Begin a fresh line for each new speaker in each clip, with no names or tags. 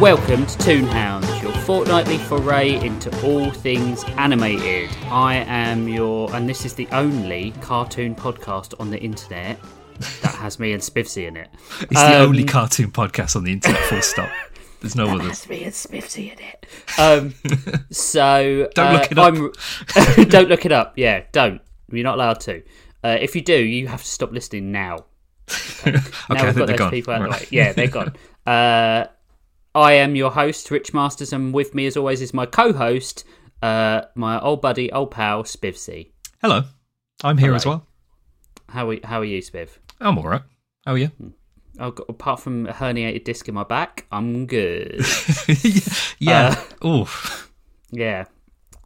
Welcome to Toonhounds, your fortnightly foray into all things animated. I am your, and this is the only cartoon podcast on the internet that has me and Spivsy in it.
It's the only
Um,
cartoon podcast on the internet. Full stop. There's no others.
me and Spivsy in it. Um, so
Don't
uh,
look it up.
I'm, don't look it up. Yeah, don't. You're not allowed to. Uh, if you do, you have to stop listening now.
Okay,
now
I
we've got
think
those
they're gone.
people out of the
Right.
way. Yeah, they're gone. Uh, I am your host, Rich Masters, and with me, as always, is my co-host, uh, my old buddy, old pal, Spivsy.
Hello, I'm here as well.
How are, how are you, Spiv?
I'm all right. How are you?
Hmm. I've got, apart from a herniated disc in my back, I'm good. Uh,
yeah. Oof.
yeah,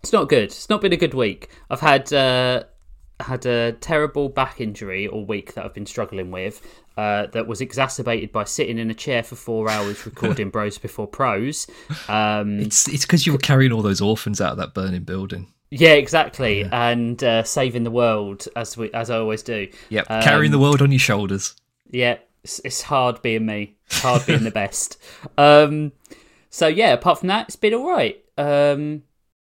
it's not good. It's not been a good week. I've had uh, had a terrible back injury all week that I've been struggling with. Uh, that was exacerbated by sitting in a chair for four hours recording Bros Before Pros. Um,
It's it's because you were carrying all those orphans out of that burning building.
Yeah, exactly, and uh, saving the world as we as I always do. Um,
Yep. carrying the world on your shoulders.
Yeah, it's, it's hard being me. It's hard being the best. Um, so yeah, apart from that, it's been all right. Um,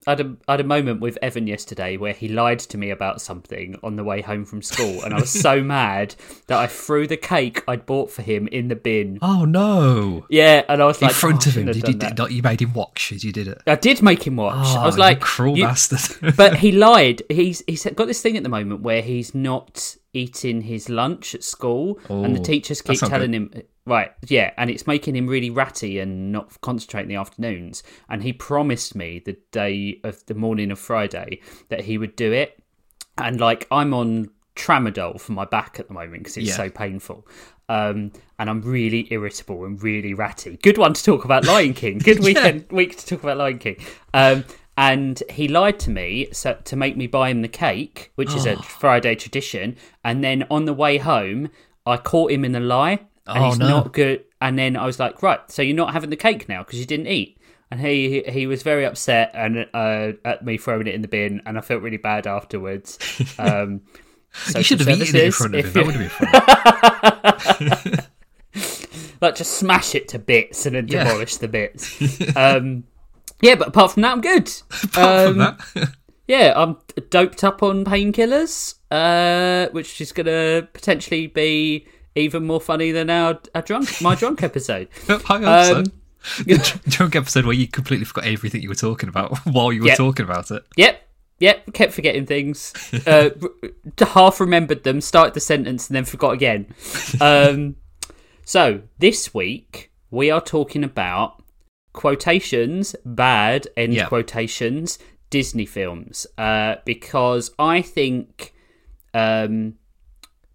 I had a I had a moment with Evan yesterday where he lied to me about something on the way home from school, and I was so mad that I threw the cake I'd bought for him in the bin.
Oh no!
Yeah, and I was
In
like, "Oh, I
front of him,
shouldn't have
did you,
done that."
did, not, you made him watch as you did it.
I did make him watch. I
Oh,
was
you
like,
cruel
"You-
bastard.
but he lied. He's he's got this thing at the moment where he's not eating his lunch at school, and the
Oh,
teachers keep
that's not
telling him, right, yeah, and it's making him really ratty and not concentrate in the afternoons. And he promised me the day of the morning of Friday that he would do it. And like, I'm on tramadol for my back at the moment because it's
Yeah.
so painful. Um, and I'm really irritable and really ratty. Good one to talk about Lion King. Good weekend week to talk about Lion King. Um, and he lied to me so, to make me buy him the cake, which is a
Oh.
Friday tradition. And then on the way home, I caught him in a lie, and
Oh,
he's
no.
not good. And then I was like, right, so you're not having the cake now because you didn't eat. And he he was very upset and uh, at me throwing it in the bin, and I felt really bad afterwards. Um,
you should have
social
eaten it in
services,
front of
if you-
him. That would have been fun.
like just smash it to bits and then
Yeah.
demolish the bits. um, yeah, but apart from that, I'm good.
Apart from
Um,
that,
Yeah, I'm doped up on painkillers, uh, which is going to potentially be even more funny than our, our drunk my drunk episode.
I hope
um,
so. The drunk episode where you completely forgot everything you were talking about while you were
Yep.
talking about it.
Yep, yep, kept forgetting things. Uh, r- half remembered them, started the sentence, and then forgot again. Um, so this week we are talking about quotations, bad end
Yeah.
quotations, Disney films, uh, because I think um,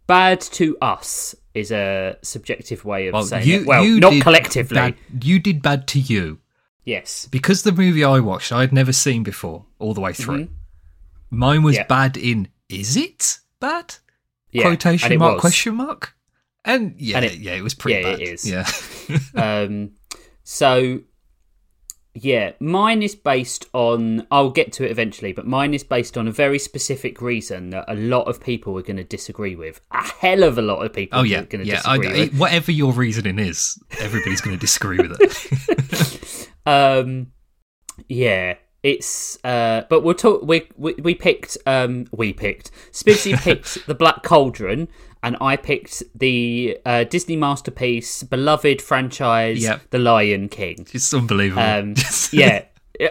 bad to us is a subjective way of saying it. Well, not
did
collectively.
bad- you did bad to you
Yes.
because the movie I watched I had never seen before all the way through. Mine was
Mm-hmm. Yeah.
bad in is it bad
Yeah. and
quotation
it
mark
was.
question mark and yeah
And it-
yeah it was pretty
yeah, it
bad
is.
yeah
um, so yeah, mine is based on. I'll get to it eventually, but mine is based on a very specific reason that a lot of people are going to disagree with. A hell of a lot of people.
oh yeah
are going to
yeah I,
disagree with.
it- whatever your reasoning is everybody's going to disagree with it
Um, yeah, it's. Uh, but we'll talk. We we, we picked. Um, we picked. Spivsy picked the Black Cauldron, and I picked the uh, Disney masterpiece, beloved franchise,
Yep.
The Lion King.
it's unbelievable
Um,
Just
yeah,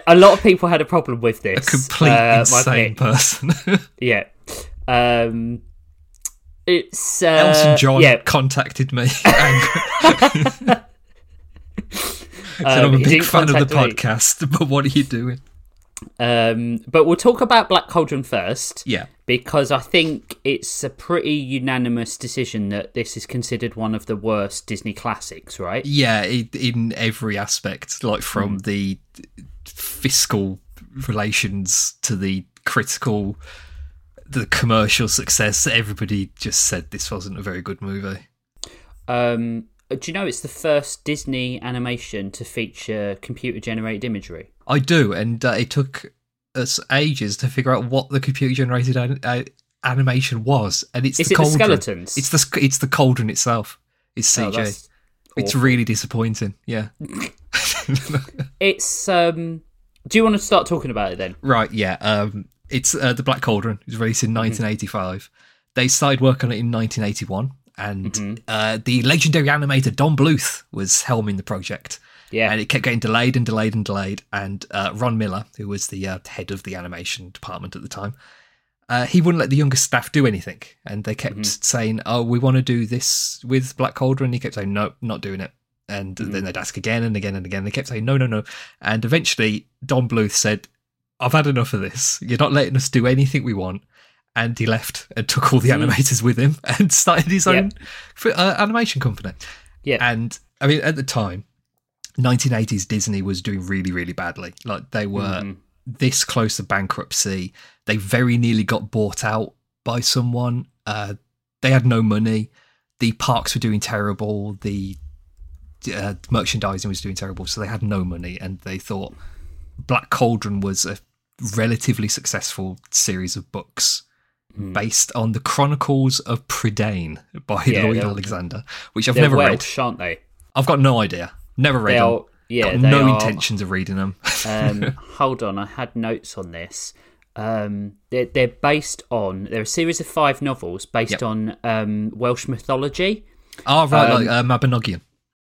a lot of people had a problem with this.
complete
uh, my
insane
pick.
person
Yeah. Um, it's uh,
Elton John
Yeah,
contacted me and said
um,
I'm a
he
big
didn't
fan of
contact
the
me.
podcast but what are you doing
Um, but we'll talk about Black Cauldron first.
yeah
because I think it's a pretty unanimous decision that this is considered one of the worst Disney classics, right?
Yeah, i in every aspect, like
Hmm.
from the fiscal relations to the critical, the commercial success. Everybody just said this wasn't a very good movie.
Um, do you know it's the first Disney animation to feature computer generated imagery?
I do, and uh, it took us ages to figure out what the computer generated an- uh, animation was, and it's
Is
the
it the
cauldron.
skeletons?
It's the sc- it's the cauldron itself. It's
Oh,
CJ.
that's
it's
awful.
really disappointing. Yeah.
it's um do you want to start talking about it then?
Right, yeah. Um, it's uh, The Black Cauldron. It was released in 1985. They started work on it in 1981, and uh, the legendary animator Don Bluth was helming the project.
Yeah.
And it kept getting delayed and delayed and delayed. And uh, Ron Miller, who was the uh, head of the animation department at the time, uh, he wouldn't let the younger staff do anything. And they kept saying, Oh, we want to do this with Black Cauldron. He kept saying, No, not doing it. And then they'd ask again and again and again. They kept saying, No, no, no. And eventually, Don Bluth said, I've had enough of this. You're not letting us do anything we want. And he left and took all the animators with him and started his
Yep.
own f- uh, animation company.
Yeah.
And I mean, at the time, 1980s Disney was doing really, really badly. Like they were this close to bankruptcy. They very nearly got bought out by someone. Uh, they had no money. The parks were doing terrible. The uh, merchandising was doing terrible. So they had no money. And they thought Black Cauldron was a relatively successful series of books
Hmm.
based on the Chronicles of Prydain by
Yeah,
Lloyd
they're-
Alexander, which I've
They're
never read.
Welsh, aren't they?
I've got no idea. Never read
They
them.
are yeah,
got
they
no
are,
intentions of reading them.
um, hold on, I had notes on this. Um, they're, they're based on they're a series of five novels based
Yep.
on um, Welsh mythology.
oh, right,
Um,
like uh, Mabinogion.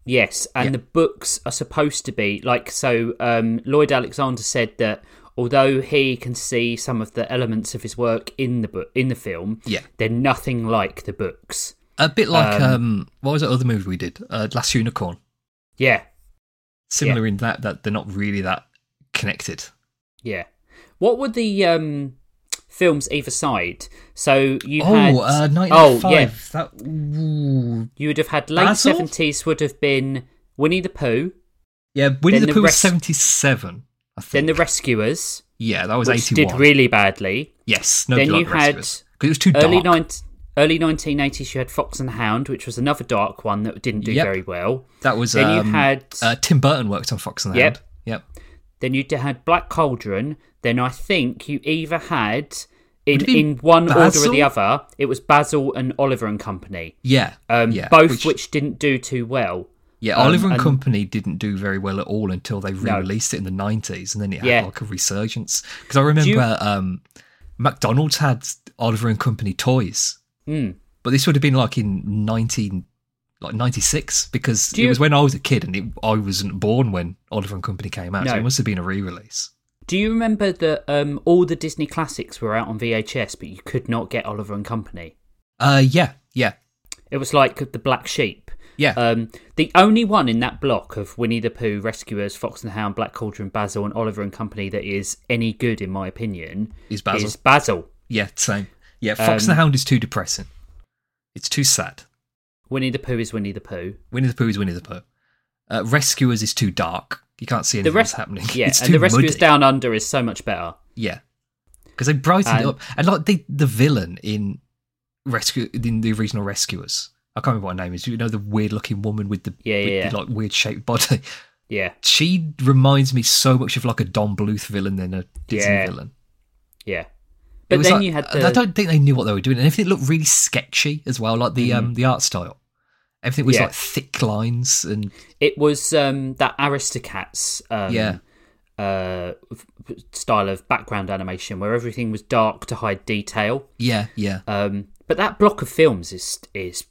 Yes, and the books are supposed to be like so. Um, Lloyd Alexander said that although he can see some of the elements of his work in the book in the film,
Yeah.
they're nothing like the books.
A bit like, um, what was that other movie we did? Uh, Last Unicorn.
Yeah,
Similar in that, that they're not really that connected.
yeah. What were the um, films either side? So you
oh,
had
uh, 95.
oh yeah,
That, ooh.
you would have had late
Basil?
seventies would have been Winnie the Pooh,
Yeah, Winnie
Then the
the, Pooh was
rest-
77, I think.
then the Rescuers,
yeah, that was
which
81.
did really badly.
yes, nobody
then
liked
you
the rest
had
of us. 'Cause it was too
early
dark.
nine early 1980s you had fox and the hound which was another dark one that didn't do
Yep.
very well
that was,
then you
um,
had-
uh, Tim Burton worked on Fox and the
Yep.
Hound. Yep.
then you had black cauldron then i think you either had in,
Would it be
in one order or the
Basil?
other it was basil and oliver and company
Yeah.
um,
yeah,
both which, didn't do too well
Yeah,
Um,
Oliver and,
and-
Company didn't do very well at all until they re-released it in the '90s, and then it had
Yeah.
like a resurgence. Because I remember um, McDonald's had Oliver and Company toys,
Mm.
but this would have been like in nineteen, like '96, because
Do
it
you-
was when I was a kid and it, I wasn't born when Oliver and Company came out. So
No.
it must have been a re-release.
do you remember that um, all the disney classics were out on vhs but you could not get oliver and company
Uh, yeah, yeah,
it was like the black sheep
yeah.
Um, the only one in that block of Winnie the Pooh, Rescuers, Fox and the Hound, Black Cauldron, Basil, and Oliver and Company that is any good, in my opinion,
Is Basil?
Is Um, Basil.
yeah, same. Yeah, Fox and the Hound is too depressing. It's too sad.
Winnie the Pooh is Winnie the Pooh.
Winnie the Pooh is Winnie the Pooh. Uh, Rescuers is too dark. You can't see
The
anything
rest
that's happening.
yeah,
it's
and
too
the Rescuers
muddy.
Down Under is so much better.
Yeah, because they brightened
And-
it up, and like the the villain in rescue in the original Rescuers. I can't remember what her name is. You know the weird looking woman with the,
Yeah,
with
yeah,
the
yeah.
like weird shaped body.
Yeah,
She reminds me so much of like a Don Bluth villain than a Disney
Yeah.
villain.
yeah.
It
But
was
then
like- uh,
you had
I
the
don't think they knew what they were doing, and everything looked really sketchy as well. Like the um the art style, everything was
Mm. Yeah.
like thick lines and
it was um, that Aristocats um,
yeah.
uh, f- style of background animation where everything was dark to hide detail.
Yeah, yeah.
Um, but that block of films is is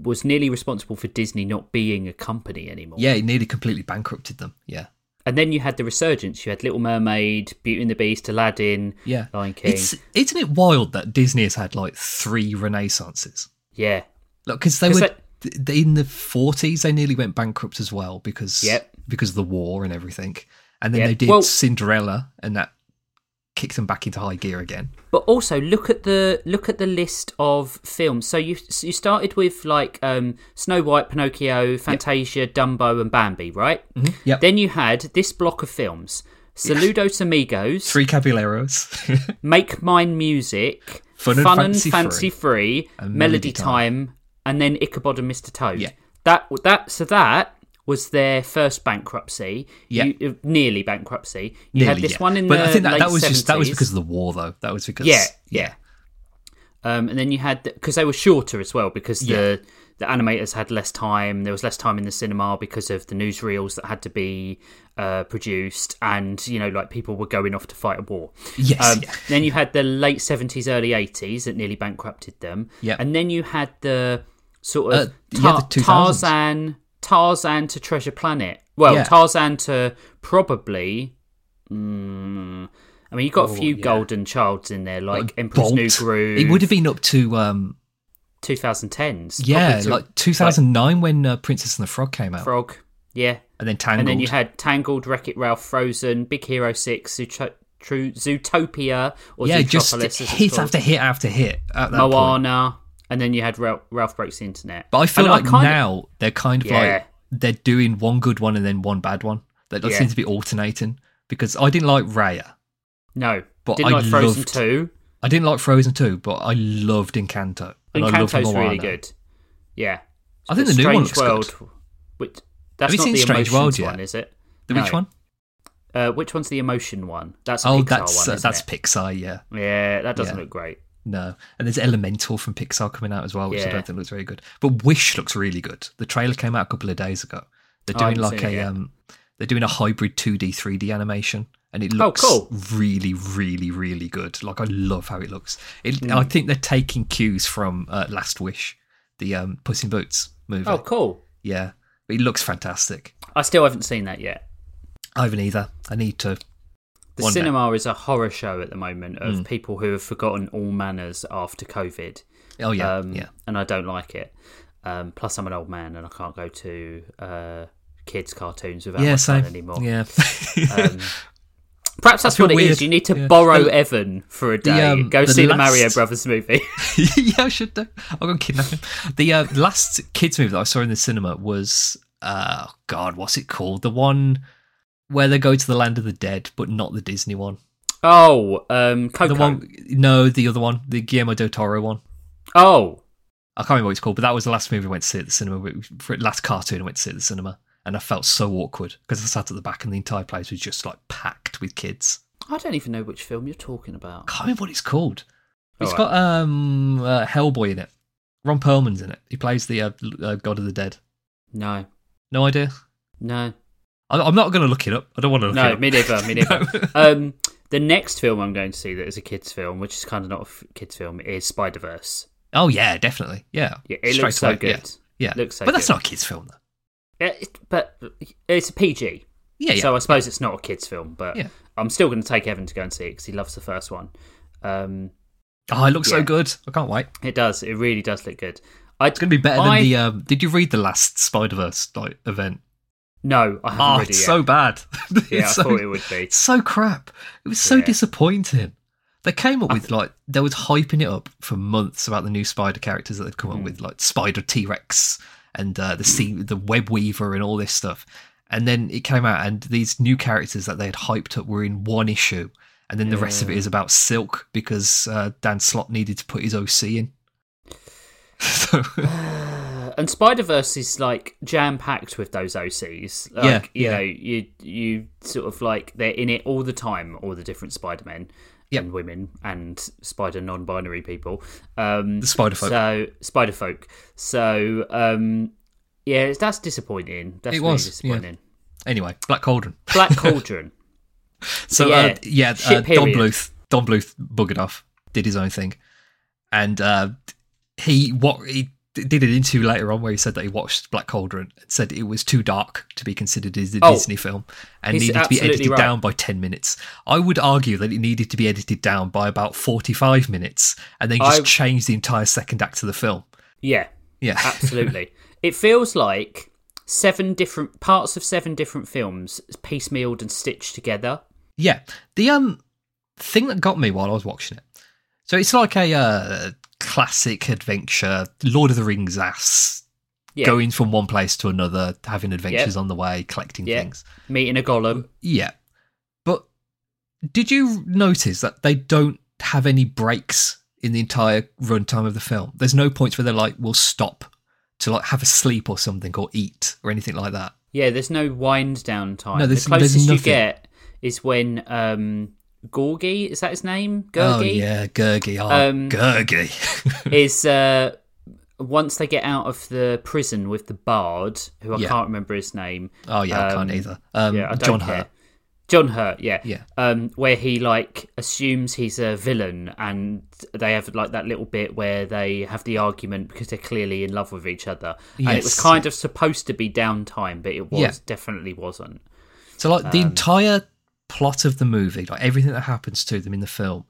was nearly responsible for Disney not being a company anymore.
Yeah, it nearly completely bankrupted them. Yeah.
And then you had the resurgence. You had Little Mermaid, Beauty and the Beast, Aladdin,
Yeah.
Lion King.
It's isn't it wild that Disney has had like three renaissances?
Yeah,
Look, because they
'Cause
were th in the forties, they nearly went bankrupt as well because
Yep.
because of the war and everything. And then
Yep.
they did
Well-
Cinderella, and that kicked them back into high gear again.
but also look at the look at the list of films. So you so you started with like um, Snow White, Pinocchio, Fantasia, Dumbo, and Bambi, right?
Mm-hmm. Yep.
Then you had this block of films: Saludos Amigos,
Three Caballeros.
Make Mine Music,
Fun and Fancy
Free,
and
Melody
Melody
Time, and then Ichabod and Mr. Toad.
Yeah.
That that so that was their first bankruptcy.
Yeah.
You- uh, nearly bankruptcy. You had
Nearly,
this
yeah.
one in
but
the
I think that,
late
that was just that was
70s.
because of the war, though. That was because
Yeah, yeah. Um, and then you had because they were shorter as well because the the animators had less time. There was less time in the cinema because of the newsreels that had to be uh, produced, and you know, like people were going off to fight a war.
Yes, yeah.
Then you had the late seventies, early eighties that nearly bankrupted them.
Yep.
and then you had the sort of
Uh, yeah,
Tar-
the 2000s.
Tarzan, Tarzan to Treasure Planet. Well,
Yeah.
Tarzan to probably. Mm, I mean, you got a
Oh,
few
yeah.
golden childs in there, like
Like
Emperor's New
Bolt.
Groove.
It would have been up to um,
2010s.
yeah,
probably to
like 2009 when uh, Princess and the Frog came out,
Frog. Yeah,
and then Tangled.
and then you had Tangled, Wreck It Ralph, Frozen, Big Hero Six, Zucho- Tru- Zootopia, or
yeah, just
Zootropolis, as it's
hit
called,
after hit after hit at that point.
Moana, and then you had Ralph, Ralph Breaks the Internet.
But I feel
And
like
kinda-
now they're kind of
Yeah.
like they're doing one good one and then one bad one. They like,
Yeah.
seem to be alternating because I didn't like Raya.
no,
But
didn't
I
like Frozen
loved-
Two.
I didn't like Frozen 2, but I loved Encanto. And I loved
Encanto's really
Moana.
good. Yeah,
I think the,
But
new one
Strange
looks
World.
good.
Which, that's
you
not
seen
the
Strange
emotions
World yet?
one, is it?
The,
No.
Which one?
Uh, which one's the emotion one? That's a
Oh,
Pixar
that's
one.
uh,
isn't
that's
it?
Pixar, yeah.
yeah. That doesn't
yeah.
look great.
No. And there's Elemental from Pixar coming out as well, which I
Yeah.
don't think looks very good. But Wish looks really good. The trailer came out a couple of days ago. They're
Oh, I haven't
doing like
seen it
a
yet.
um they're doing a hybrid 2D 3D animation and it looks
Oh, cool.
really really really good. Like I love how it looks. It,
Hmm.
I think they're taking cues from uh, Last Wish, the um Puss in Boots movie.
Oh, cool.
Yeah. It looks fantastic.
I still haven't seen that yet.
I haven't either. I need to.
The
One day.
cinema is a horror show at the moment of
Hmm.
people who have forgotten all manners after COVID.
Oh yeah,
um,
yeah.
And I don't like it. Um, plus, I'm an old man and I can't go to uh, kids' cartoons without
Yeah,
my
same.
son anymore.
Yeah.
Um, perhaps that's
feel
what it is.
weird.
You need to
Yeah.
borrow
The-
Evan for a day.
um,
go
the
see the
last-
Mario Brothers movie.
yeah, I should do. I'm going to kidnap him. The uh, last kids movie that I saw in the cinema was, uh, God, what's it called? The one where they go to the land of the dead, but not the Disney one.
oh, um, Coco.
The one, no, the other one, the Guillermo del Toro one.
Oh,
I can't remember what it's called, but that was the last movie I went to see at the cinema. we- For last cartoon I went to see at the cinema, and I felt so awkward because I sat at the back and the entire place was just like packed with kids.
I don't even know which film you're talking about.
can't remember what it's called. It's
Alright.
got um uh, Hellboy in it. Ron Perlman's in it. He plays the uh, l- uh, God of the Dead.
No,
No idea.
no.
I- I'm not going to look it up. I don't want to look it
No,
up.
me neither, me neither. um, the next film I'm going to see that is a kids' film, which is kind of not a f- kids' film, is Spider Verse.
oh yeah, definitely. Yeah.
Yeah, it
Straight
looks so
away,
good.
Yeah. yeah.
Looks so
but that's
good.
not a kids' film though.
Yeah, it- but it's a PG,
Yeah. Yeah.
so I suppose it's not a kids' film. But
Yeah.
I'm still going to take Evan to go and see it because he loves the first one. Um,
oh, it looks
yeah.
so good. I can't wait.
it does. It really does look good. I,
It's going to be better
I-
than the. Um, did you read the last Spider Verse like, event?
no, I haven't
Oh,
read it
it's
yet.
so bad. It's
yeah, I
so-
thought it would be.
It's so crap. It was so
Yeah.
disappointing. They came up with like they was hyping it up for months about the new spider characters that they've come up with, like Spider T Rex and uh, the sea, the Web Weaver, and all this stuff. And then it came out, and these new characters that they had hyped up were in one issue, and then the rest of it is about Silk because uh, Dan Slott needed to put his OC in. so
Uh, And Spider Verse is like jam packed with those OCs. Like,
Yeah,
you
yeah.
know, you you sort of like they're in it all the time. All the different Spider Men
Yep.
and women and Spider non-binary people. Um,
the Spider Folk.
So Spider folk. So um, yeah, it's- that's disappointing. That's
It
really
was, yeah.
disappointing.
anyway, Black Cauldron.
Black Cauldron.
So
Yeah.
yeah, uh, yeah uh,
Shit
Don
period.
Bluth, Don Bluth buggered off, did his own thing, and uh, he what he d- did an interview later on where he said that he watched Black Cauldron and said it was too dark to be considered as a
Oh,
Disney film and
he's
needed to be
absolutely
edited
right.
down by ten minutes. I would argue that it needed to be edited down by about forty-five minutes, and then just
I-
change the entire second act of the film.
Yeah,
Yeah,
absolutely. it feels like seven different parts of seven different films piecemealed and stitched together.
Yeah. The um thing that got me while I was watching it. So it's like a uh, classic adventure, Lord of the Rings ass,
Yeah.
going from one place to another, having adventures on the way, collecting
Yeah.
things.
Meeting a golem.
Yeah. But did you notice that they don't have any breaks in the entire runtime of the film? There's no points where they're like, we'll stop to like have a sleep or something or eat or anything like that.
Yeah, there's no wind down time.
No,
the
there's- there's
closest you
nothing.
get is when um, Gorgi, is that his name? Gurgi?
Oh yeah, Gurgi. Oh,
Um,
Gurgi.
is uh, once they get out of the prison with the bard, who I
Yeah.
can't remember his name.
oh yeah, I
um,
can't either. Um,
Yeah, I don't
John
care.
Hurt.
John Hurt, yeah,
Yeah.
um, where he like assumes he's a villain, and they have like that little bit where they have the argument because they're clearly in love with each other, and it was
Yes.
kind of supposed to be downtime, but it was
Yeah.
definitely wasn't.
So like the entire plot of the movie, like everything that happens to them in the film,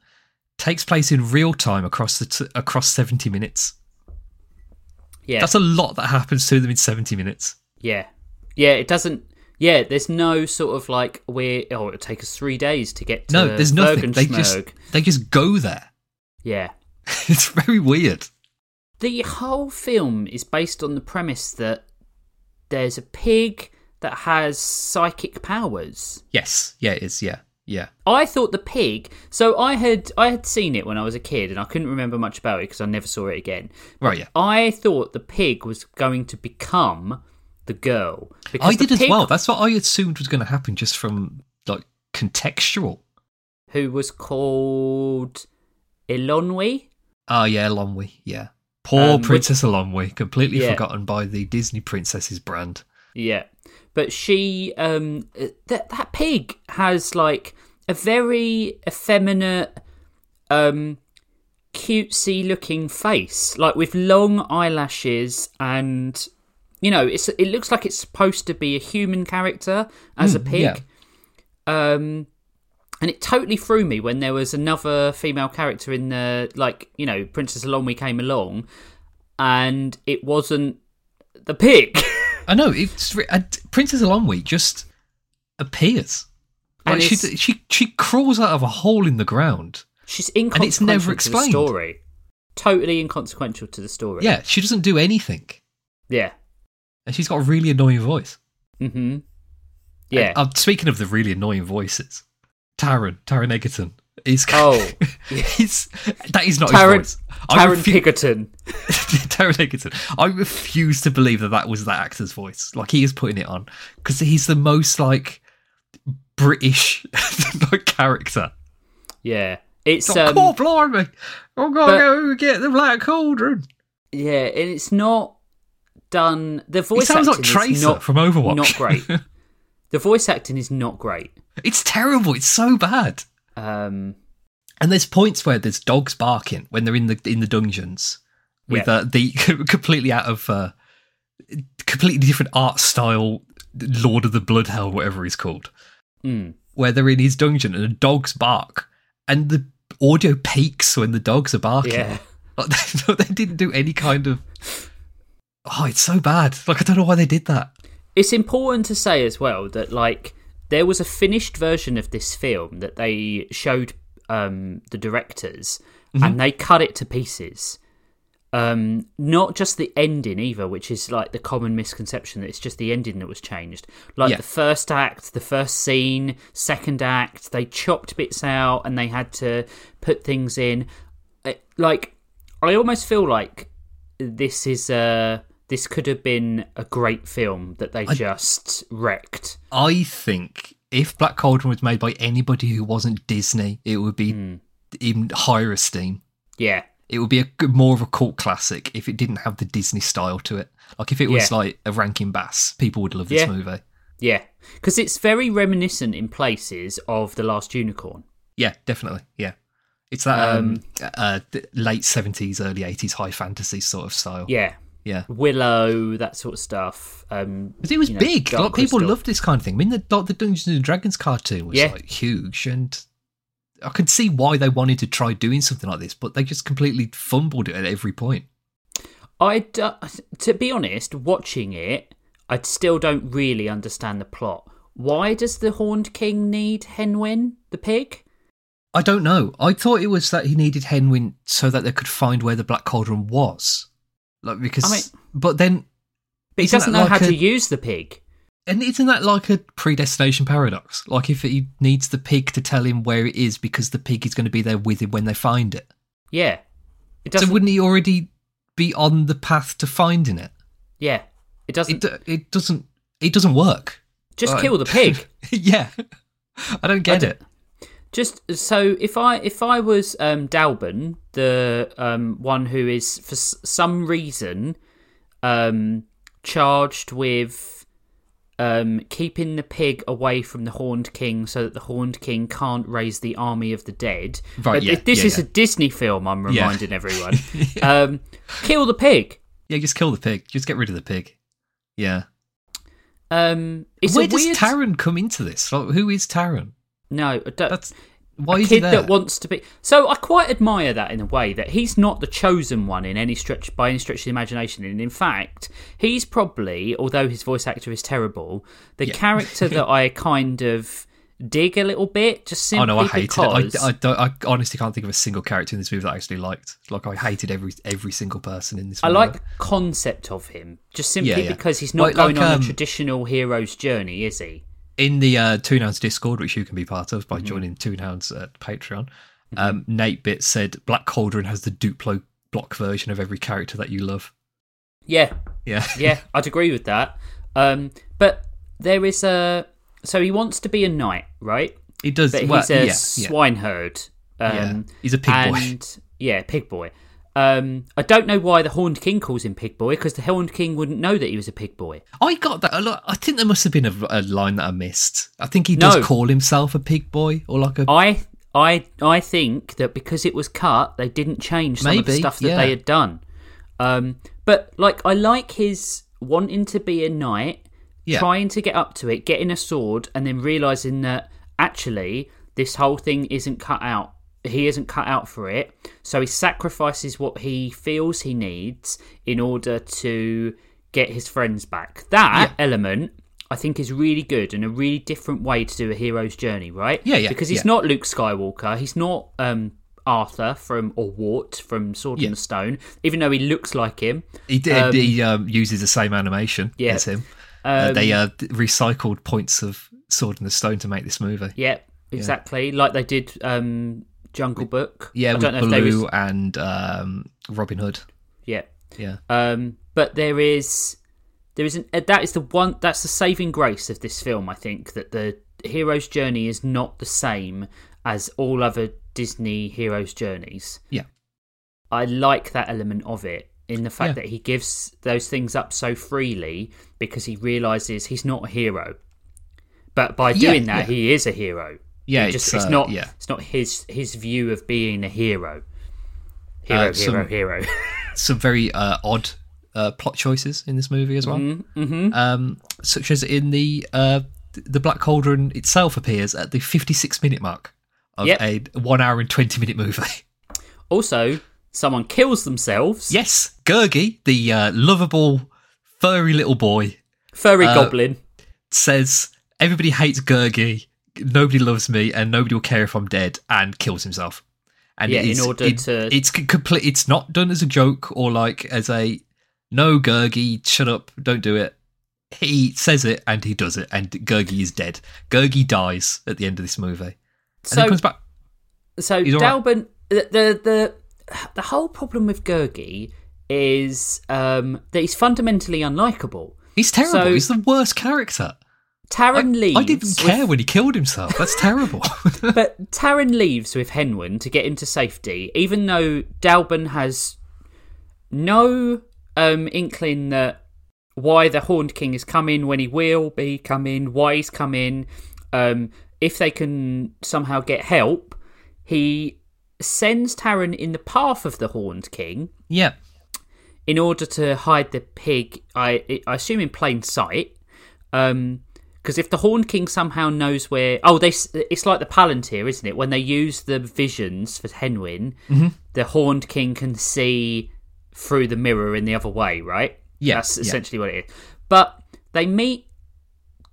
takes place in real time across the t- across seventy minutes.
Yeah,
That's a lot that happens to them in seventy minutes.
Yeah. Yeah, it doesn't yeah, there's no sort of like we're oh it'll take us three days to get to
No, there's nothing. They just
Bergenschmerg.
they just go there.
Yeah.
It's very weird.
The whole film is based on the premise that there's a pig that has psychic powers.
Yes. Yeah. It is. Yeah. Yeah.
I thought the pig. So I had I had seen it when I was a kid, and I couldn't remember much about it because I never saw it again.
Right. Yeah.
I thought the pig was going to become the girl. because
I
the
did as
pig
well. That's what I assumed was going to happen, just from like contextual.
Who was called Ilonwi?
Oh yeah, Longwy. Yeah. Poor
Um, which-
Princess Longwy, completely
Yeah.
forgotten by the Disney princesses brand.
Yeah. But she um that that pig has like a very effeminate um cutesy looking face like with long eyelashes and you know it's it looks like it's supposed to be a human character as a
Mm,
pig
yeah.
um and it totally threw me when there was another female character in the like you know princess along we came along and it wasn't the pig
I know it's re- and Princess Longwy just appears. Like
And
she
it's-
she she crawls out of a hole in the ground.
She's
And
inconsequential
it's never
to the
explained.
story. Totally inconsequential to the story.
Yeah, she doesn't do anything,
Yeah.
and she's got a really annoying voice.
hmm Yeah.
I'm speaking of the really annoying voices. Taron, Taron Egerton is
Oh.
he's that is not
Taron-
his voice. I
Taron
refu-
Pigerton.
Taron Egerton. I refuse to believe that that was that actor's voice. Like he is putting it on because he's the most like British like character.
Yeah. It's
It's
um,
like, oh blimey, I'm gonna
but-
go get the black cauldron.
yeah, and it's not done. The
He
voice
sounds like
acting is
Tracer
not
from Overwatch.
not great. the voice acting is not great.
it's terrible. It's so bad.
Um,
And there's points where there's dogs barking when they're in the in the dungeons with
Yeah.
uh, the completely out of uh, completely different art style Lord of the Blood Hell, whatever he's called,
mm,
where they're in his dungeon and the dogs bark and the audio peaks when the dogs are barking.
Yeah.
Like, they, they didn't do any kind of. Oh, it's so bad. Like I don't know why they did that.
It's important to say as well that like there was a finished version of this film that they showed um, the directors, and they cut it to pieces. Um, not just the ending either, which is like the common misconception that it's just the ending that was changed. Like
Yeah.
the first act, the first scene, second act, they chopped bits out and they had to put things in. It- like I almost feel like this is a this could have been a great film that they just wrecked.
I think if Black Cauldron was made by anybody who wasn't Disney, it would be
Hmm.
in higher esteem.
Yeah,
It would be a g- more of a cult classic if it didn't have the Disney style to it. Like if it was
Yeah.
like a Rankin Bass, people would love this
Yeah.
movie.
yeah, because it's very reminiscent in places of the Last Unicorn.
Yeah, definitely. Yeah, it's that um, uh, th- late seventies, early eighties high fantasy sort of style.
Yeah,
yeah.
Willow, that sort of stuff. Um,
'Cause it was
you know,
big. A
Dark
lot of people
Crystal.
loved this kind of thing. I mean, the, like, the Dungeons and Dragons cartoon was
Yeah.
like huge, and I could see why they wanted to try doing something like this, but they just completely fumbled it at every point.
I d- to be honest, watching it, I still don't really understand the plot. Why does the Horned King need Henwin, the pig?
I don't know. I thought it was that he needed Henwin so that they could find where the Black Cauldron was, like because.
I mean-
but then,
But he
Isn't
doesn't
that
know how
like
to
a-
use the pig.
and isn't that like a predestination paradox? Like if he needs the pig to tell him where it is because the pig is going to be there with him when they find it.
Yeah, it
So
doesn't.
wouldn't he already be on the path to finding it?
yeah, it
it,
doesn't.
do- it doesn't it doesn't work
just
Right.
kill the pig.
yeah i don't get
d-
it
Just so if I if I was um, Dalban, the um, one who is for s- some reason um, charged with um, keeping the pig away from the Horned King, so that the Horned King can't raise the army of the dead.
Right,
But
yeah,
this
yeah,
is
yeah.
a Disney film. I'm reminding everyone. um, kill the pig.
Yeah, just kill the pig. Just get rid of the pig. Yeah.
Um, it's
Where
a
does
weird...
Taron come into this? Like, who is Taron?
No, I don't-
That's why
a
is he
kid
there?
that wants to be. So I quite admire that in a way that he's not the chosen one in any stretch by any stretch of the imagination, and in fact, he's probably, although his voice actor is terrible, the character that I kind of dig a little bit. Just
Oh
simply
no, I hated
because
it. I, I, don't, I honestly can't think of a single character in this movie that I actually liked. Like I hated every every single person in this.
I
movie.
like the concept of him, just simply
Yeah, yeah.
because he's not
Like-
going
like,
on
um,
a traditional hero's journey, is he?
in the uh, Two Nouns Discord, which you can be part of by
Mm-hmm.
joining Two Nouns at Patreon. Um, Nate Bit said Black Cauldron has the Duplo block version of every character that you love.
Yeah,
Yeah,
yeah, I'd agree with that. Um, but there is a so he wants to be a knight, right?
it does.
But
well,
he's a
yeah, yeah,
swineherd.
yeah.
Um,
He's a pig boy.
and, Yeah, pig boy. Um, I don't know why the Horned King calls him pig boy because the Horned King wouldn't know that he was a pig boy.
I got that a lot. I think there must have been a, a line that I missed. I think he does
No.
call himself a pig boy or like a.
I I I think that because it was cut, they didn't change some of the
Maybe,
stuff that
yeah.
they had done. Um, but like, I like his wanting to be a knight,
Yeah.
trying to get up to it, getting a sword, and then realizing that actually this whole thing isn't cut out. He isn't cut out for it, so he sacrifices what he feels he needs in order to get his friends back. That element, I think, is really good and a really different way to do a hero's journey, right?
Yeah, yeah,
Because he's
yeah.
not Luke Skywalker. He's not um, Arthur from or Wart from Sword
Yeah.
in the Stone, even though he looks like him.
He did. he um, uses the same animation
Yeah. Um,
as him. uh, they uh, recycled points of Sword in the Stone to make this movie.
Yeah, exactly. Like they did um, Jungle Book.
Yeah,
I
with
don't know if they
Baloo
was.
and um, Robin Hood.
Yeah,
Yeah.
um, but there is there is an uh, that is the one that's the saving grace of this film. I think that the hero's journey is not the same as all other Disney heroes' journeys.
Yeah.
I like that element of it in the fact
Yeah.
that he gives those things up so freely because he realizes he's not a hero. But by
Yeah,
doing that,
yeah.
he is a hero.
Yeah,
Just it's,
uh,
not
Yeah,
it's not his his view of being a hero. Hero,
Uh,
hero,
some-
hero.
some very uh, odd uh, plot choices in this movie as well, mm-hmm. um, such as in the uh, th- the Black Cauldron itself appears at the fifty six minute mark of
Yep.
a one hour and twenty minute movie.
also, someone kills themselves.
yes, Gurgi, the uh, lovable furry little boy,
Furry
Uh,
goblin.
says everybody hates Gurgi, nobody loves me, and nobody will care if I'm dead, and kills himself. And
Yeah,
it
in
is-
order
it-
to-
it's c- complete. It's not done as a joke or like as a no Gurgi, shut up, don't do it. He says it and he does it, and Gurgi is dead. Gurgi dies at the end of this movie, and
So
he comes back.
so
He's all right.
Dalban, the, the the the whole problem with Gurgi is um, that he's fundamentally unlikable.
He's terrible.
so-
he's the worst character. I,
Taron leaves.
I didn't
with-
care when he killed himself. That's terrible.
but Taron leaves with Henwin to get into safety, even though Dalban has no um, inkling that why the Horned King is coming, when he will be coming, why he's coming. Um, if they can somehow get help, he sends Taron in the path of the Horned King
yeah,
in order to hide the pig, I, I assume in plain sight. Um 'cause because if the Horn King somehow knows where, oh, they s- it's like the Palantir, isn't it? When they use the visions for Henwin,
Mm-hmm.
the Horned King can see through the mirror in the other way, right?
Yeah,
that's
yeah.
essentially what it is. But they meet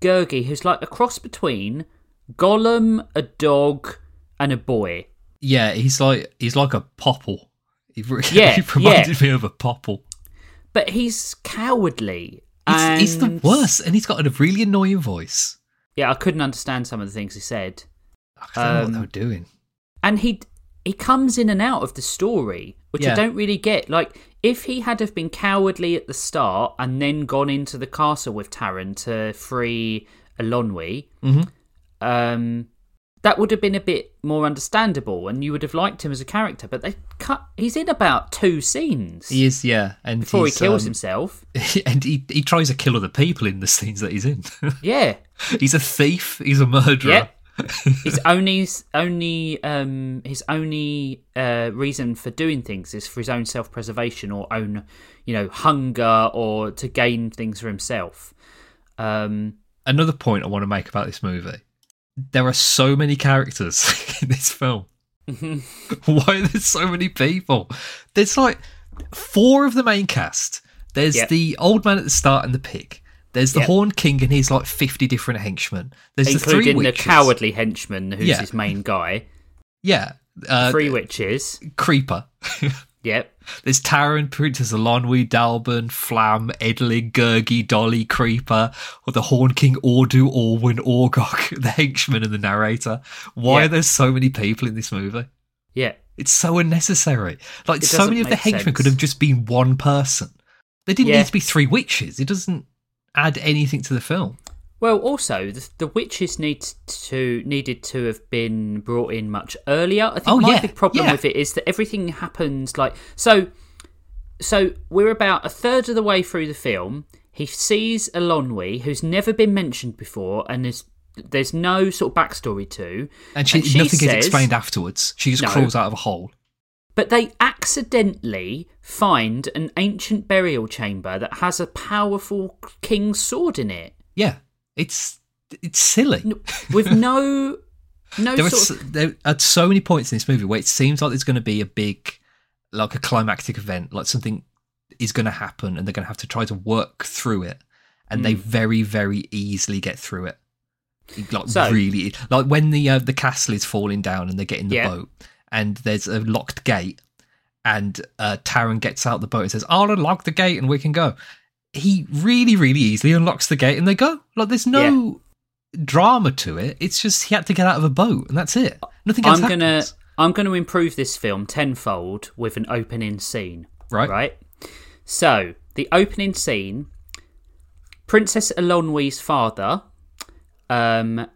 Gurgi, who's like a cross between Gollum, a dog, and a boy.
yeah. He's like he's like a popple. He, re-
Yeah,
he reminded me of a popple.
But he's cowardly.
It's, it's the
and-
worst, and he's got a really annoying voice.
Yeah, I couldn't understand some of the things he said.
I don't
Um,
know what they were doing.
And he he comes in and out of the story, which I
Yeah.
don't really get. Like if he had have been cowardly at the start and then gone into the
Mm-hmm.
castle with Taran to free Elonwy, um, that would have been a bit more understandable, and you would have liked him as a character. But they cut. He's in about two scenes
He is, yeah, and
before he
he's,
kills
um,
himself.
and he, he tries to kill other people in the scenes that he's in.
Yeah,
he's a thief. He's a murderer.
Yep. his only only um his only uh reason for doing things is for his own self-preservation or own you know hunger or to gain things for himself um
Another point I want to make about this movie: there are so many characters in this film. Why are there so many people? There's like four of the main cast. There's
Yep.
the old man at the start and the pig. There's the
Yep.
Horn King and he's like fifty different henchmen. There's the three
including the,
witches.
cowardly henchman who's
Yeah.
his main guy
Yeah, uh,
three witches
creeper.
yep
There's Taran, Princess Alonwy, Dalban, Flam, Edlin, Gurgi, Dolly, Creeper, or the Horn King, Ordu, Orwin, Orgok, the henchman and the narrator. Why
Yeah.
are there so many people in this movie?
yeah
It's so unnecessary. Like
It
so
doesn't
many of the
make
henchmen could
sense.
have just been one person. They didn't
Yeah.
need to be three witches. It doesn't add anything to the film.
well also the, the witches need to needed to have been brought in much earlier i think
Oh,
my
yeah,
big problem
yeah.
with it is that everything happens like so so we're about a third of the way through the film. He sees Elonwy, who's never been mentioned before, and there's there's no sort of backstory to.
And, she,
And she
nothing
says-
is explained afterwards. She just
No.
crawls out of a hole.
But they accidentally find an ancient burial chamber that has a powerful king's sword in it,
Yeah. It's it's silly.
N- with no no
there are
sort of
s- there are so many points in this movie where it seems like there's going to be a big, like a climactic event, like something is going to happen, and they're going to have to try to work through it, and they
Hmm.
very, very easily get through it. Like
So-
really, like when the uh, the castle is falling down and they get in the
Yeah.
boat, and there's a locked gate, and uh, Taron gets out the boat and says, "I'll unlock the gate and we can go." He really, really easily unlocks the gate and they go. Like there's no drama to it. It's just he had to get out of a boat, and that's it. Nothing else
I'm gonna
happens.
I'm gonna improve this film tenfold with an opening scene.
Right.
Right. So the opening scene, Princess Elonwy's father, um,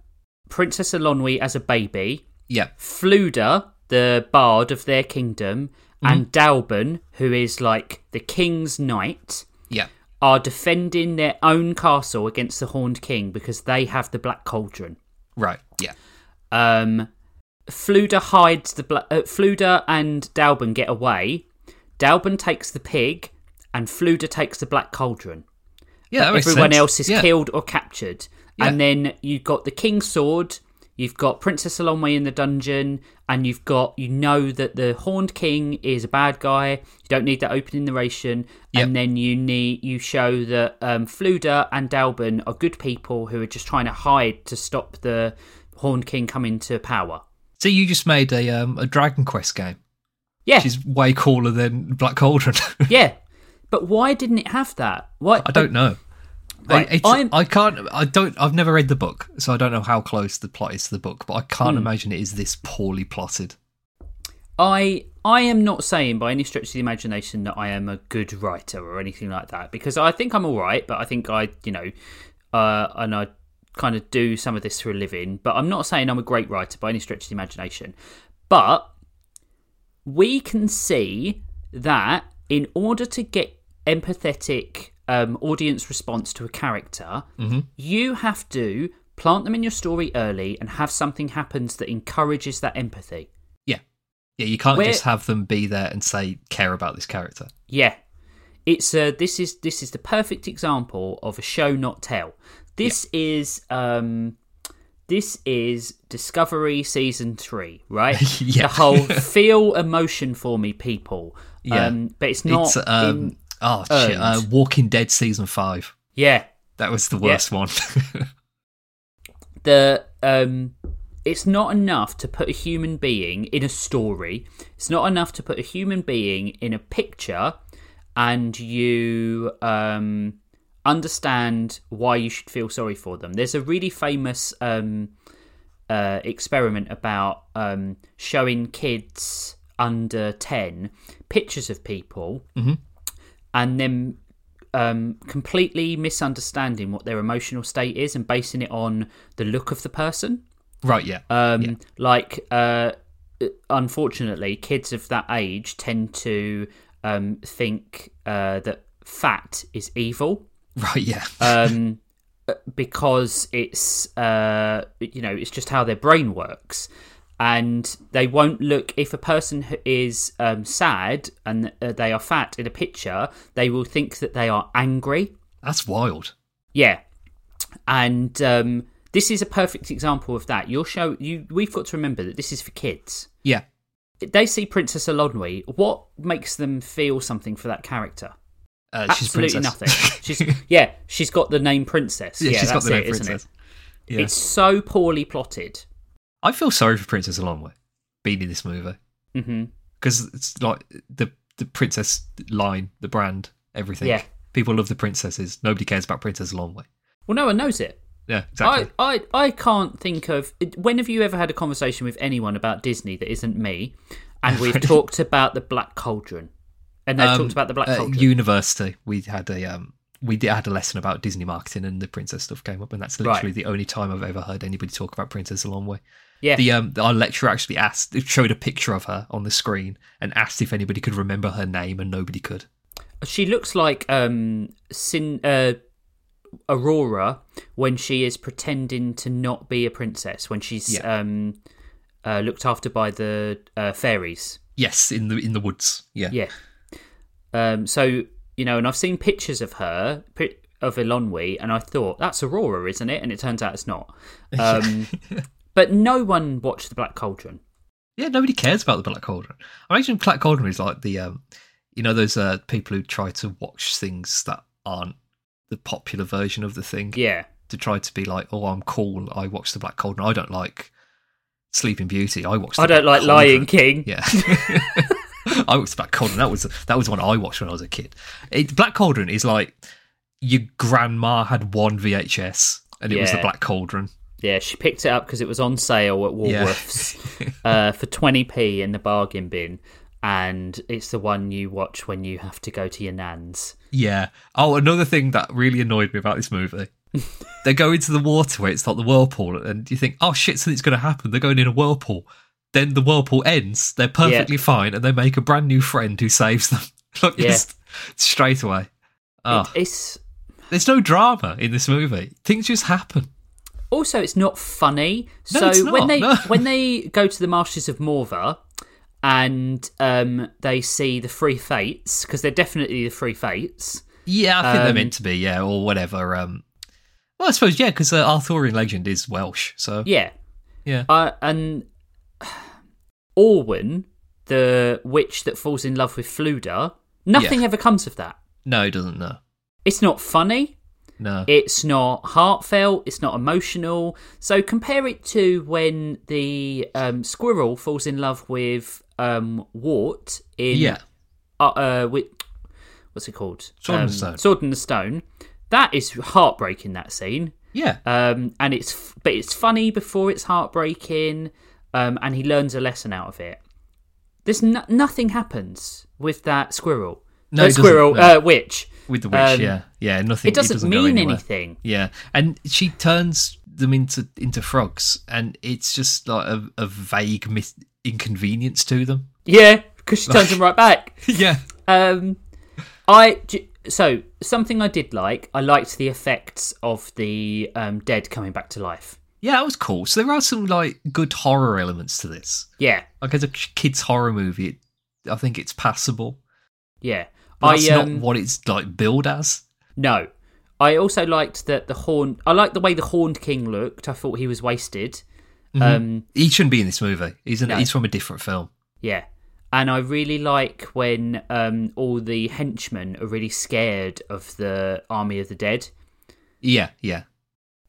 Princess Elonwy as a baby,
Yeah,
Fluda, the bard of their kingdom, and Dalban, who is like the king's knight,
yeah,
are defending their own castle against the Horned King because they have the Black Cauldron.
right, yeah,
Um, Fluda hides the bla- uh, Fluda and Dalban get away. Dalban takes the pig, and Fluda takes the black cauldron.
yeah. that makes
Everyone
sense.
else is
Yeah.
killed or captured, and
Yeah.
then you've got the king's sword. You've got Princess Salome in the dungeon, and you've got you know that the Horned King is a bad guy. You don't need that opening narration,
Yep.
and then you need you show that um, Fluda and Dalban are good people who are just trying to hide to stop the Horned King coming to power.
So you just made a um, a Dragon Quest game,
Yeah,
which is way cooler than Black Cauldron.
yeah. But why didn't it have that? Why
I don't know. I-
Right,
it's-
I'm-
I can't. I don't. I've never read the book, so I don't know how close the plot is to the book. But I can't
Hmm.
imagine it is this poorly plotted.
I I am not saying by any stretch of the imagination that I am a good writer or anything like that because I think I'm all right, but I think I you know, uh, and I kind of do some of this for a living. But I'm not saying I'm a great writer by any stretch of the imagination. But we can see that in order to get empathetic um, audience response to a character, you have to plant them in your story early and have something happens that encourages that empathy.
Yeah, yeah. You can't
Where-
just have them be there and say care about this character.
Yeah, it's uh, this is this is the perfect example of a show not tell. This is um, this is Discovery season three, right?
Yeah.
The whole feel emotion for me, people.
Yeah.
um, but it's not.
it's um.
in-
oh shit! Uh,
earned.
Walking Dead season five.
yeah,
That was the worst one.
the um it's not enough to put a human being in a story it's not enough to put a human being in a picture and you um understand why you should feel sorry for them there's a really famous um uh, experiment about um, showing kids under 10 pictures of people and then um, completely misunderstanding what their emotional state is and basing it on the look of the person.
Right, yeah.
Um,
Yeah.
Like, uh, unfortunately, kids of that age tend to um, think uh, that fat is evil
Right, yeah.
um, because it's uh, you know it's just how their brain works, and they won't look if a person who is um, sad and uh, they are fat in a picture, they will think that they are angry.
That's wild.
Yeah, and um, this is a perfect example of that. Your show, you we've got to remember that this is for kids.
Yeah.
They see Princess Alonwi. What makes them feel something for that character?
Uh,
Absolutely
she's
nothing.
princess.
She's yeah, she's got the name Princess.
yeah,
Yeah,
she's got
that's
the name
it, isn't it?
princess. Yeah.
It's so poorly plotted.
I feel sorry for Princess Alonwe being in this movie
hmm
because it's like the the princess line, the brand, everything.
Yeah.
People love the princesses. Nobody cares about Princess Alonwe.
Well, no one knows it.
Yeah, exactly.
I, I, I can't think of. When have you ever had a conversation with anyone about Disney that isn't me? And we've talked about the Black Cauldron, and they've
Um,
talked about the Black
at
Cauldron.
university, we had a um, we did, had a lesson about Disney marketing, and the princess stuff came up, and that's literally
Right.
the only time I've ever heard anybody talk about Princess Alonwe.
yeah,
The um, our lecturer actually asked, showed a picture of her on the screen, and asked if anybody could remember her name, and nobody could.
she looks like um, Sin uh, Aurora when she is pretending to not be a princess when she's
Yeah.
um, uh, looked after by the uh, fairies.
Yes, in the in the woods. Yeah,
Yeah. Um, so you know, and I've seen pictures of her pi- of Elonwy, and I thought that's Aurora, isn't it? And it turns out it's not. Um, but no one watched the Black Cauldron.
Yeah, nobody cares about the Black Cauldron. I imagine Black Cauldron is like the, um, you know, those uh, people who try to watch things that aren't the popular version of the thing
Yeah,
to try to be like, oh, I'm cool. I watch the Black Cauldron. I don't like Sleeping Beauty. I watched. The
I don't
Black
like
Cauldron."
Lion King.
Yeah. I watched Black Cauldron. That was that was one I watched when I was a kid. It, Black Cauldron is like your grandma had one VHS and it was the
Yeah.
Black Cauldron.
Yeah, she picked it up because it was on sale at Woolworths uh, for twenty p in the bargain bin, and it's the one you watch when you have to go to your nan's.
Yeah. Oh, another thing that really annoyed me about this movie. they go into the water where it's like the whirlpool, and you think, oh shit, something's going to happen. They're going in a whirlpool. Then the whirlpool ends. They're perfectly fine, and they make a brand new friend who saves them. like,
Yeah.
just straight away. Oh,
It, it's
there's no drama in this movie. Things just happen.
Also, it's not funny.
No,
so
it's not,
when they
no.
when they go to the marshes of Morva and um, they see the Free Fates because they're definitely the Free Fates.
Yeah, I think they're
Um,
meant to be. Yeah, or whatever. Um, well, I suppose yeah, because uh, Arthurian legend is Welsh. So
Yeah,
yeah,
uh, and Orwin, the witch that falls in love with Fluda. Nothing ever comes of that.
no, it doesn't. No,
It's not funny.
no.
It's not heartfelt. It's not emotional. So compare it to when the um, squirrel falls in love with um, Wart in
yeah,
uh, uh with what's it called? Um,
Sword and the Stone.
Sword and the Stone. That is heartbreaking. That scene.
yeah.
Um, and it's f- but it's funny before it's heartbreaking. Um, and he learns a lesson out of it. There's no- nothing happens with that squirrel.
No,
Uh,
it doesn't,
squirrel.
no.
Uh, witch.
With the witch,
Um,
yeah, yeah, nothing.
It doesn't,
go
mean
anywhere.
anything.
Yeah, and she turns them into into frogs, and it's just like a, a vague mis- inconvenience to them.
Yeah, because she turns him right back.
yeah,
Um, I j- so something I did like. I liked the effects of the um, dead coming back to life.
yeah, that was cool. So there are some like good horror elements to this.
Yeah,
Like as a kids horror movie, it, I think it's passable.
yeah.
But that's
I um,
not what it's like billed as.
No. I also liked that the horn. I liked the way the horned king looked. I thought he was wasted. Um,
He shouldn't be in this movie. He's in,
No.
he's from a different film.
yeah. And I really like when um, all the henchmen are really scared of the army of the dead.
Yeah, yeah,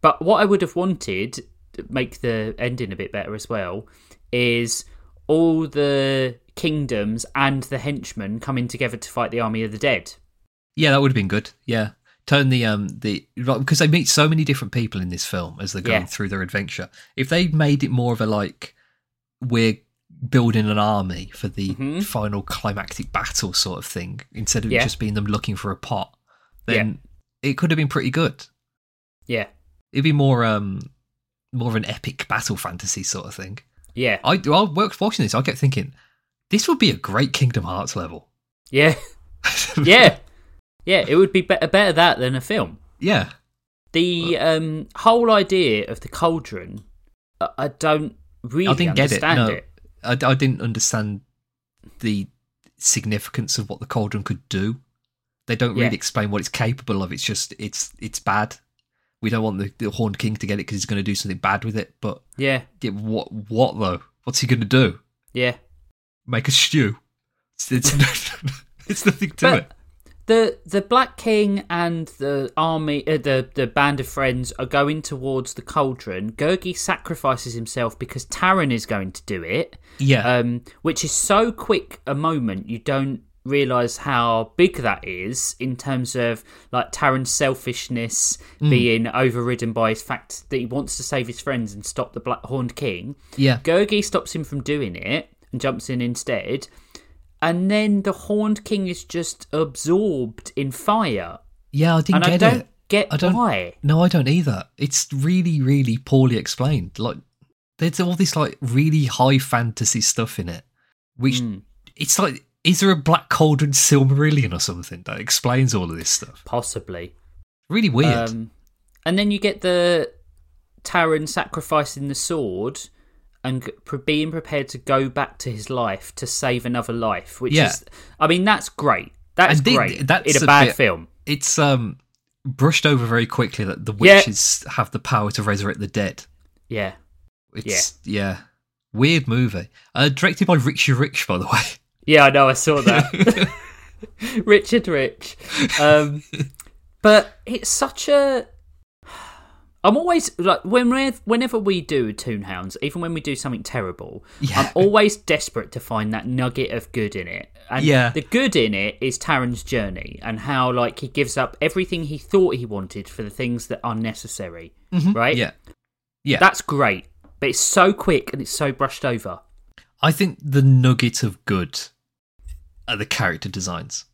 But what I would have wanted to make the ending a bit better as well is all the kingdoms and the henchmen coming together to fight the army of the dead.
yeah. That would have been good. Yeah, turn the um the right, because they meet so many different people in this film as they're going
Yeah.
through their adventure. If they made it more of a like we're building an army for the
Mhm.
final climactic battle sort of thing instead of it
Yeah.
just being them looking for a pot, then it could have been pretty good.
Yeah.
It'd be more um more of an epic battle fantasy sort of thing.
Yeah.
I while worked watching this, I kept thinking this would be a great Kingdom Hearts level.
Yeah. Yeah. Yeah, it would be better better that than a film.
yeah,
The um, whole idea of the cauldron, I, I don't really
I didn't get it.
understand
No,
it.
I, I didn't understand the significance of what the cauldron could do. They don't really
Yeah.
explain what it's capable of. It's just it's it's bad. We don't want the, the Horned King to get it because he's going to do something bad with it. But
Yeah,
yeah, what what though? What's he going to do?
yeah.
Make a stew? It's, it's, it's nothing to
But
it.
The the Black King and the army, uh, the the band of friends are going towards the cauldron. Gurgi sacrifices himself because Taran is going to do it,
Yeah,
um, which is so quick a moment you don't realize how big that is in terms of like Taran's selfishness being overridden by his fact that he wants to save his friends and stop the Black Horned King.
yeah.
Gurgi stops him from doing it and jumps in instead. And then the Horned King is just absorbed in fire.
Yeah, I didn't
And
get
I don't
it.
get
I don't-
why.
No, I don't either. It's really, really poorly explained. Like there's all this like really high fantasy stuff in it, which
Hmm.
it's like is there a black cauldron Silmarillion or something that explains all of this stuff?
Possibly.
Really weird.
Um, and then you get the Taran sacrificing the sword and g- pre- being prepared to go back to his life to save another life, which
Yeah.
is, I mean, that's great. That's
And thi-
great
that's
in a
a
bad
bit-
film.
it's um brushed over very quickly that the
Yeah.
witches have the power to resurrect the dead.
Yeah.
It's yeah. Weird movie. Uh, directed by Richie Rich, by the way.
Yeah, I know. I saw that. Richard Rich. Um, but it's such a. I'm always like when we whenever we do Toonhounds, even when we do something terrible, I'm
Yeah.
always desperate to find that nugget of good in it. And
Yeah.
the good in it is Taron's journey and how like he gives up everything he thought he wanted for the things that are necessary. Right?
Mm-hmm. Yeah. Yeah.
That's great. But it's so quick and it's so brushed over.
I think the nugget of good are the character designs.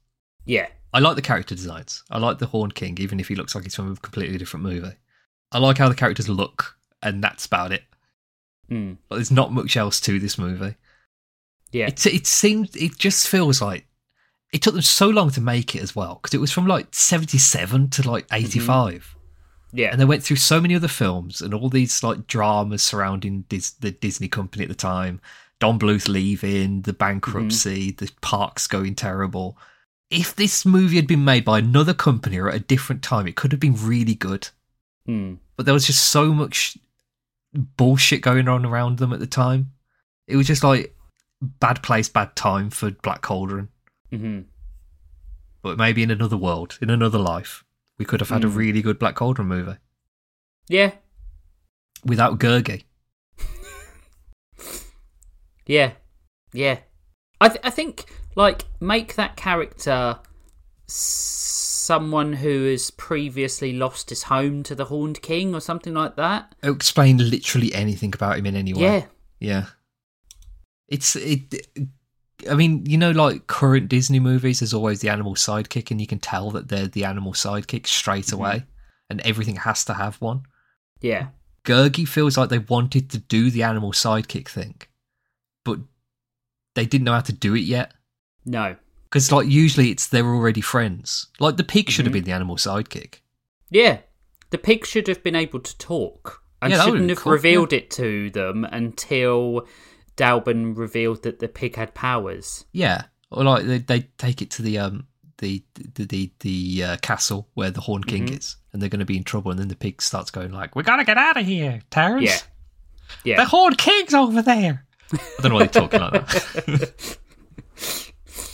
Yeah.
I like the character designs. I like the Horn King, even if he looks like he's from a completely different movie. I like how the characters look, and that's about it.
Mm.
Like, there's not much else to this movie.
Yeah.
It it seemed it just feels like it took them so long to make it as well because it was from like 77 to like 85
yeah.
and they went through so many other films and all these like dramas surrounding Dis- the Disney company at the time. Don Bluth leaving, the bankruptcy, the parks going terrible. If this movie had been made by another company or at a different time, it could have been really good.
Mm.
But there was just so much bullshit going on around them at the time. It was just like bad place, bad time for Black Cauldron.
hmm
But maybe in another world, in another life, we could have had a really good Black Cauldron movie
Yeah.
without Gurgi.
Yeah, yeah. I th- I think like make that character s- someone who has previously lost his home to the Horned King or something like that.
It'll explain literally anything about him in any way.
Yeah,
Yeah. It's it. I mean, you know, like current Disney movies, there's always the animal sidekick, and you can tell that they're the animal sidekick straight away, and everything has to have one.
yeah,
Gurgi feels like they wanted to do the animal sidekick thing, but they didn't know how to do it yet.
no,
Because, like, usually it's they're already friends. Like, the pig should have been the animal sidekick.
yeah. The pig should have been able to talk and
Yeah, that would've
shouldn't
been
have
cool,
revealed it to them until Dalbin revealed that the pig had powers.
Yeah, or like they, they take it to the um the the the, the uh, castle where the Horn King is, and they're going to be in trouble. And then the pig starts going like, "We gotta get out of here, Terrence.
Yeah,
The
yeah,
Horn King's over there." I don't know why they're talking like that.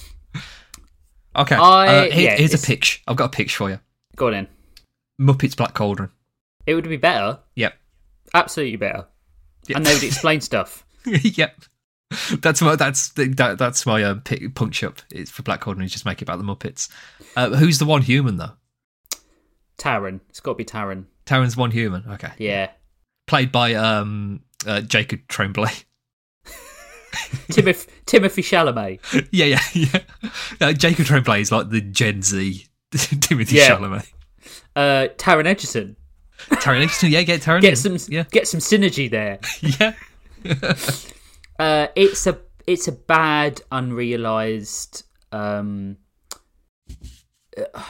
okay,
I-
uh, here-
yeah,
here's a
it's-
picture. I've got a picture for you.
go on in.
Muppets Black Cauldron.
It would be better,
Yep.
absolutely better,
Yeah.
and they would explain stuff.
yep. That's my that's that, that's my um, pick, punch up. It's for Black Cauldron. You just make it about the Muppets. Uh, who's the one human though?
Taron, it's got to be Taron.
Taron's one human. Okay.
Yeah.
played by um uh, Jacob Tremblay.
Timoth- Timothy Chalamet.
yeah, yeah, yeah. Uh, Jacob Tremblay is like the Gen Z Timothy
Yeah.
Chalamet.
Uh, Taron Egerton.
Taron Egerton, yeah, get Taron.
Get
in.
some
yeah,
get some synergy there.
yeah.
Uh, it's a it's a bad unrealized um uh,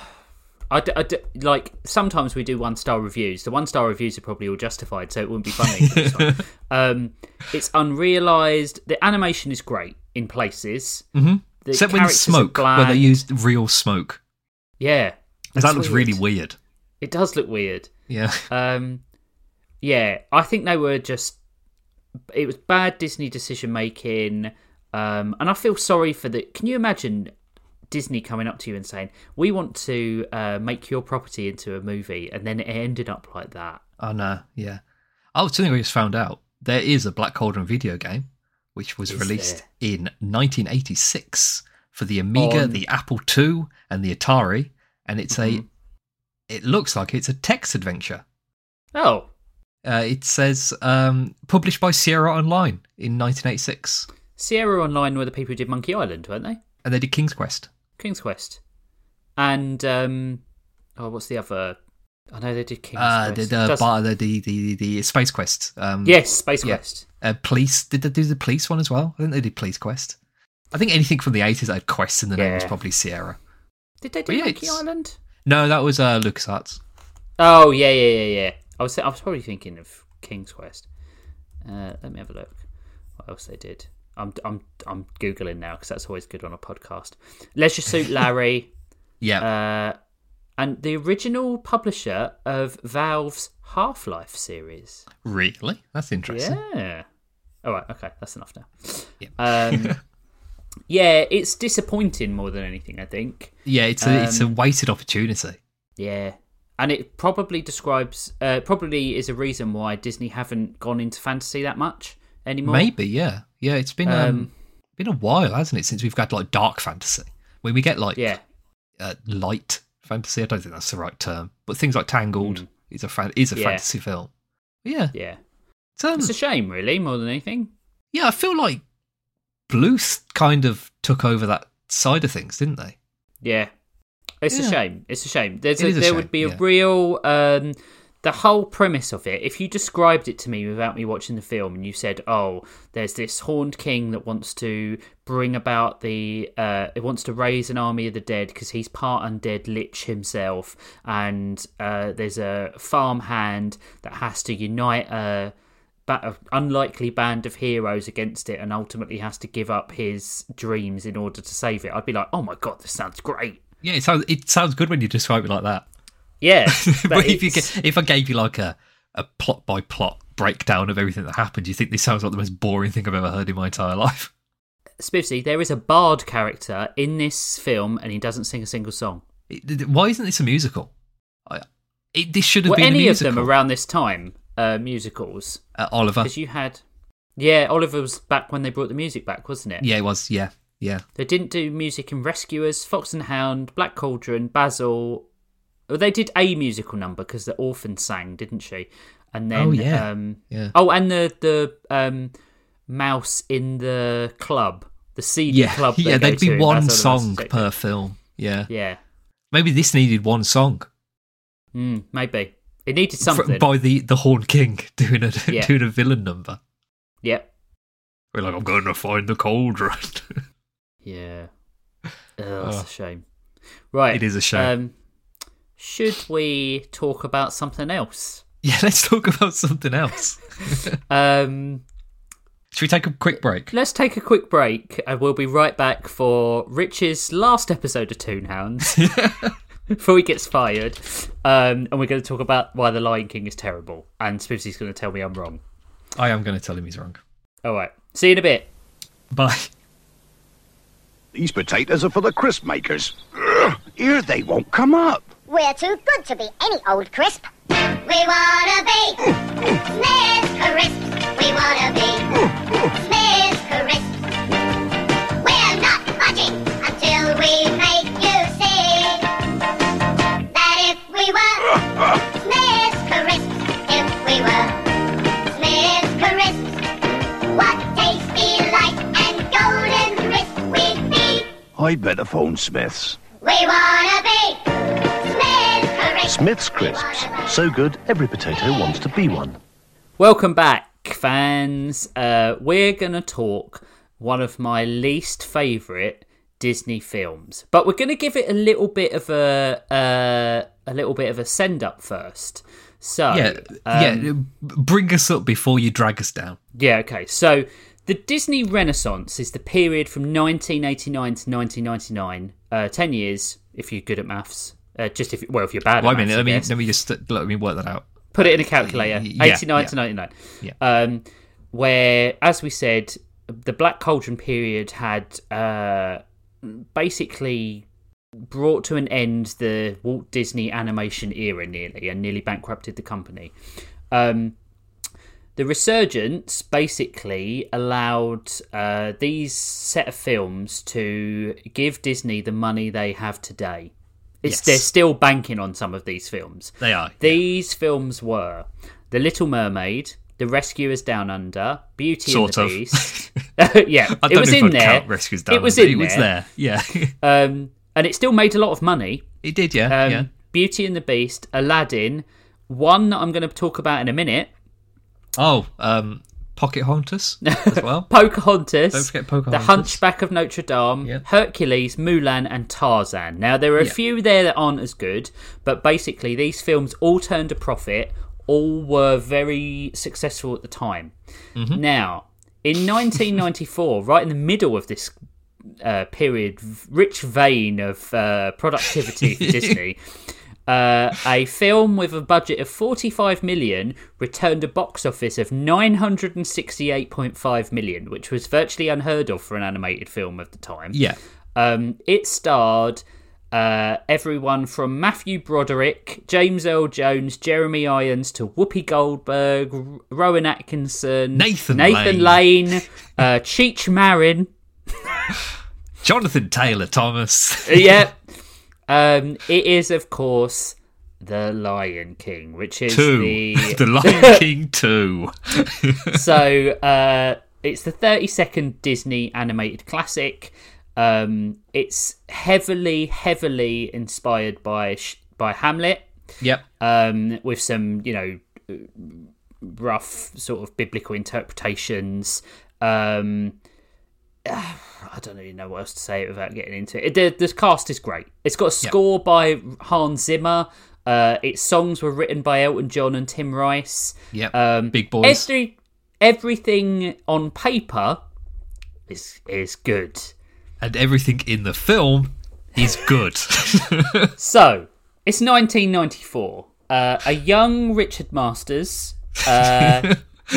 I d- I d- like sometimes we do one star reviews. The one star reviews are probably all justified, so it wouldn't be funny. for this one. Um, it's unrealized. The animation is great in places.
Mhm.
The
Except when the
characters are
smoke, where they
bland.
used real smoke,
yeah,
'Cause
that's
that looks really weird.
It does look weird.
Yeah,
Um, yeah, I think they were just. It was bad Disney decision making, um, and I feel sorry for the. Can you imagine Disney coming up to you and saying, "We want to uh, make your property into a movie," and then it ended up like that?
oh no, yeah. Oh, something I just found out: there is a Black Cauldron video game, which was
Is
released
there?
in 1986 for the Amiga,
On-
the Apple II, and the Atari, and it's
Mhm.
a. It looks like it's a text adventure.
Oh,
Uh, it says um, published by Sierra Online in 1986,
Sierra Online were the people who did Monkey Island, weren't they?
and Uh, they did King's Quest.
King's Quest, and um, oh, what's the other? I know they did King's
Uh,
Quest.
did uh,
Does-
bar, the, the the the Space Quest. Um,
yes, Space
yeah.
Quest.
Uh, police. Did they do the police one as well? I think they did Police Quest. I think anything from the 80s that had Quest in the name was
Yeah.
probably Sierra.
Did they do
But yeah,
Monkey
it's-
Island?
No, that was uh, LucasArts.
Oh yeah, yeah, yeah, yeah. I was I was probably thinking of King's Quest. Uh, let me have a look. What else they did? I'm I'm I'm googling now because that's always good on a podcast. Leisure Suit Larry,
Yeah.
uh, and the original publisher of Valve's Half Life series.
really? That's interesting.
Yeah. All right. Okay. That's enough now.
Yeah.
Um, yeah, it's disappointing more than anything. I think.
Yeah, it's a it's
Um,
a weighted opportunity.
Yeah. And it probably describes, uh, probably is a reason why Disney haven't gone into fantasy that much anymore.
Maybe. Yeah. Yeah. It's been um, been a while, hasn't it, since we've had like dark fantasy? When we get like
Yeah.
uh, light fantasy. I don't think that's the right term, but things like Tangled is a fan- is a
Hmm. Yeah.
fantasy film. Yeah,
Yeah.
it's, um,
It's a shame, really, more than anything.
yeah. I feel like Bluth kind of took over that side of things, didn't they?
Yeah. It's
Yeah.
a shame. It's a shame. There's
It
a,
is a
there
shame,
would be a
yeah.
real, um, the whole premise of it, if you described it to me without me watching the film and you said, oh, there's this horned king that wants to bring about the, uh, it wants to raise an army of the dead because he's part undead lich himself. And uh, there's a farmhand that has to unite a, ba- a unlikely band of heroes against it and ultimately has to give up his dreams in order to save it. I'd be like, oh my god, this sounds great.
Yeah, it sounds it sounds good when you describe it like that.
Yeah,
But, if you
it's-
get, if I gave you like a a plot by plot breakdown of everything that happened, you think this sounds like the most boring thing I've ever heard in my entire life.
Spivsy, there is a bard character in this film, and he doesn't sing a single song.
It, it- why isn't this a musical? I, it, this should have
Were
been a
any of
musical.
them around this time uh, musicals?
Uh, Oliver.
Because you had, yeah, Oliver was back when they brought the music back, wasn't it?
Yeah, it was. Yeah, yeah.
They didn't do music in Rescuers, Fox and Hound, Black Cauldron, Basil. Well, they did a musical number because the orphan sang, didn't she? And then,
Oh, yeah.
um,
Yeah.
Oh, and the the um, mouse in the club, the CD club. they go
yeah. There'd
to
be
in
one
Basil and the Mouse
song
Detective.
per film. Yeah.
Yeah.
maybe this needed one song
Mm, maybe it needed
fr-
something.
by the the Horn King doing a
Yeah.
doing a villain number.
yep.
We're like, I'm going to find the cauldron.
Yeah. Ugh, that's
Ugh.
a shame. Right.
It is a shame.
Um, should we talk about something else?
yeah, let's talk about something else.
Um,
Should we take a quick break?
let's take a quick break, and we'll be right back for Rich's last episode of Toonhounds before he gets fired. Um, and we're going to talk about why the Lion King is terrible, and Spoopsy's going to tell me I'm wrong.
I am going to tell him he's wrong.
All right. See you in a bit.
Bye.
These potatoes are for the crisp makers. Ugh, Here they won't come up.
We're too good to be any old crisp. We wanna be Miss Crisp. We wanna be Miss Crisp. We're not budging until we make you see that if we were Miss Crisp, if we were Miss Crisp, what taste be like and golden crisp we'd be.
I'd better phone Smith's.
We wanna be Smith Correct.
Smith's Crisps. So good, every potato wants to be one.
Welcome back, fans. Uh, we're going to talk one of my least favourite Disney films, but we're going to give it a little bit of a uh, a little bit of a send up first. So um,
Yeah, yeah. Bring us up before you drag us down.
Yeah, okay. So the Disney Renaissance is the period from 1989 to 1999. Uh, 10 years, if you're good at maths. Uh, just if, well, if you're bad
Wait
at
a
maths.
minute.
I
Let me
guess.
let me just let me work that out.
Put it in a calculator.
Y- yeah,
89
yeah.
to 99.
Yeah.
Um, where, as we said, the Black Cauldron period had uh, basically brought to an end the Walt Disney animation era nearly and nearly bankrupted the company. Um, the resurgence basically allowed uh, these set of films to give Disney the money they have today. It's,
Yes.
They're still banking on some of these films.
They are,
These films were The Little Mermaid, The Rescuers Down Under, Beauty
Sort
and
of.
the Beast. yeah,
I
it
don't
was
know if
in
I'd
there.
Count Rescues Down
it was
Under.
in
It was
there,
there. Yeah,
um, and it still made a lot of money.
it did. Yeah,
Um,
yeah.
Beauty and the Beast, Aladdin, one that I'm going to talk about in a minute.
Oh, um, Pocket Hunters as well.
Pocahontas.
Don't forget
The
Pocahontas.
Hunchback of Notre Dame,
Yeah.
Hercules, Mulan, and Tarzan. Now, there are a
Yeah.
few there that aren't as good, but basically, these films all turned a profit, all were very successful at the time.
Mm-hmm.
Now, in 1994, right in the middle of this uh, period, v- rich vein of uh, productivity for Disney. Uh, a film with a budget of 45 million returned a box office of 968.5 million, which was virtually unheard of for an animated film at the time.
Yeah,
Um, it starred uh, everyone from Matthew Broderick, James Earl Jones, Jeremy Irons to Whoopi Goldberg, R- Rowan Atkinson,
Nathan
Nathan Lane, uh, Cheech Marin.
Jonathan Taylor Thomas.
yeah. Um, it is, of course, The Lion King, which is
Two,
the
the Lion King two.
so uh, it's the 32nd Disney animated classic. Um, it's heavily, heavily inspired by Sh- by Hamlet,
Yep.
um, with some you know rough sort of biblical interpretations. Um, I don't even know what else to say without getting into it. The, the cast is great. It's got a score by Hans Zimmer. Uh, its songs were written by Elton John and Tim Rice.
Yep.
Um,
Big boys.
Every, everything on paper is is good.
and everything in the film is good.
So it's 1994. Uh, a young Richard Masters,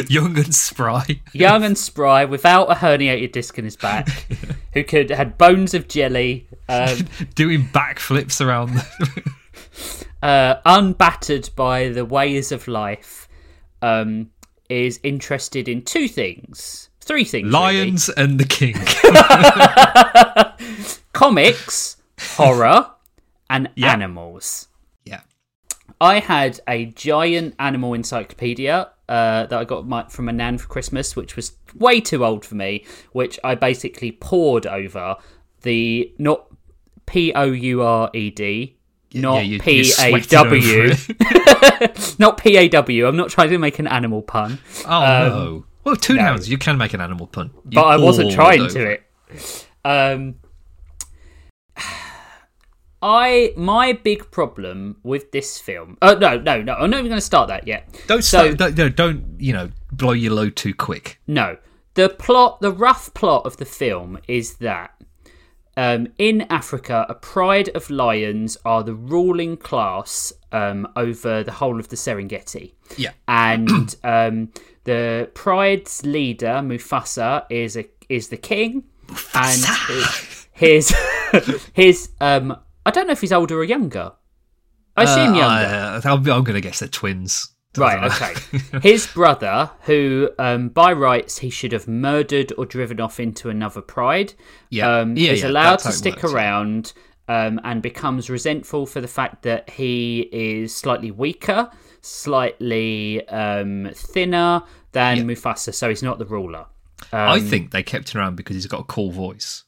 Young and spry.
young and spry, without a herniated disc in his back, who could had bones of jelly, um,
doing backflips around. The-
uh, unbattered by the ways of life, um, is interested in two things, three things: really.
Lions and the King.
comics, horror, and animals.
yeah.
I had a giant animal encyclopedia uh, that I got my, from my nan for Christmas, which was way too old for me, which I basically poured over the not P O U R E D, not
you- you
P A
sweated
W,
over
not P A W. I'm not trying to make an animal pun,
Oh no. Well, two nouns. You can make an animal pun. You
Um, but I wasn't
poured
trying
over
to it. Um, I my big problem with this film. Oh no, no, no! I'm not even going to start that yet.
Don't
So-
so, don't, no, don't you know blow your load too quick.
No. The plot, the rough plot of the film is that um, in Africa, a pride of lions are the ruling class um, over the whole of the Serengeti.
Yeah.
And um, the pride's leader, Mufasa, is a is the king. And his his um I don't know if he's older or younger. I assume younger.
Uh, I'm, I'm going to guess they're twins.
Right, okay. His brother, who um, by rights he should have murdered or driven off into another pride,
Yeah.
um,
Yeah,
is
yeah,
allowed
that's
to
how it
stick
works, yeah.
around um, and becomes resentful for the fact that he is slightly weaker, slightly um, thinner than Mufasa, so he's not the ruler.
I
Um,
think they kept him around because he's got a cool voice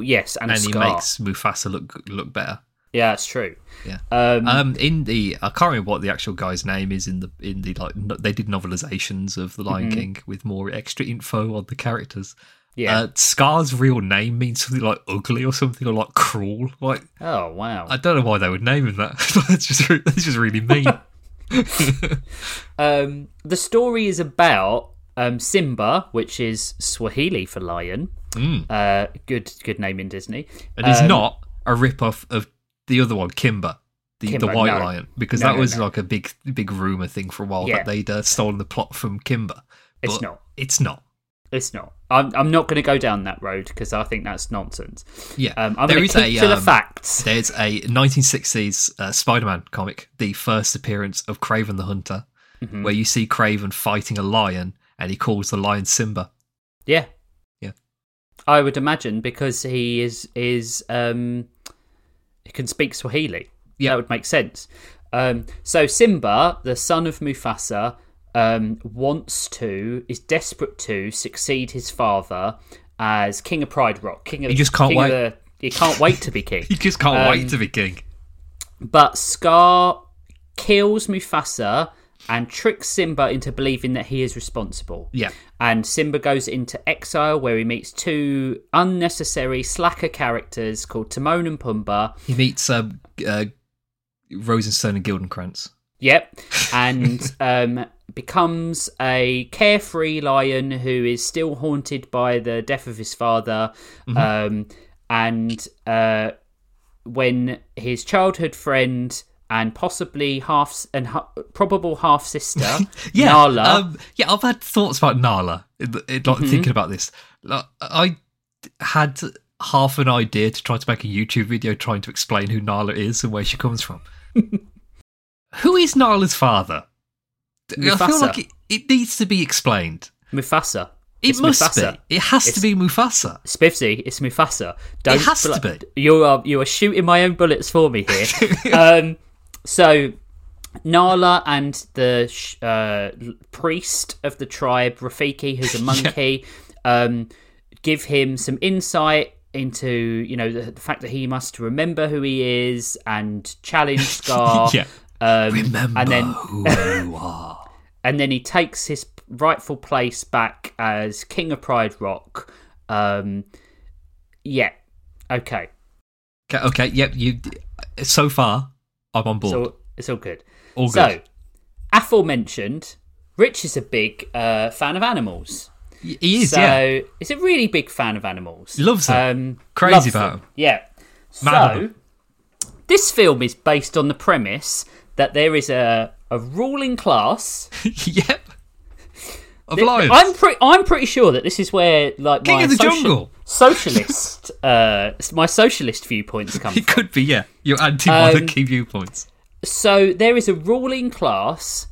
Yes, and, a
and he
scar.
makes Mufasa look look better.
Yeah, it's true.
Yeah.
Um,
Um, in the I can't remember what the actual guy's name is in the in the like no, they did novelizations of the Lion King with more extra info on the characters.
Mm-hmm. Yeah.
uh, Scar's real name means something like ugly or something or like cruel. Like
oh wow.
I don't know why they would name him that. that's just re- that's just really mean.
Um, the story is about um, Simba, which is Swahili for lion. Uh, good, good name in Disney.
Hmm. and it's
Um,
not a rip off of the other one, Kimber. The, the
Kimba,
White
no.
Lion, because
No,
that
no,
was
no.
like a big, big rumor thing for a while
Yeah.
that they'd uh, stolen the plot from Kimber.
It's
But
not.
It's not.
It's not. I'm, I'm not going to go down that road because I think that's nonsense.
Yeah,
Um, I'm
there
going to
is
keep
a,
to the
um,
facts.
There's a 1960s uh, Spider-Man comic, the first appearance of Craven the Hunter,
Mm-hmm.
where you see Craven fighting a lion, and he calls the lion Simba.
Yeah.
Yeah.
I would imagine because he is is um, he can speak Swahili.
Yeah.
That would make sense. Um, so Simba, the son of Mufasa, um, wants to is desperate to succeed his father as King of Pride Rock. King of
He just can't
king of
wait.
the- he can't wait to be king.
He just can't
Um,
wait to be king.
But Scar kills Mufasa and tricks Simba into believing that he is responsible.
Yeah.
And Simba goes into exile where he meets two unnecessary slacker characters called Timon and Pumbaa.
He meets um, uh, Rosenstone and Guildenkrantz.
Yep. And um, becomes a carefree lion who is still haunted by the death of his father.
Mm-hmm.
Um, and uh, when his childhood friend and possibly half and hu- probable half sister Nala, Mm-hmm.
Um, yeah, I've had thoughts about Nala. It, it, like, Thinking about this, like, I had half an idea to try to make a YouTube video trying to explain who Nala is and where she comes from. who is Nala's father? I feel
Mufasa.
like it, it needs to be explained.
Mufasa.
It
It's
must
Mufasa.
be. It has to be Mufasa.
Spivsy, it's Mufasa. Don't
has to
bl-
be.
You are you are shooting my own bullets for me here. um, so Nala and the sh- uh, l- priest of the tribe Rafiki, who's a monkey, um, give him some insight into you know the, the fact that he must remember who he is and challenge Scar.
Yeah.
um,
Remember
and then
who you are.
and then he takes his rightful place back as King of Pride Rock. Um, yeah, okay,
Okay, okay, yep. You. So far, I'm on board.
so it's all good.
All good.
So, aforementioned, Rich is a big uh, fan of animals.
Y- he is.
so
yeah,
he's a really big fan of animals. Um,
Loves them. Crazy
loves
about them.
Yeah.
Mad
so
about 'em.
this film is based on the premise that there is a a ruling class.
yep. Of lions.
I'm pretty. I'm pretty sure that this is where like
King
my
of the
socia-
jungle.
socialist. uh, my socialist viewpoints come.
It
from.
could be, yeah. Your anti-monarchy
Um,
viewpoints.
So there is a ruling class,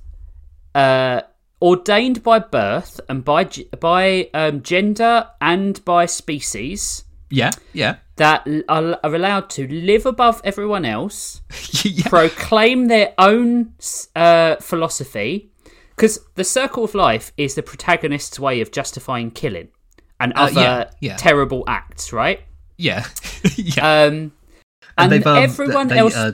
uh, ordained by birth and by g- by um, gender and by species
Yeah, yeah,
that l- are, are allowed to live above everyone else.
yeah.
proclaim their own uh, philosophy because the circle of life is the protagonist's way of justifying killing and
Uh,
other
yeah, yeah.
terrible acts right
yeah, yeah.
um and,
they've, um,
everyone
they,
else
uh,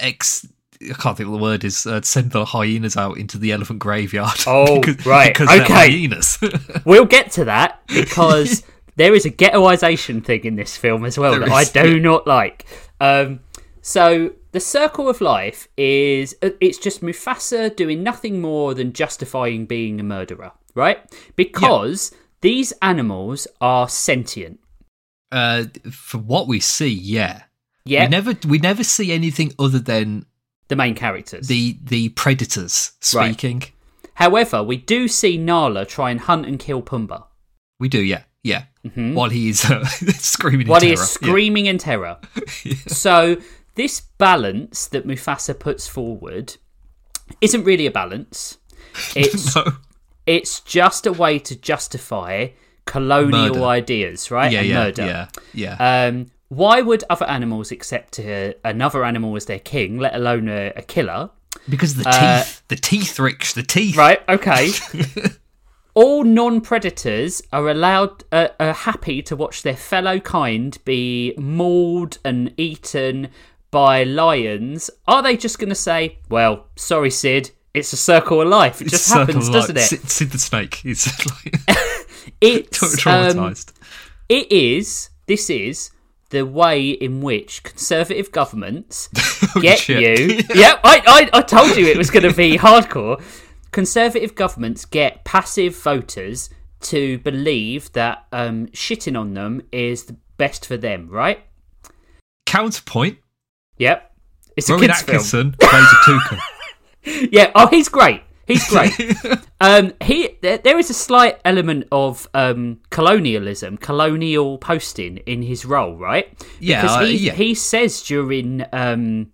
ex. I can't think of the word is uh, send the hyenas out into the elephant graveyard.
Oh,
because,
right,
because
okay.
they're hyenas.
we'll get to that because there is a ghettoization thing in this film as well
There
that
is,
I do not like. Um, so the circle of life is uh, it's just Mufasa doing nothing more than justifying being a murderer, right? Because these animals are sentient.
uh, for what we see, yeah,
Yeah,
we never we never see anything other than
the main characters.
the the predators
Right.
speaking.
However, we do see Nala try and hunt and kill Pumbaa
We do, yeah, yeah. While he is uh, screaming,
Mm-hmm. while
in
he
terror.
is screaming in terror. So this balance that Mufasa puts forward isn't really a balance. It's
Yeah. So,
it's just a way to justify colonial
Murder.
ideas, right?
yeah,
and
yeah,
murder.
yeah, yeah.
Um, why would other animals accept uh, another animal as their king, let alone a, a killer?
because the
uh,
teeth, the teeth, Rich, the teeth.
Right? Okay. All non-predators are allowed, uh, are happy to watch their fellow kind be mauled and eaten by lions, are they just going to say, well, sorry, Sid, it's a circle of life. It just happens, doesn't it?
Sid, Sid the snake is like
It's um,
traumatized.
it is. This is the way in which conservative governments get
shit.
you. yeah, I, I, I told you it was going to be hardcore. Conservative governments get passive voters to believe that um, shitting on them is the best for them, right?
Counterpoint:
Yep. It's a
Rowan
kids' film.
Atkinson plays a tuka.
Yeah. Oh, he's great. He's great. um, he there, there is a slight element of um, colonialism, colonial posting in his role, right?
Yeah,
Because
uh,
he,
yeah.
he says during um,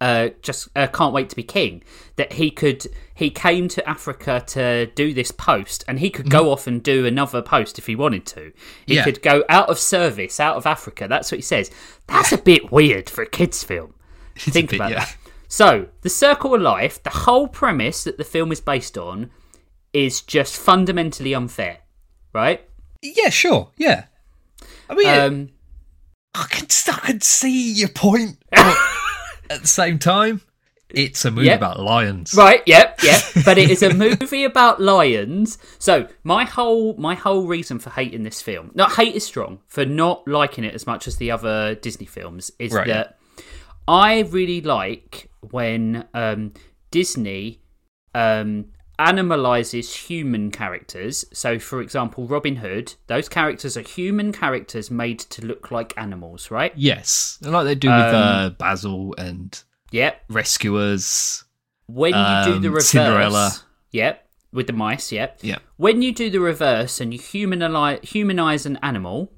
uh, just uh, can't wait to be king that he could he came to Africa to do this post and he could go off and do another post if he wanted to. He
Mm-hmm. Yeah.
could go out of service, out of Africa. That's what he says. That's a bit weird for a kids' film. Think
bit,
about
yeah.
that. So, The Circle of Life, the whole premise that the film is based on is just fundamentally unfair, right?
Yeah, sure. Yeah. I mean,
Um,
I can I can see your point. but at the same time, it's a movie
Yep.
about lions.
Right, yep, yep. But it is a movie about lions. So my whole my whole reason for hating this film, not hate is strong, for not liking it as much as the other Disney films, is
Right.
that I really like when um, Disney um, animalizes human characters. So, for example, Robin Hood. Those characters are human characters made to look like animals, right?
Yes, like they do with uh, Basil and
Yep.
Rescuers.
When you do
Um,
the reverse,
Cinderella.
Yep. With the mice, yep.
Yeah,
when you do the reverse and you humanize, humanize an animal,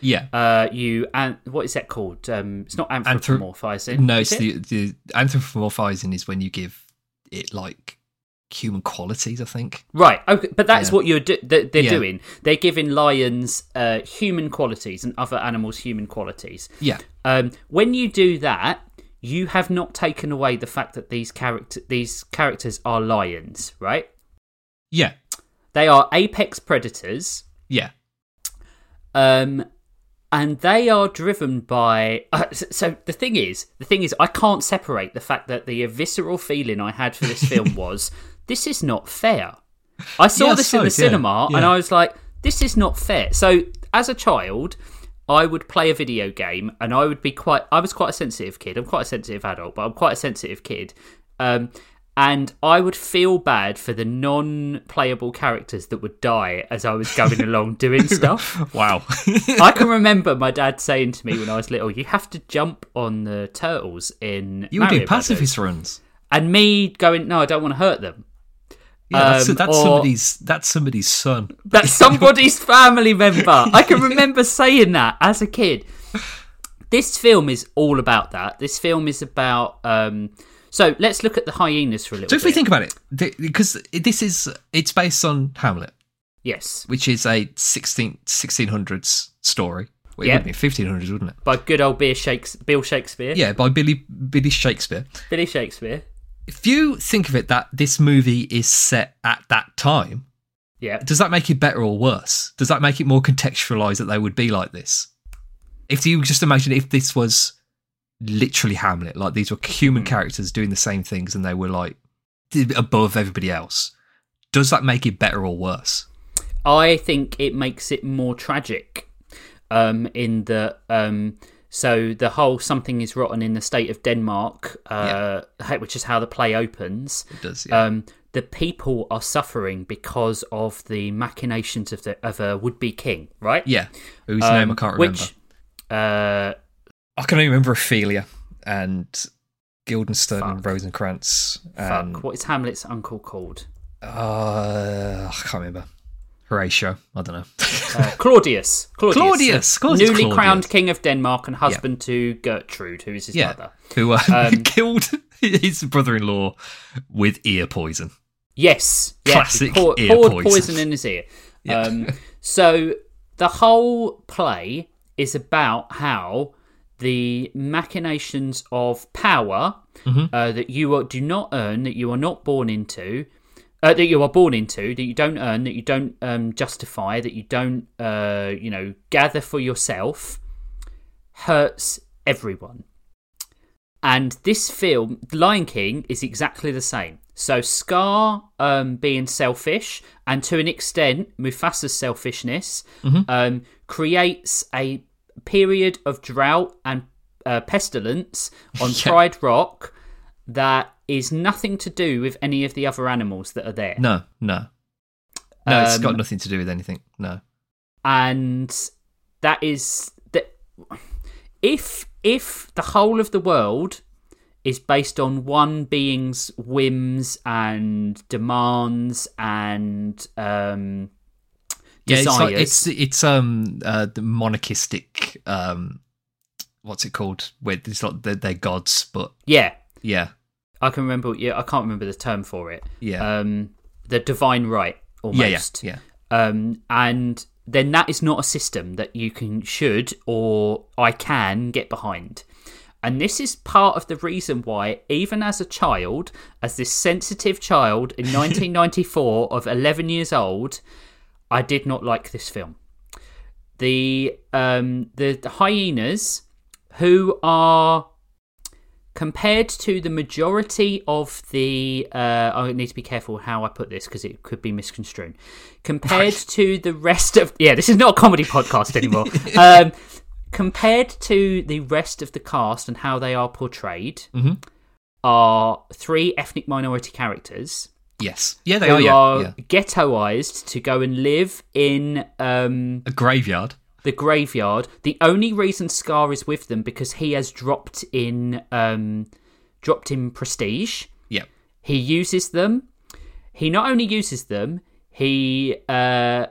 yeah.
uh, you and what is that called? Um, it's not anthropomorphizing.
no,
is
it's
it?
the, the anthropomorphizing is when you give it like human qualities. I think.
right. Okay, but that's
Yeah.
what you're do- that they're
Yeah.
doing. They're giving lions uh, human qualities and other animals human qualities.
Yeah,
Um, when you do that, you have not taken away the fact that these character these characters are lions, right?
yeah,
They are apex predators.
yeah.
um, and they are driven by. Uh, s- so the thing is, the thing is, I can't separate the fact that the visceral feeling I had for this film was this is not fair. I saw
Yeah, I
this in the
suppose, yeah,
cinema, and
yeah.
I was like, this is not fair. So as a child. I would play a video game, and I would be quite. I was quite a sensitive kid. I'm quite a sensitive adult, but I'm quite a sensitive kid. Um, and I would feel bad for the non-playable characters that would die as I was going along doing stuff.
Wow.
I can remember my dad saying to me when I was little, "You have to jump on the turtles in
you were
Mario
doing
Brothers."
pacifist runs.
and me going, "No, I don't want to hurt them."
Yeah, that's,
Um,
that's
or-
somebody's. That's somebody's son.
That's somebody's family member. I can remember saying that as a kid. This film is all about that. This film is about. Um, so let's look at the hyenas for a little.
So if we
bit.
think about it, th- because this is it's based on Hamlet,
yes,
which is a 16, 1600s story. Well, it
Yeah.
would have been 1500s, wouldn't it?
by good old Beer Shakes- Bill Shakespeare,
Yeah, by Billy Billy Shakespeare.
Billy Shakespeare,
If you think of it that this movie is set at that time,
yeah.
does that make it better or worse? Does that make it more contextualized that they would be like this? If you just imagine if this was literally Hamlet, like these were
Hmm.
human characters doing the same things and they were like above everybody else, does that make it better or worse?
I think it makes it more tragic. Um, in the um, so the whole something is rotten in the state of Denmark, uh, ha- which is how the play opens.
It does, yeah.
Um, the people are suffering because of the machinations of the of a would be king, right?
Yeah. Whose
Um,
name I can't remember.
Which, uh,
I can only remember Ophelia and Guildenstern and Rosencrantz and
fuck, what is Hamlet's uncle called?
uh, I can't remember. Horatio. I don't know.
Uh, Claudius. Claudius.
Claudius, of course it's
Newly
Claudius.
crowned king of Denmark and husband to Gertrude, who is his
yeah.
mother.
Who uh,
Um,
killed his brother in law with ear poison.
Yes, yes.
Classic
Pour,
ear
poured
poison.
poison in his ear. Um, so the whole play is about how the machinations of power
Mm-hmm.
uh, that you are, do not earn, that you are not born into, uh, that you are born into, that you don't earn, that you don't um, justify, that you don't, uh, you know, gather for yourself, hurts everyone. And this film, Lion King, is exactly the same. So Scar um, being selfish, and to an extent, Mufasa's selfishness um, creates a period of drought and uh, pestilence on Pride Rock that is nothing to do with any of the other animals that are there.
No, no. No, it's
Um,
got nothing to do with anything. No.
and that is that if if the whole of the world is based on one being's whims and demands and um
Yeah, it's, like,
desires
it's it's um uh, the monarchistic um what's it called? Where it's like they're, they're gods, but
yeah
yeah,
i can remember yeah i can't remember the term for it
Yeah.
um the divine right
yeah, yeah,
almost
yeah.
um, and then that is not a system that you can should or I can get behind. And this is part of the reason why, even as a child, as this sensitive child in 1994 of 11 years old, I did not like this film. The um, the, the hyenas, who are compared to the majority of the uh, I need to be careful how I put this because it could be misconstrued. Compared to the rest of yeah, this is not a comedy podcast anymore. um, compared to the rest of the cast and how they are portrayed,
Mm-hmm.
are three ethnic minority characters
Yes, yeah, they
who
are. Oh, Yeah,
are
yeah.
ghettoized to go and live in um,
A graveyard.
the graveyard. The only reason Scar is with them because he has dropped in um, dropped in prestige.
Yeah,
He uses them. He not only uses them, he uh,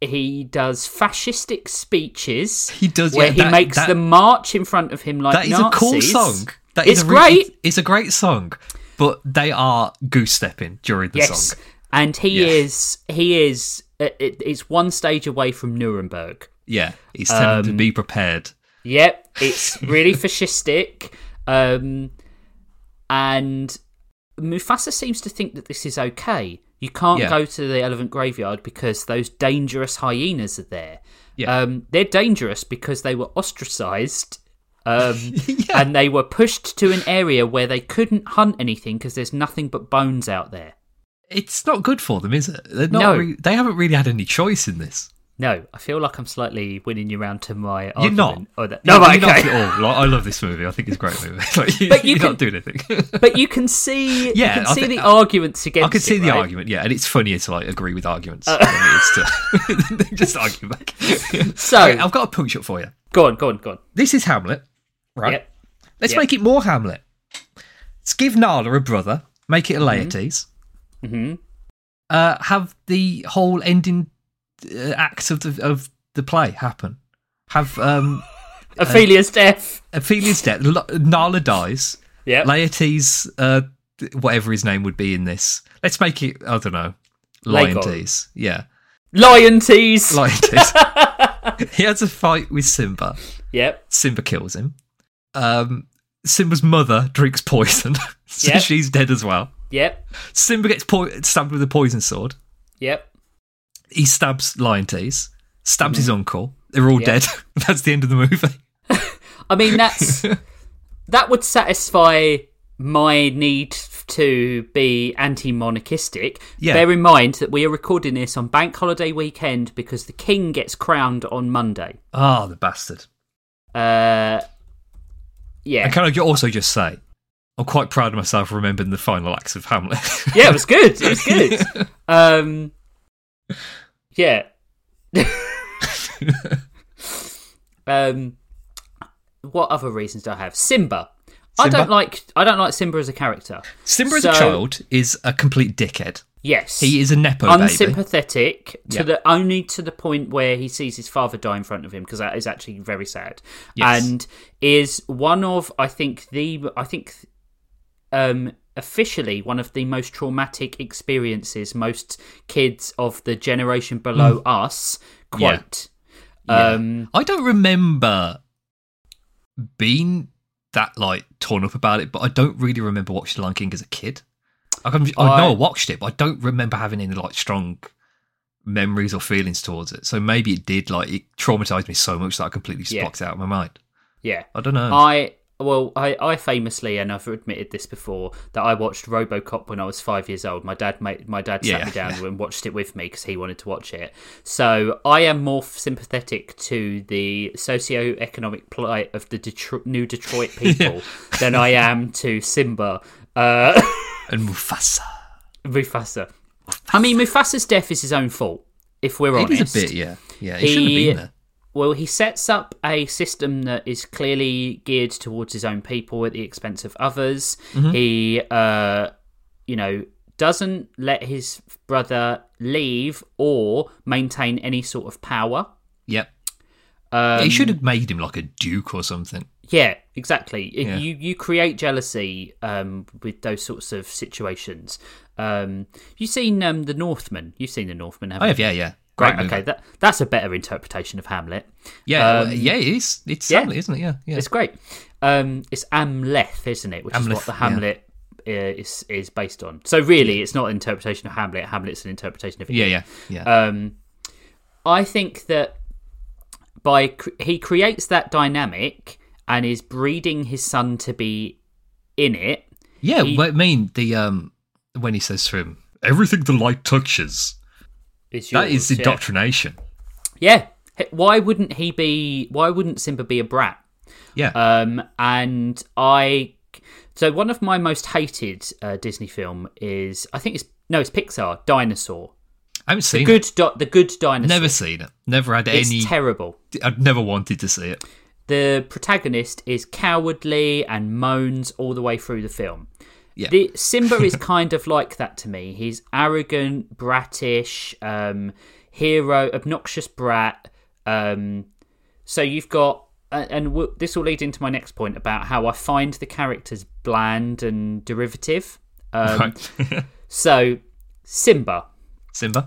he does fascistic speeches.
He does,
where
yeah,
he
that-
makes
that-
them march in front of him like
that is a cool
Nazis.
song. That is
it's
a re-
great.
It's a great song, but they are goose stepping during the
yes,
song.
and he
Yeah.
is he is uh, it, it's one stage away from Nuremberg.
Yeah, he's
Um,
telling them to be prepared.
Yep, it's really fascistic. Um, and Mufasa seems to think that this is okay. You can't
Yeah.
go to the elephant graveyard because those dangerous hyenas are there.
Yeah.
Um, they're dangerous because they were ostracized um, and they were pushed to an area where they couldn't hunt anything because there's nothing but bones out there.
It's not good for them, is it? They're not
No.
re- they haven't really had any choice in this.
No, I feel like I'm slightly winning you round to my
You're
argument.
not.
Or that- No,
You're
right,
not
okay.
at all. Like, I love this movie. I think it's a great movie. Like, you,
But you
are
can-
not doing anything.
But you can see,
Yeah,
you can
I
see the
think-
arguments against
I can see
it,
the
right?
argument, yeah, and it's funnier to like agree with arguments
Uh.
than it is to just argue back.
So-
Okay, I've got a punch up for you.
Go on, go on, go on.
This is Hamlet, right?
Yep.
Let's
Yep.
make it more Hamlet. Let's give Nala a brother, make it Laertes. Mm-hmm. Uh, have the whole ending uh, act of the of the play happen. Have um,
Ophelia's death.
Ophelia's death. Lo- Nala dies.
Yep.
Laertes, uh, th- whatever his name would be in this. Let's make it. I don't know.
Lago.
Laertes. Yeah.
Lion tease.
Laertes. he has a fight with Simba.
yep.
Simba kills him. Um, Simba's mother drinks poison, so
Yeah.
she's dead as well.
Yep.
Simba gets po- stabbed with a poison sword.
Yep.
He stabs Laertes. Stabs his uncle. They're all
Yeah.
dead. That's the end of the movie.
I mean, that's that would satisfy my need to be anti-monarchistic.
Yeah.
Bear in mind that we are recording this on bank holiday weekend because the king gets crowned on Monday.
Ah, the bastard.
Uh, yeah.
And can I ju- also just say, I'm quite proud of myself for remembering the final acts of Hamlet.
yeah, it was good. It was good. um, yeah. um, what other reasons do I have? Simba. I
Simba?
don't like. I don't like Simba as a character.
Simba as
So-
a child is a complete dickhead.
Yes,
He is a nepo baby.
unsympathetic to
Yeah.
the only to the point where he sees his father die in front of him because that is actually very sad.
Yes.
And is one of I think the I think um officially one of the most traumatic experiences most kids of the generation below us quote.
Mm. Yeah.
Um
I don't remember being that like torn up about it, but I don't really remember watching Lion King as a kid. Like, I'm, I, know
I-
I watched it, but I don't remember having any like strong memories or feelings towards it. So maybe it did like it traumatized me so much that I completely just
Yeah.
blocked it out of my mind.
yeah.
I don't know.
I well, I, I famously, and I've admitted this before, that I watched RoboCop when I was five years old. My dad made my dad sat
Yeah,
me down and watched it with me because he wanted to watch it. So I am more sympathetic to the socio-economic plight of the Detro- new Detroit people than I am to Simba, uh,
And Mufasa.
Mufasa. I mean, Mufasa's death is his own fault. If we're
It
honest,
is a bit, yeah. Yeah, he, shouldn't have
He-
been there.
well, he sets up a system that is clearly geared towards his own people at the expense of others.
Mm-hmm.
He, uh, you know, doesn't let his brother leave or maintain any sort of power.
Yep. Um, Yeah, he should have made him like a duke or something.
Yeah, exactly. It-
Yeah.
You you create jealousy um, with those sorts of situations. Um, you've seen um, the Northman. You've seen the Northman, haven't
I have,
you?
Oh, yeah, yeah. Great
right.
movie.
Okay, that that's a better interpretation of Hamlet.
Yeah, well,
Um,
yeah, it is. It's
yeah.
yeah. isn't it? Yeah, yeah.
It's great. Um, it's Amleth, isn't it? Which is what
Amleth,
the
yeah.
Hamlet uh, is is based on. So really, it's not an interpretation of Hamlet. Hamlet's an interpretation of it.
yeah, yeah, Uh, yeah.
Um, I think that by cr- he creates that dynamic and is breeding his son to be in it.
yeah,
he-
well, I mean the um when he says to him, "Everything the light touches,"
Is
that
yours,
is
yeah.
indoctrination.
Yeah. H- Why wouldn't he be? Why wouldn't Simba be a brat?
Yeah,
Um, and I, so one of my most hated uh, Disney film is I think it's no, it's Pixar Dinosaur.
I haven't seen
Good, di- the good
it.
dinosaur.
Never seen it. Never had
it's
any.
terrible.
I'd never wanted to see it.
The protagonist is cowardly and moans all the way through the film.
Yeah.
The Simba is kind of like that to me. He's arrogant, brattish, um, hero, obnoxious brat. Um, so you've got, a- and w- this will lead into my next point about how I find the characters bland and derivative. Um,
right.
So Simba
Simba.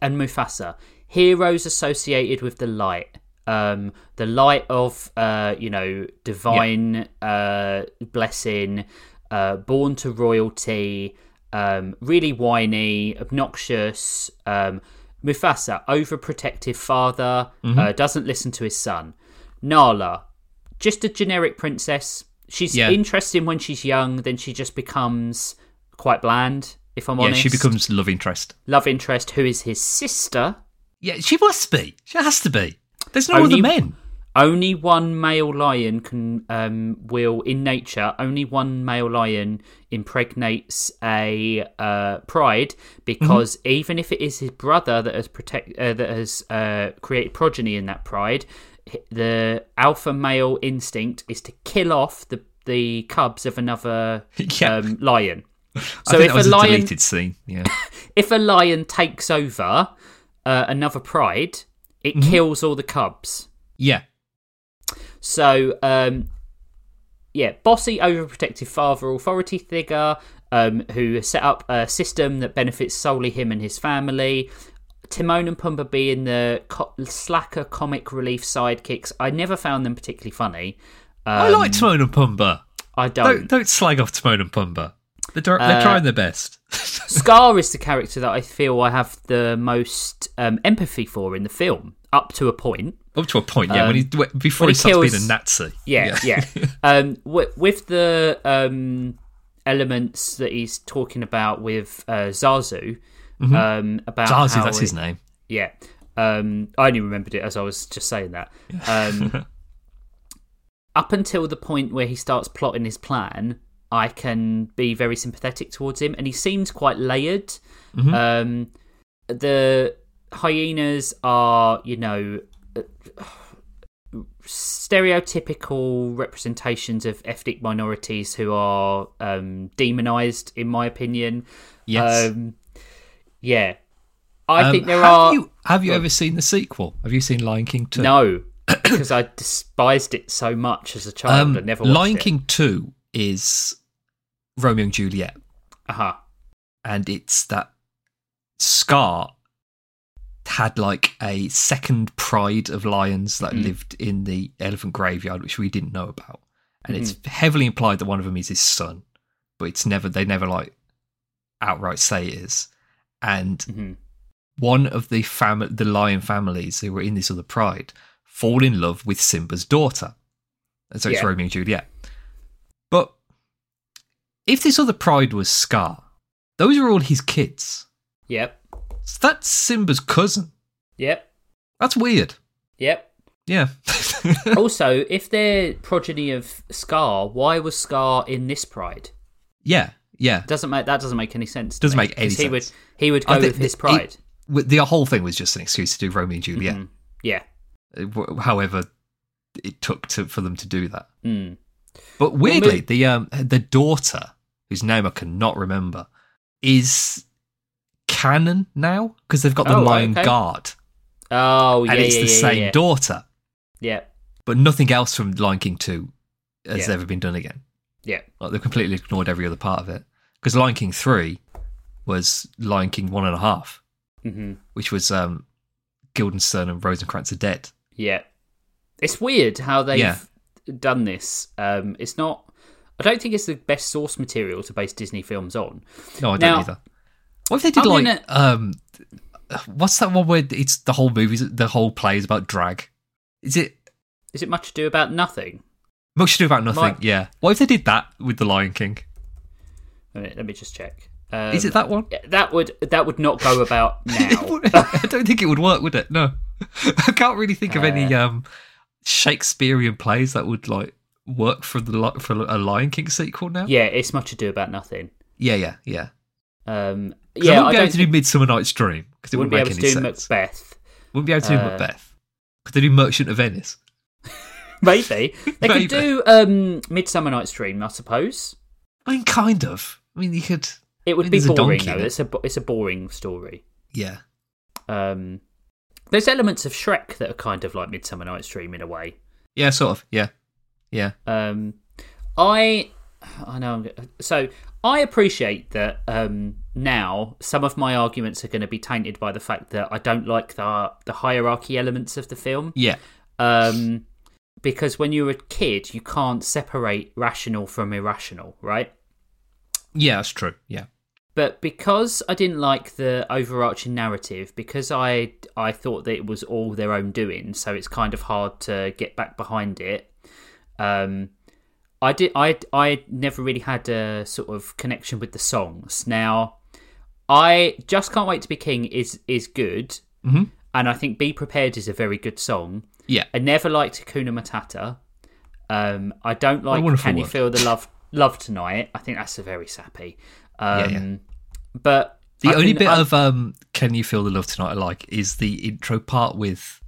and Mufasa, heroes associated with the light. Um, the light of, uh, you know, divine uh, blessing, uh, born to royalty, um, really whiny, obnoxious. Um, Mufasa, overprotective father,
Mm-hmm.
uh, doesn't listen to his son. Nala, just a generic princess. She's
Yeah.
interesting when she's young, then she just becomes quite bland, if I'm
Yeah,
honest
she becomes love interest.
love interest who is his sister.
Yeah, she must be. She has to be. There's no
Only-
other men.
Only one male lion can um, will in nature. Only one male lion impregnates a uh, pride because
Mm-hmm.
even if it is his brother that has protect uh, that has uh, created progeny in that pride, h- the alpha male instinct is to kill off the the cubs of another
Yeah.
um, lion.
I
So
think
if
that was
a
a
lion
deleted scene. Yeah.
if a lion takes over uh, another pride, it
Mm-hmm.
kills all the cubs.
yeah.
So, um, yeah, bossy, overprotective father, authority figure um, who has set up a system that benefits solely him and his family. Timon and Pumbaa being the co- slacker comic relief sidekicks. I never found them particularly funny.
I
Um,
like Timon and Pumbaa.
I
Don't don't slag off Timon and Pumbaa. They're, try-
Uh,
they're trying their best.
Scar is the character that I feel I have the most um, empathy for in the film, up to a point.
Up to a point, yeah. when he when-
um,
before
when he
he, starts
kills-
being a Nazi,
Yeah, yeah. um, w- with the um, elements that he's talking about with uh, Zazu, um, about
Mm-hmm. Zazu,
how
that's his
it-
name.
Yeah, um, I only remembered it as I was just saying that. Um, up until the point where he starts plotting his plan, I can be very sympathetic towards him, and he seems quite layered.
Mm-hmm.
Um, the hyenas are, you know, stereotypical representations of ethnic minorities who are um, demonized, in my opinion.
Yes.
Um, yeah. I
Um,
think there
have
are. Oh.
You, have you ever seen the sequel? Have you seen Lion King two?
No, because I despised it so much as a child.
Um,
I never watched
Lion
it.
King two is Romeo and Juliet,
Uh-huh.
and it's that Scar had like a second pride of lions that lived in the elephant graveyard, which we didn't know about, and it's heavily implied that one of them is his son, but it's never they never like outright say it is, and
Mhm.
one of the fam- the lion families who were in this other pride fall in love with Simba's daughter. And so it's
Yeah.
Romeo and Juliet. But if this other pride was Scar, those are all his kids.
Yep.
So that's Simba's cousin.
Yep.
That's weird.
Yep.
Yeah.
also, if they're progeny of Scar, why was Scar in this pride?
yeah. Yeah.
Doesn't make that doesn't make any sense. to
Doesn't
me,
make any
'cause He
sense.
would he would
I
go
think
with his
that it-
pride.
w- the whole thing was just an excuse to do Romeo and Juliet.
Mhm. Yeah.
Uh,
Mm-hmm.
wh- However, it took to, for them to do that.
Mm.
But weirdly,
maybe-
the um, the daughter, whose name I cannot remember, is canon now because they've got the
Oh,
Lion
okay.
Guard,
Oh yeah.
and it's
yeah,
the
yeah,
same
yeah.
daughter.
Yeah.
But nothing else from Lion King Two has
Yeah.
ever been done again.
Yeah.
Like they've completely ignored every other part of it because Lion King Three was Lion King One and a Half,
hmm
which was um, Guildenstern and Rosencrantz are dead.
Yeah. It's weird how they've
Yeah.
done this. Um, it's not. I don't think it's the best source material to base Disney films on.
No, I don't
Now-
either. What if they did
I'm gonna-
like um, what's that one where it's the whole movie's the whole play is about drag? Is it
Is it much to do about nothing?
much to do about nothing?
Like-
yeah. What if they did that with the Lion King?
Wait a minute, let me just check. Um,
Is it that one?
yeah, That would that would not go about
It
now.
would- I don't think it would work, would it? No, I can't really think of any
Uh,
um Shakespearean plays that would like work for the li- for a Lion King sequel now.
yeah, it's much to do about nothing.
yeah, yeah. yeah.
Um,
'Cause I
yeah,
wouldn't
I
be
don't
able to do
think-
Midsummer Night's Dream because it
wouldn't
wouldn't,
be able
make
to
any
do
sense.
Macbeth.
Wouldn't be able to do
Uh,
Macbeth. Could they do Merchant of Venice?
Maybe they
Maybe.
could do um, Midsummer Night's Dream, I suppose.
I mean, kind of. I mean, you could.
It
I
would
mean,
be
there's a
boring
donkey
though.
in it.
It's a bo- it's a boring story.
Yeah.
Um, there's elements of Shrek that are kind of like Midsummer Night's Dream in a way.
Yeah, sort of. Yeah. Yeah.
Um, I, I know. I'm go- So I appreciate that um, now. Some of my arguments are going to be tainted by the fact that I don't like the the hierarchy elements of the film.
Yeah.
Um, because when you're a kid, you can't separate rational from irrational, right?
Yeah, that's true. Yeah.
But because I didn't like the overarching narrative, because I I thought that it was all their own doing, so it's kind of hard to get back behind it. Um, I did I I never really had a sort of connection with the songs. Now, I just can't wait to be king is is good,
Mhm.
and I think Be Prepared is a very good song.
Yeah.
I never liked Hakuna Matata. Um, I don't like
wonderful
Can You
word.
Feel the Love Love Tonight. I think that's a very sappy. Um,
Yeah, yeah.
But
The
I
only
can-
bit
I-
of um, "Can You Feel the Love Tonight?" I like is the intro part with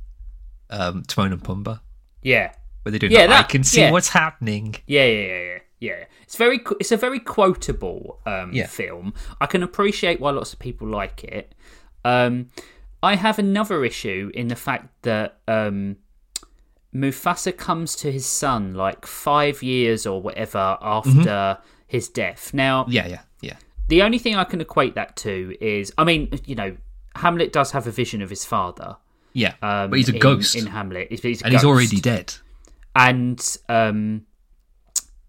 um, Timon and Pumbaa,
yeah,
where they do.
Yeah,
Yeah, I
that-
can see
yeah.
what's happening.
yeah, yeah, yeah, yeah. yeah. It's very qu- it's a very quotable um,
Yeah.
film. I can appreciate why lots of people like it. Um, I have another issue in the fact that um, Mufasa comes to his son like five years or whatever
Mm-hmm.
after his death. Now,
Yeah, yeah, yeah,
The only thing I can equate that to is, I mean, you know, Hamlet does have a vision of his father.
yeah.
Um,
but he's a
in-
ghost,
in Hamlet, he's, he's a
and he's
ghost.
already dead.
And um,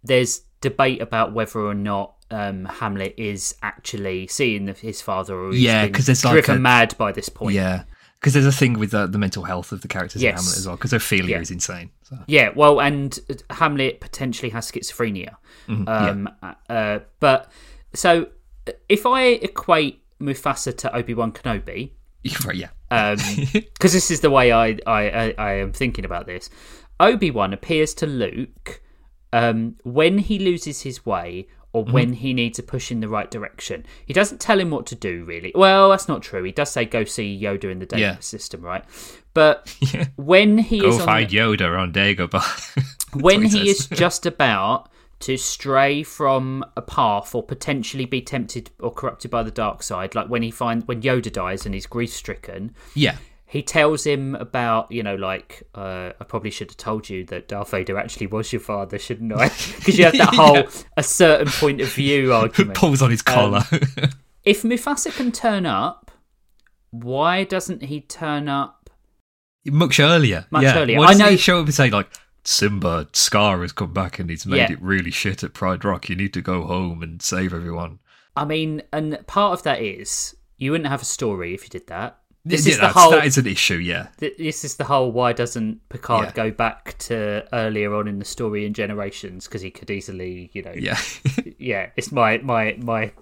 there's debate about whether or not um, Hamlet is actually seeing the, his father, or he's
Yeah,
been
'cause there's like
driven
a-
mad by this point.
Yeah, because there's a thing with uh, the mental health of the characters in
Yes.
Hamlet as well. Because Ophelia
Yeah.
is insane. So.
Yeah, well, and Hamlet potentially has schizophrenia.
Mm-hmm.
um, uh, but so if I equate Mufasa to Obi Wan Kenobi,
Right, yeah,
because this is the way I, I, I, I am thinking about this. Obi Wan appears to Luke um, when he loses his way or
Mm-hmm.
when he needs a push in the right direction. He doesn't tell him what to do, really. Well, that's not true. He does say, go see Yoda in the data
Yeah.
system, right? But when he
go
is on
oh, find Yoda on Dagobah.
when
That's
he
what he
is just about to stray from a path or potentially be tempted or corrupted by the dark side, like when he find when Yoda dies and he's grief stricken,
yeah,
he tells him about you know like uh, I probably should have told you that Darth Vader actually was your father, shouldn't I? Because you have that whole a certain point of view argument.
pulls on his collar.
If Mufasa can turn up, why doesn't he turn up?
much earlier.
Much
yeah.
earlier.
Why
I
doesn't
know-
he show up and say like Simba, Scar has come back and he's made
Yeah.
it really shit at Pride Rock. You need to go home and save everyone.
I mean, and part of that is you wouldn't have a story if you did that. This
yeah,
is the
that's,
whole.
that is an issue. Yeah,
th- this is the whole. Why doesn't Picard
Yeah.
go back to earlier on in the story in Generations? Because he could easily, you know,
yeah.
yeah, it's my my my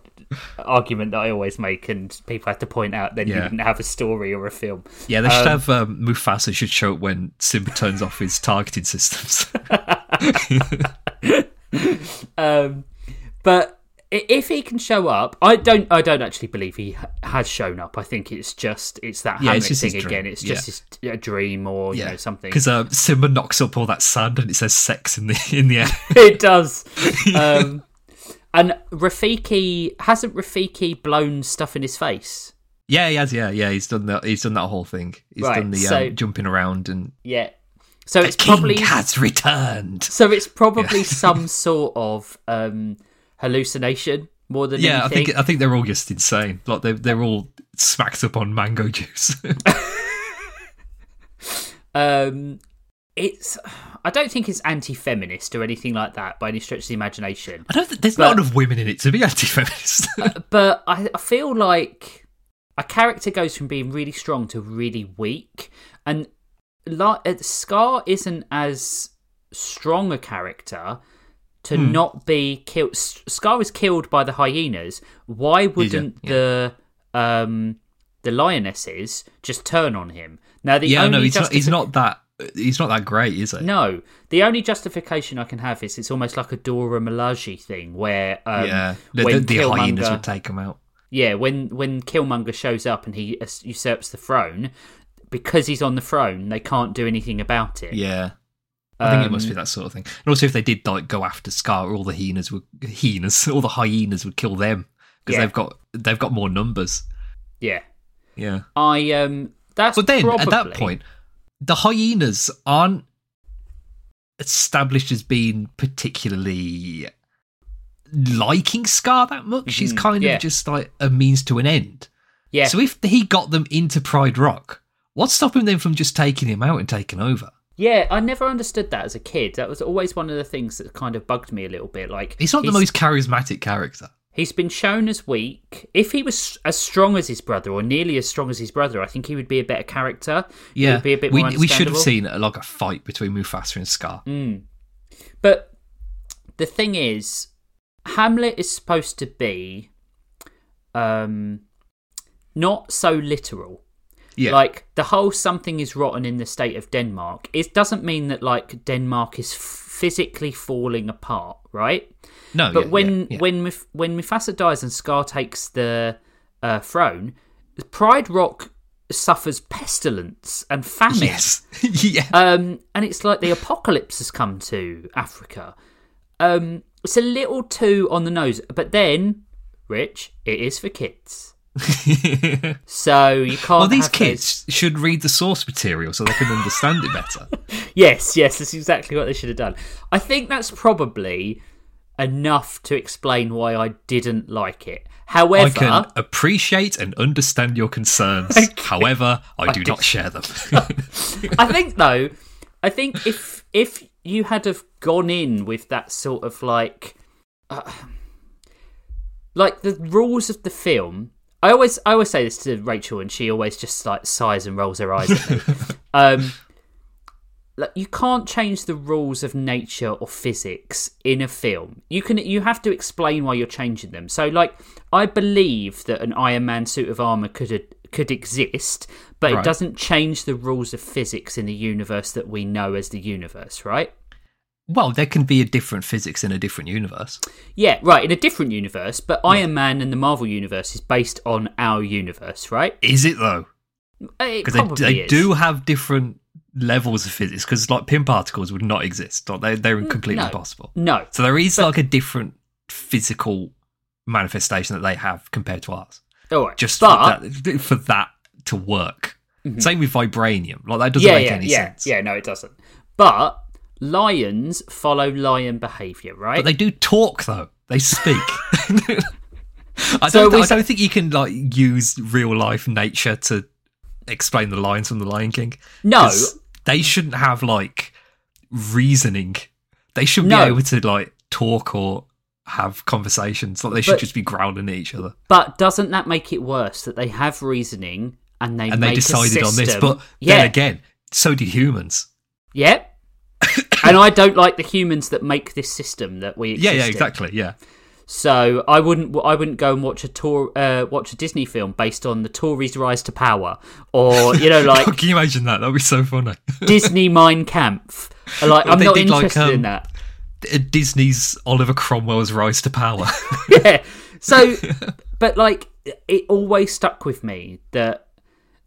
argument that I always make, and people have to point out then you
Yeah.
didn't have a story or a film.
Yeah, they should have um, Mufasa should show up when Simba turns off his targeting systems.
Um, but i- if he can show up, I don't I don't actually believe he ha- has shown up. I think it's just it's that
Yeah,
Hamlet
it's just his
thing
dream,
again. It's just his, a dream or you know something.
Because um, Simba knocks up all that sand and it says "sex" in the in the air.
it does. Um, and Rafiki hasn't Rafiki blown stuff in his face.
yeah, he has. Yeah, yeah. He's done that. He's done that whole thing. He's
Right,
done the
so-
um, jumping around and
Yeah. So it's
King
probably
has returned.
So it's probably some sort of um, hallucination more than
Yeah, I
anything.
think I think they're all just insane. Like they're they're all smacked up on mango juice.
um, it's I don't think it's anti-feminist or anything like that by any stretch of the imagination.
I don't. Think, there's
But-
not enough women in it to be anti-feminist.
But I, I feel like a character goes from being really strong to really weak, and like uh, Scar isn't as strong a character. To
Hmm.
not be killed, S- Scar is killed by the hyenas. Why wouldn't
yeah.
the um the lionesses just turn on him? Now the
yeah,
only
no, he's not. He's
justifi-
not that. He's not that great, is he?
no, the only justification I can have is it's almost like a Dora Milaje thing where um,
yeah, the, the,
when
the hyenas
Killmonger-
would take him out.
yeah, when when Killmonger shows up and he us- usurps the throne, because he's on the throne, they can't do anything about it.
Yeah. I think it
Um,
must be that sort of thing. And also, if they did like go after Scar, all the hyenas would hyenas, all the hyenas would kill them
Yeah.
because they've got they've got more numbers.
Yeah.
Yeah,
I um that's
but then at that
probably-
point, the hyenas aren't established as being particularly liking Scar that much. She's
Mhm,
kind
yeah.
of just like a means to an end.
yeah.
So if he got them into Pride Rock, what's stopping them from just taking him out and taking over?
yeah, I never understood that as a kid. That was always one of the things that kind of bugged me a little bit. Like
He's not the most charismatic character.
He's been shown as weak. If he was as strong as his brother, or nearly as strong as his brother, I think he would be a better character. He
Yeah,
would be a bit
we,
more
we should have
understandable. Mm.
seen uh, like a fight between Mufasa and Scar.
But the thing is, Hamlet is supposed to be um not so literal.
Yeah,
Like the whole something is rotten in the state of Denmark. It doesn't mean that like Denmark is physically falling apart, right?
no,
But
Oh, yeah,
when
yeah, yeah.
when Muf- when Mufasa dies and Scar takes the uh, throne, Pride Rock suffers pestilence and famine.
yes, yeah,
Um, and it's like the apocalypse has come to Africa. Um, it's a little too on the nose, but then, Rich, it is for kids, so you can't.
well, these
have
kids should read the source material so they can understand it better.
those- Yes, yes, that's exactly what they should have done. I think that's probably enough to explain why I didn't like it. However,
I can appreciate and understand your concerns. However, I do not share them.
I think though, I think if if you had have gone in with that sort of like, uh, like the rules of the film, I always I always say this to Rachel, and she always just like sighs and rolls her eyes at me. um, like you can't change the rules of nature or physics in a film. You can you have to explain why you're changing them. So like I believe that an Iron Man suit of armor could could exist, but it
Right.
doesn't change the rules of physics in the universe that we know as the universe, right?
well, there can be a different physics in a different universe.
Yeah, right, in a different universe, but Iron Man and the Marvel universe is based on our universe, right? Uh,
Is it though?
It
Because
probably
they, they
is.
do have different levels of physics. Because like pin particles would not exist. Like, they they're completely
Mm, no.
impossible.
No.
So there is like a different physical manifestation that they have compared to ours.
All right.
Just
but, Mm-hmm.
for, that, for that to work. Same with vibranium. Like that doesn't
yeah,
make
yeah,
any
yeah,
sense.
yeah. No, it doesn't. But lions follow lion behaviour, right?
But they do talk though. They speak. I,
So
don't,
we-
I don't think you can like use real life nature to explain the lines from The Lion King.
No.
'Cause They shouldn't have like reasoning. They should
No.
be able to like talk or have conversations. Like they should
But-
just be growling at each other.
but doesn't that make it worse that they have reasoning and they
and they
make a
decided on this.
system-
But
yeah,
then again, so did humans.
yeah. and I don't like the humans that make this system that we
Yeah, yeah,
exist in.
exactly. Yeah,
So I wouldn't I wouldn't go and watch a tour uh, watch a Disney film based on the Tories' rise to power or you know like
can you imagine that? That'd be so funny.
Disney Mein Kampf. Like I'm
They
not
did, like,
interested in
um,
that.
Disney's Oliver Cromwell's rise to power.
yeah. So, but like, it always stuck with me that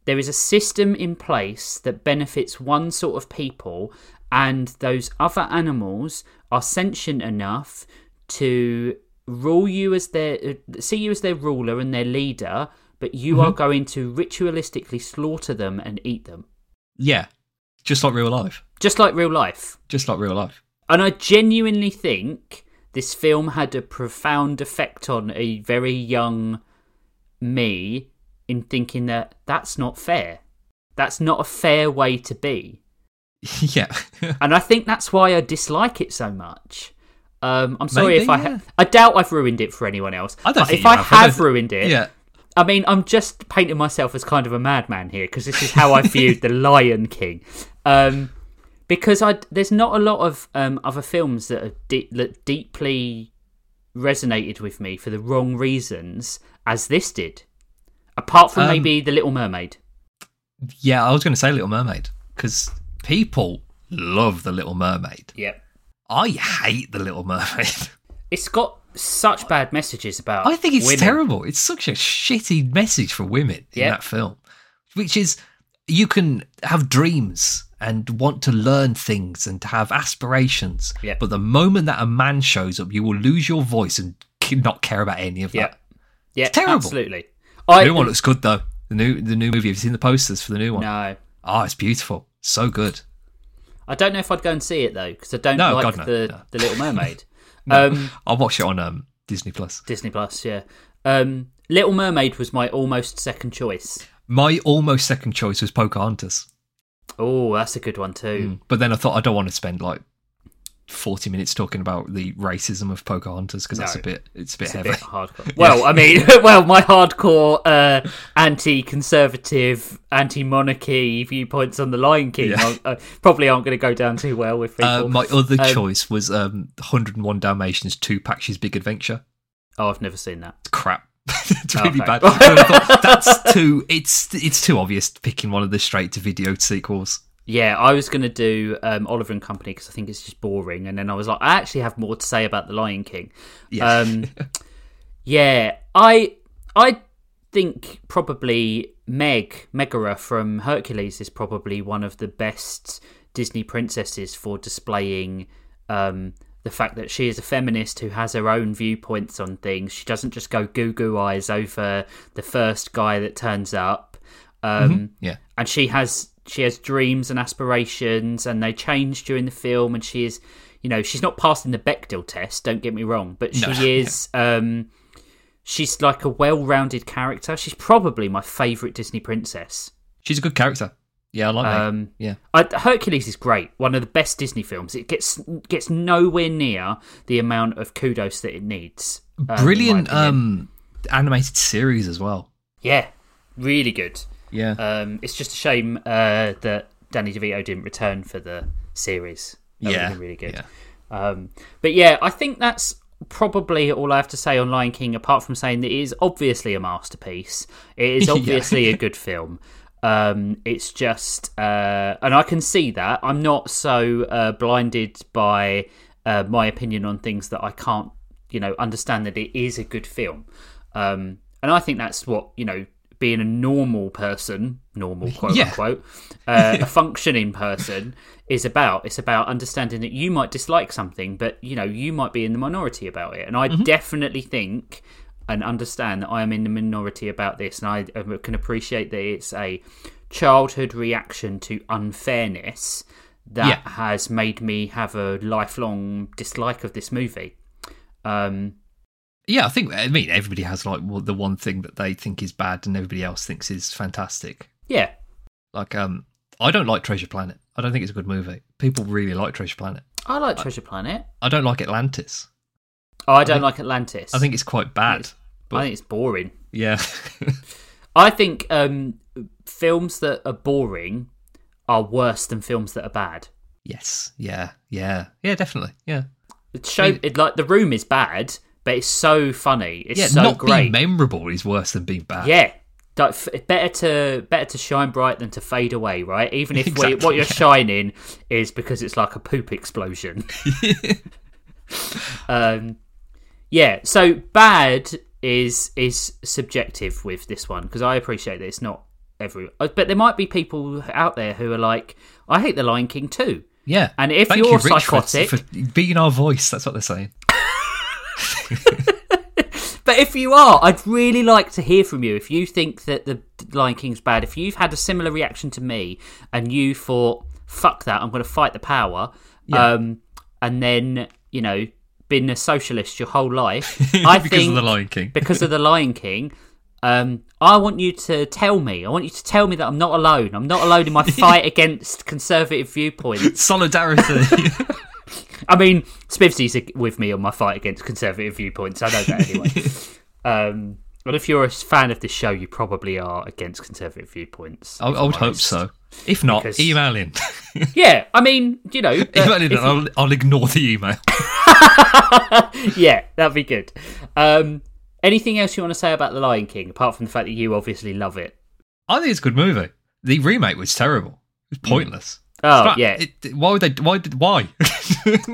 there is a system in place that benefits one sort of people, and those other animals are sentient enough to rule you as their uh, see you as their ruler and their leader, but you are going to ritualistically slaughter them and eat them,
yeah, just like real life.
just like real life.
Just like real life.
And I genuinely think this film had a profound effect on a very young me in thinking that that's not fair. That's not a fair way to be.
yeah,
And I think that's why I dislike it so much. Um, I'm sorry if
Maybe,
I ha-
yeah.
I doubt I've ruined it for anyone else.
I don't
But
think
if
you
I
have.
have,
I don't thi-
ruined it,
yeah.
I mean, I'm just painting myself as kind of a madman here because this is how I viewed The Lion King. Um, because I there's not a lot of um, other films that are de- that deeply resonated with me for the wrong reasons as this did. Apart from
Um,
maybe The Little Mermaid.
Yeah, I was going to say Little Mermaid because people love the Little Mermaid.
Yep.
I hate the Little Mermaid.
It's got such bad messages about.
I think it's
women.
terrible. It's such a shitty message for women in
Yeah.
that film, which is you can have dreams and want to learn things and to have aspirations,
Yeah.
but the moment that a man shows up, you will lose your voice and c- not care about any of
Yeah.
that.
Yeah.
It's terrible.
Absolutely.
The
I
new one looks good though. The new the new movie. Have you seen the posters for the new one?
no.
Oh, it's beautiful. So good.
I don't know if I'd go and see it though because I don't
No,
like
God, no,
the
no.
the Little Mermaid. Um,
I'll watch it on um, Disney Plus.
Disney Plus, yeah. Um, Little Mermaid was my almost second choice.
My almost second choice was Pocahontas.
Oh, that's a good one too.
But then I thought I don't want to spend like forty minutes talking about the racism of Pocahontas because that's
No.
a bit it's a bit
It's a
heavy.
bit hardcore. Well, I mean, well, my hardcore uh, anti-conservative, anti-monarchy viewpoints on the Lion King
Yeah.
aren't- uh, probably aren't going to go down too well with people.
Uh, my other
Um,
choice was um, 101 Dalmatians, Two Patches Big Adventure.
Oh, I've never seen that.
It's crap. it's
Oh,
really
okay.
bad. But I thought, that's too. It's it's too obvious picking one of the straight to video sequels.
Yeah, I was going to do um, Oliver and Company because I think it's just boring, and then I was like, I actually have more to say about the Lion King.
Yeah.
Um, yeah, I I think probably Meg Megara from Hercules is probably one of the best Disney princesses for displaying um, the fact that she is a feminist who has her own viewpoints on things. She doesn't just go goo goo eyes over the first guy that turns up. Um,
yeah.
and she has she has dreams and aspirations and they change during the film and she is you know she's not passing the Bechdel test don't get me wrong but she
No.
is um she's like a well-rounded character she's probably my favorite Disney princess
She's a good character. Yeah, I like her.
Um,
Yeah.
I, Hercules is great one of the best Disney films it gets gets nowhere near the amount of kudos that it needs um, in my
Brilliant
opinion.
um, animated series as well.
yeah really good
Yeah.
Um, it's just a shame uh, that Danny DeVito didn't return for the series. That would have
yeah.
been really good.
Yeah.
Um, but yeah, I think that's probably all I have to say on Lion King, apart from saying that it is obviously a masterpiece. It is
Yeah.
obviously a good film. Um, it's just, uh, and I can see that. I'm not so uh, blinded by uh, my opinion on things that I can't, you know, understand that it is a good film. Um, and I think that's what, you know, being a normal person, normal quote
Yeah.
unquote, uh, a functioning person is about. It's about understanding that you might dislike something, but you know you might be in the minority about it. And I definitely think and understand that I am in the minority about this, and I um, can appreciate that it's a childhood reaction to unfairness that
Yeah.
has made me have a lifelong dislike of this movie. Um,
Yeah, I think I mean everybody has like w- the one thing that they think is bad and everybody else thinks is fantastic.
yeah,
Like, um, I don't like Treasure Planet. I don't think it's a good movie. People really like Treasure Planet.
I like Treasure Planet.
I don't like Atlantis.
Oh, I don't like Atlantis.
I think it's quite bad.
I think it's boring.
Yeah,
I think um, films that are boring are worse than films that are bad.
Yes. Yeah. Yeah. Yeah. Definitely. Yeah.
It show it, like the room is bad, but it's so funny. It's
yeah.
so
not
great.
being memorable is worse than being bad.
yeah. Like, f- better to better to shine bright than to fade away, right? Even if we,
Exactly,
what you're
yeah.
shining is because it's like a poop explosion. um, yeah. So bad is is subjective with this one because I appreciate that it's not every, uh, but there might be people out there who are like, I hate The Lion King too.
Yeah.
And if
Thank
you're
you, Rich, for-
psychotic-
for, being our voice, that's what they're saying.
But if you are, I'd really like to hear from you. If you think that the Lion King's bad, if you've had a similar reaction to me and you thought, fuck that, I'm going to fight the power, um, and then, you know, been a socialist your whole life, I
because
think
of the Lion King.
because of the Lion King, um, I want you to tell me. I want you to tell me that I'm not alone. I'm not alone in my fight against conservative viewpoints.
Solidarity.
I mean, Spivsy's with me on my fight against conservative viewpoints. I know that anyway. um, but if you're a fan of this show, you probably are against conservative viewpoints.
I, I would hope so. If not,
Because-
email in.
Yeah, I mean, you know, uh,
email in
if
and
you-
I'll, I'll ignore the email.
yeah, that'd be good. Um, anything else you want to say about The Lion King, apart from the fact that you obviously love it?
I think it's a good movie. The remake was terrible. It was pointless.
Mm. Oh,
But
yeah.
it- why would they? Why? did- Why?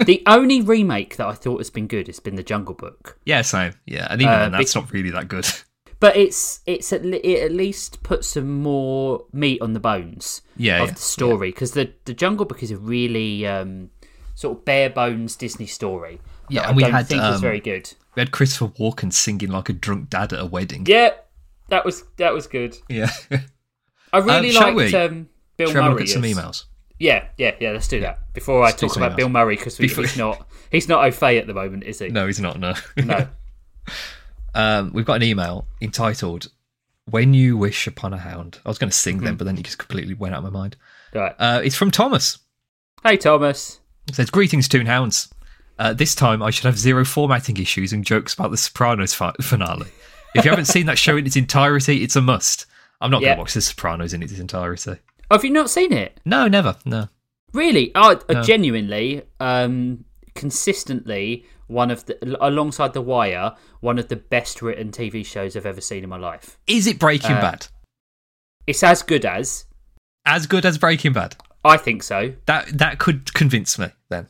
the only remake that I thought has been good has been The Jungle Book.
yeah, same. Yeah, and even
Uh,
then, that's
be-
not really that good.
But it's it's at, le- it at least puts some more meat on the bones
Yeah,
of
yeah,
the story because the the Jungle Book is a really um, sort of bare bones Disney story. that
Yeah,
I
and we
don't
had,
think
um,
is very good.
We had Christopher Walken singing like a drunk dad at a wedding.
Yeah, that was that was good.
Yeah.
I really
Uh, shall
liked
we?
um, Bill
Shall we
Murray.
look at some
as-
emails?
Yeah, yeah, yeah. Let's do that before I
do
talk
some
about Bill
emails.
Murray because
Before-
he's not he's not au fait at the moment, is he?
No, he's not. No.
no.
um, we've got an email entitled "When You Wish Upon a Hound." I was going to sing
Mm-hmm.
then, but then it just completely went out of my mind.
Right.
Uh, it's from Thomas.
hey, Thomas.
It says, "Greetings, Toon Hounds. Uh, this time I should have zero formatting issues and jokes about the Sopranos fi- finale. If you haven't seen that show in its entirety, it's a must. I'm not
Yeah.
going to watch the Sopranos in its entirety.
Have you not seen it?
No, never. No.
Really, I uh, genuinely, um, consistently one of the alongside The Wire, one of the best written TV shows I've ever seen in my life.
Is it Breaking
Uh,
Bad?
It's as good as
As good as Breaking Bad?
I think so.
That that could convince me. Then.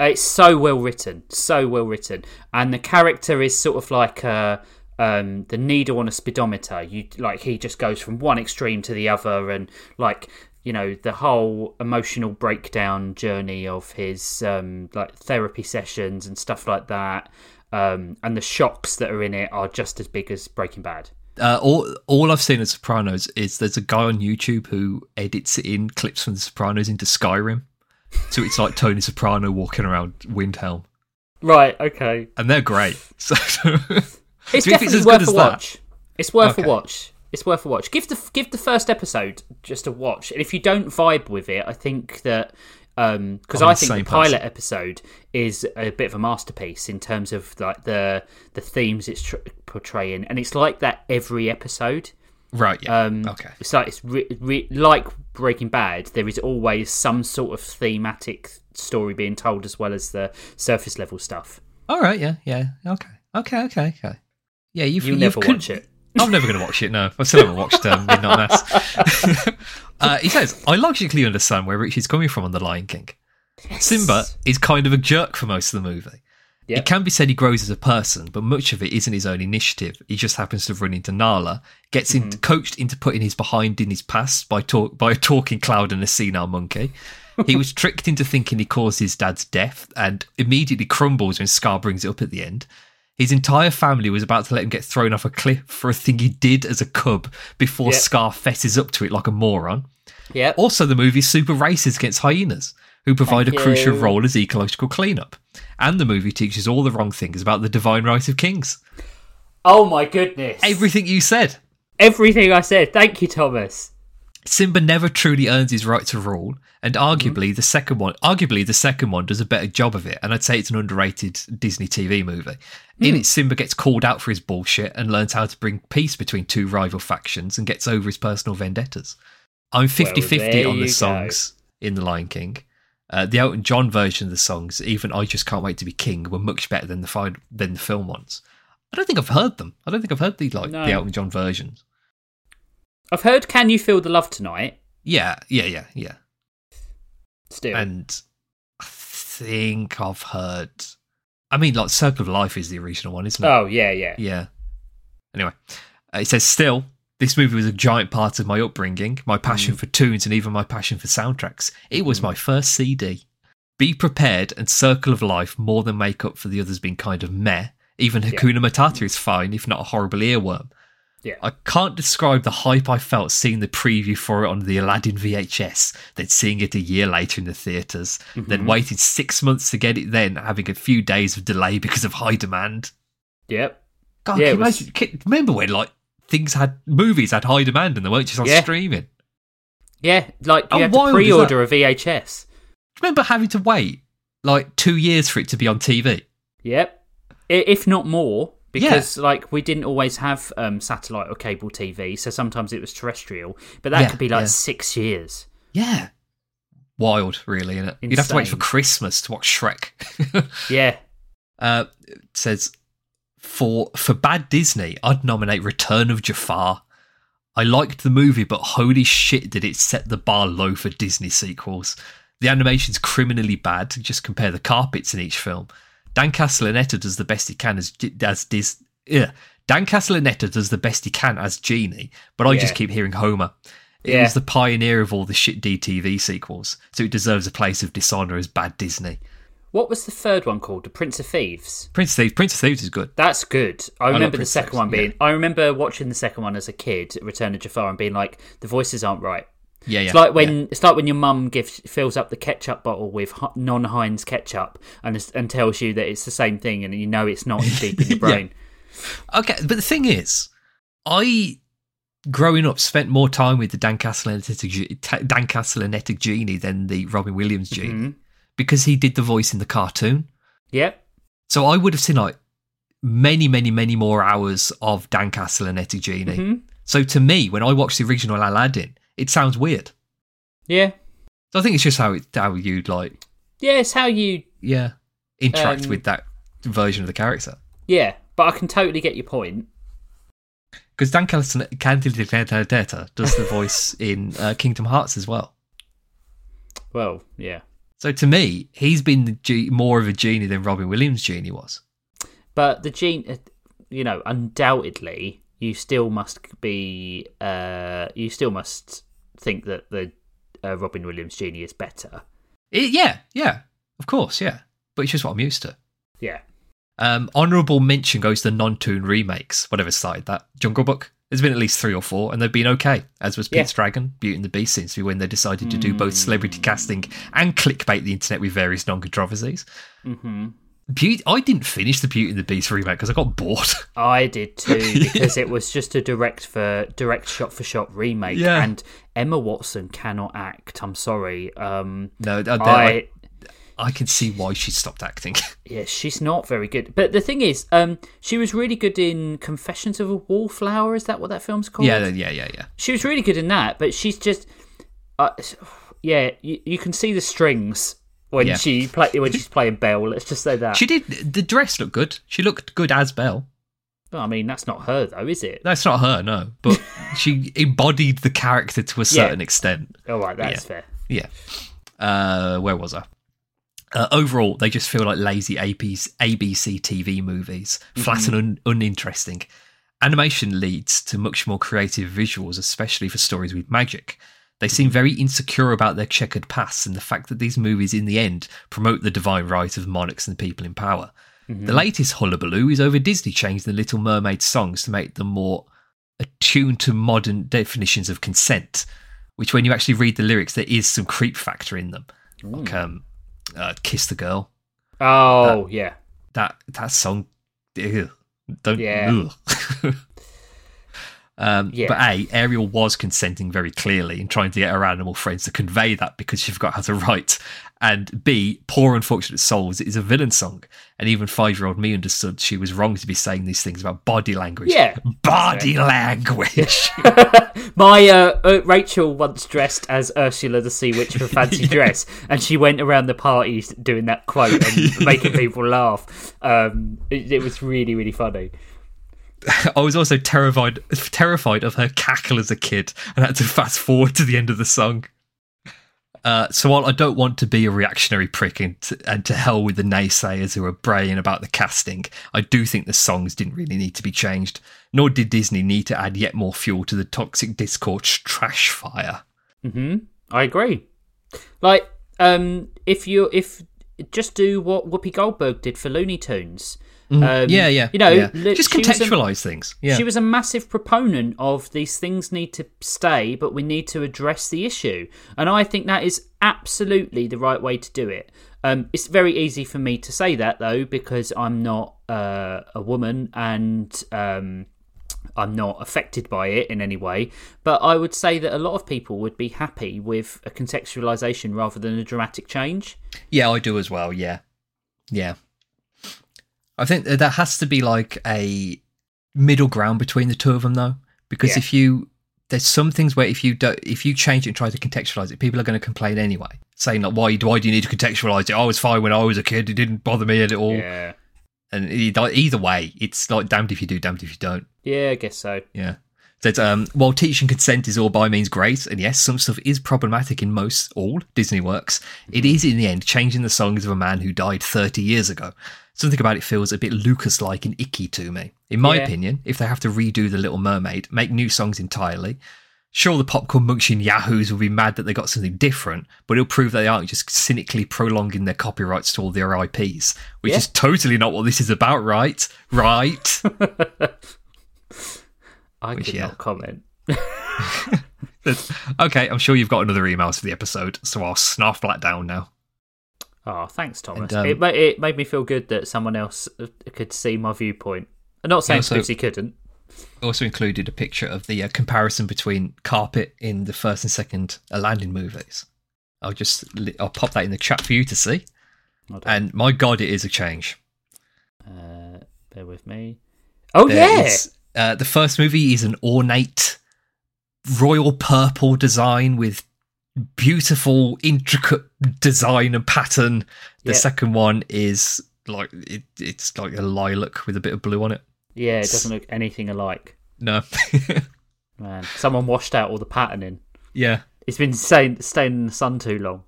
Uh, It's so well written, so well written, and the character is sort of like uh um, the needle on a speedometer. You like he just goes from one extreme to the other, and like you know the whole emotional breakdown journey of his um, like therapy sessions and stuff like that, um, and the shocks that are in it are just as big as Breaking Bad.
Uh, all all I've seen of Sopranos is there's a guy on YouTube who edits in clips from the Sopranos into Skyrim. So it's like Tony Soprano walking around Windhelm,
Right. Okay.
and they're great. So
It's
Do you think it's
definitely
as good
worth
as
a
that?
watch. It's worth
Okay.
a watch. It's worth a watch. Give the give the first episode just a watch, and if you don't vibe with it, I think that because
I'm
I
the
think the
same
pilot
person.
episode is a bit of a masterpiece in terms of like the the themes it's tr- portraying, and it's like that every episode.
right, yeah,
Um,
okay.
It's like it's re- re- like Breaking Bad. There is always some sort of thematic story being told as well as the surface level stuff.
All right, yeah, yeah, okay, okay, okay, okay. Yeah, you've,
You'll
you've
never
con-
watch it.
I'm never going to watch it. No, I still haven't watched um, Midnight Mass. uh, he says, "I logically understand where Richie's coming from on the Lion King. Simba is kind of a jerk for most of the movie.
Yeah.
It can be said he grows as a person, but much of it isn't his own initiative. He just happens to run into Nala, gets in,
Mm-hmm.
coached into putting his behind in his past by talk by a talking cloud and a senile monkey. He was tricked into thinking he caused his dad's death, and immediately crumbles when Scar brings it up at the end. His entire family was about to let him get thrown off a cliff for a thing he did as a cub before
Yeah.
Scar fesses up to it like a moron.
Yeah.
Also, the movie's super racist against hyenas, who provide
Thank
a crucial
you.
role as ecological cleanup. And the movie teaches all the wrong things about the divine right of kings.
Oh my goodness.
Everything you said.
Everything I said. Thank you, Thomas.
Simba never truly earns his right to rule, and
Mm-hmm.
arguably the second one, arguably the second one does a better job of it. And I'd say it's an underrated Disney TV movie. In
Hmm.
it, Simba gets called out for his bullshit and learns how to bring peace between two rival factions and gets over his personal vendettas. I'm 50 50
there
on
you
the
go.
songs in The Lion King. Uh, the Elton John version of the songs, even I Just Can't Wait to Be King, were much better than the fin- than the film ones. I don't think I've heard them. I don't think I've heard the like
No.
the Elton John versions.
I've heard "Can You Feel the Love Tonight?"
Yeah, yeah, yeah, yeah.
Still,
And I think I've heard. I mean, like Circle of Life is the original one, isn't it?
oh yeah, yeah.
Yeah. Anyway, uh, it says still. This movie was a giant part of my upbringing, my passion
Mm.
for tunes, and even my passion for soundtracks. It was my first CD. Be Prepared and Circle of Life more than make up for the others being kind of meh. Even Hakuna Matata is fine, if not a horrible earworm.
Yeah.
I can't describe the hype I felt seeing the preview for it on the Aladdin VHS, then seeing it a year later in the theatres, then
Mm-hmm.
waited six months to get it, then having a few days of delay because of high demand.
Yep.
God,
Yeah,
can
it
you
was-
imagine- can- remember when like things had movies had high demand and they weren't just on
Yeah.
streaming?
Yeah, like you
How
had to
wild is
pre-order a VHS.
Remember having to wait like two years for it to be on TV?
Yep. I- If not more, because like we didn't always have um, satellite or cable TV, so sometimes it was terrestrial, but that
Yeah,
could be like
yeah.
six years.
Yeah, wild, really, innit? You'd have to wait for
Insane.
Christmas to watch Shrek.
Yeah.
uh, it says for for bad Disney, I'd nominate Return of Jafar. I liked the movie, but holy shit, did it set the bar low for Disney sequels. The animation's criminally bad. Just compare the carpets in each film. Dan Castellaneta does the best he can as G- as Dis. ugh. Dan Castellaneta does the best he can as Genie, but I
Yeah.
just keep hearing Homer. It
Yeah.
was the pioneer of all the shit DTV sequels, so it deserves a place of dishonor as bad Disney.
What was the third one called? The Prince of Thieves.
Prince of Thieves, Prince of Thieves is good.
That's good. I remember the
Prince of
second
Thieves,
one being.
yeah.
I remember watching the second one as a kid, Return of Jafar, and being like, the voices aren't right.
Yeah, yeah.
It's like
yeah.
when it's like when your mum gives fills up the ketchup bottle with non Heinz ketchup and is- and tells you that it's the same thing, and you know it's not deep in your brain.
Okay, but the thing is, I growing up spent more time with the Dan Castellaneta ge- Ta- Dan Castellaneta genie than the Robin Williams genie
Mm-hmm.
because he did the voice in the cartoon.
Yep.
So I would have seen like many, many, many more hours of Dan Castellaneta genie. So to me, when I watched the original Aladdin, it sounds weird.
Yeah.
So I think it's just how it, how you'd like
Yeah. It's how you.
yeah interact
Um,
with that version of the character.
Yeah. But I can totally get your point.
Because Dan Castellaneta does the voice in uh, Kingdom Hearts as well.
Well, yeah.
So to me, he's been the ge- more of a genie than Robin Williams' genie was.
But the gene, uh, you know, undoubtedly, you still must be. Uh, you still must think that the uh, Robin Williams genie is better.
It, yeah, yeah, of course, yeah. But it's just what I'm used to.
Yeah.
Um, honorable mention goes to the non-tune remakes, whatever started that. Jungle Book. There's been at least three or four, and they've been okay. As was
Yeah.
Pete's Dragon, Beauty and the Beast seems to be when they decided to do both celebrity casting and clickbait the internet with various non-controversies.
hmm
Beauty. I didn't finish the Beauty and the Beast remake because I got bored.
I did too because it was just a direct for direct shot for shot remake,
Yeah.
and Emma Watson cannot act. I'm sorry. Um,
no, I, I,
I
I can see why she stopped acting.
yeah, she's not very good. But the thing is, um, she was really good in Confessions of a Wallflower. Is that what that film's called?
yeah, yeah, yeah, yeah.
she was really good in that, but she's just, uh, yeah, you, you can see the strings when
Yeah.
she play when she's playing Belle. Let's just say that.
She did. The dress looked good. She looked good as Belle.
Well, I mean, that's not her though, is it?
That's not her, no. But she embodied the character to a certain extent.
All right, that's fair.
Yeah. Uh, where was I? Uh, overall, they just feel like lazy APs, ABC TV movies, flat and un- uninteresting. Animation leads to much more creative visuals, especially for stories with magic. They seem very insecure about their checkered past and the fact that these movies, in the end, promote the divine right of monarchs and people in power. The latest hullabaloo is over Disney changing the Little Mermaid songs to make them more attuned to modern definitions of consent, which, when you actually read the lyrics, there is some creep factor in them. Like, um, uh, Kiss the Girl.
Oh
Uh,
yeah,
That that song. Ew, don't.
Yeah.
ugh. Um,
Yeah.
But A, Ariel was consenting very clearly and trying to get her animal friends to convey that because she forgot how to write. And B, Poor Unfortunate Souls is a villain song. And even five year old me understood she was wrong to be saying these things about body language.
Yeah.
Body language.
My uh, uh, Rachel once dressed as Ursula the Sea Witch for fancy dress, and she went around the parties doing that quote and making people laugh. Um, it, it was really really funny.
I was also terrified terrified of her cackle as a kid and had to fast forward to the end of the song. Uh, so while I don't want to be a reactionary prick and to, and to hell with the naysayers who are braying about the casting, I do think the songs didn't really need to be changed, nor did Disney need to add yet more fuel to the toxic Discord's trash fire.
I agree. Like, um, if you if just do what Whoopi Goldberg did for Looney Tunes. Um,
Mm-hmm. yeah, yeah.
You know,
yeah.
li-
just
she was a-
contextualise things. Yeah,
She was a massive proponent of these things need to stay, but we need to address the issue. And I think that is absolutely the right way to do it. Um, it's very easy for me to say that, though, because I'm not uh, a woman and um, I'm not affected by it in any way. But I would say that a lot of people would be happy with a contextualization rather than a dramatic change.
Yeah, I do as well. Yeah. Yeah. I think that there has to be like a middle ground between the two of them though, because
Yeah.
if you there's some things where if you don't if you change it and try to contextualize it, people are going to complain anyway, saying like why why do you need to contextualize it? I was fine when I was a kid; it didn't bother me at all.
Yeah.
And either, either way, it's like damned if you do, damned if you don't.
Yeah, I guess so.
Yeah. That um, while teaching consent is all by means great, and yes, some stuff is problematic in most all Disney works, it
Mm-hmm.
is in the end changing the songs of a man who died 30 years ago. Something about it feels a bit Lucas like and icky to me. In my
Yeah.
opinion, if they have to redo The Little Mermaid, make new songs entirely, sure the popcorn munching yahoos will be mad that they got something different, but it'll prove they aren't just cynically prolonging their copyrights to all their IPs, which
Yeah.
is totally not what this is about, right? Right?
I could
yeah.
not comment.
That's- okay, I'm sure you've got another email for the episode, so I'll snarf that down now.
Oh, thanks, Thomas.
And, um,
it, ma- it made me feel good that someone else uh, could see my viewpoint. I'm not saying
also-
Lucy couldn't.
I also included a picture of the uh, comparison between carpet in the first and second Aladdin movies. I'll just li- I'll pop that in the chat for you to see.
Hold on,
And my god, it is a change.
uh, bear with me. Oh
There
yeah,
is- uh, the first movie is an ornate royal purple design with beautiful, intricate design and pattern.
Yeah.
The second one is like it, it's like a lilac with a bit of blue on it.
yeah. It doesn't look anything alike.
No.
Man, someone washed out all the patterning.
Yeah.
It's been staying, staying in the sun too long.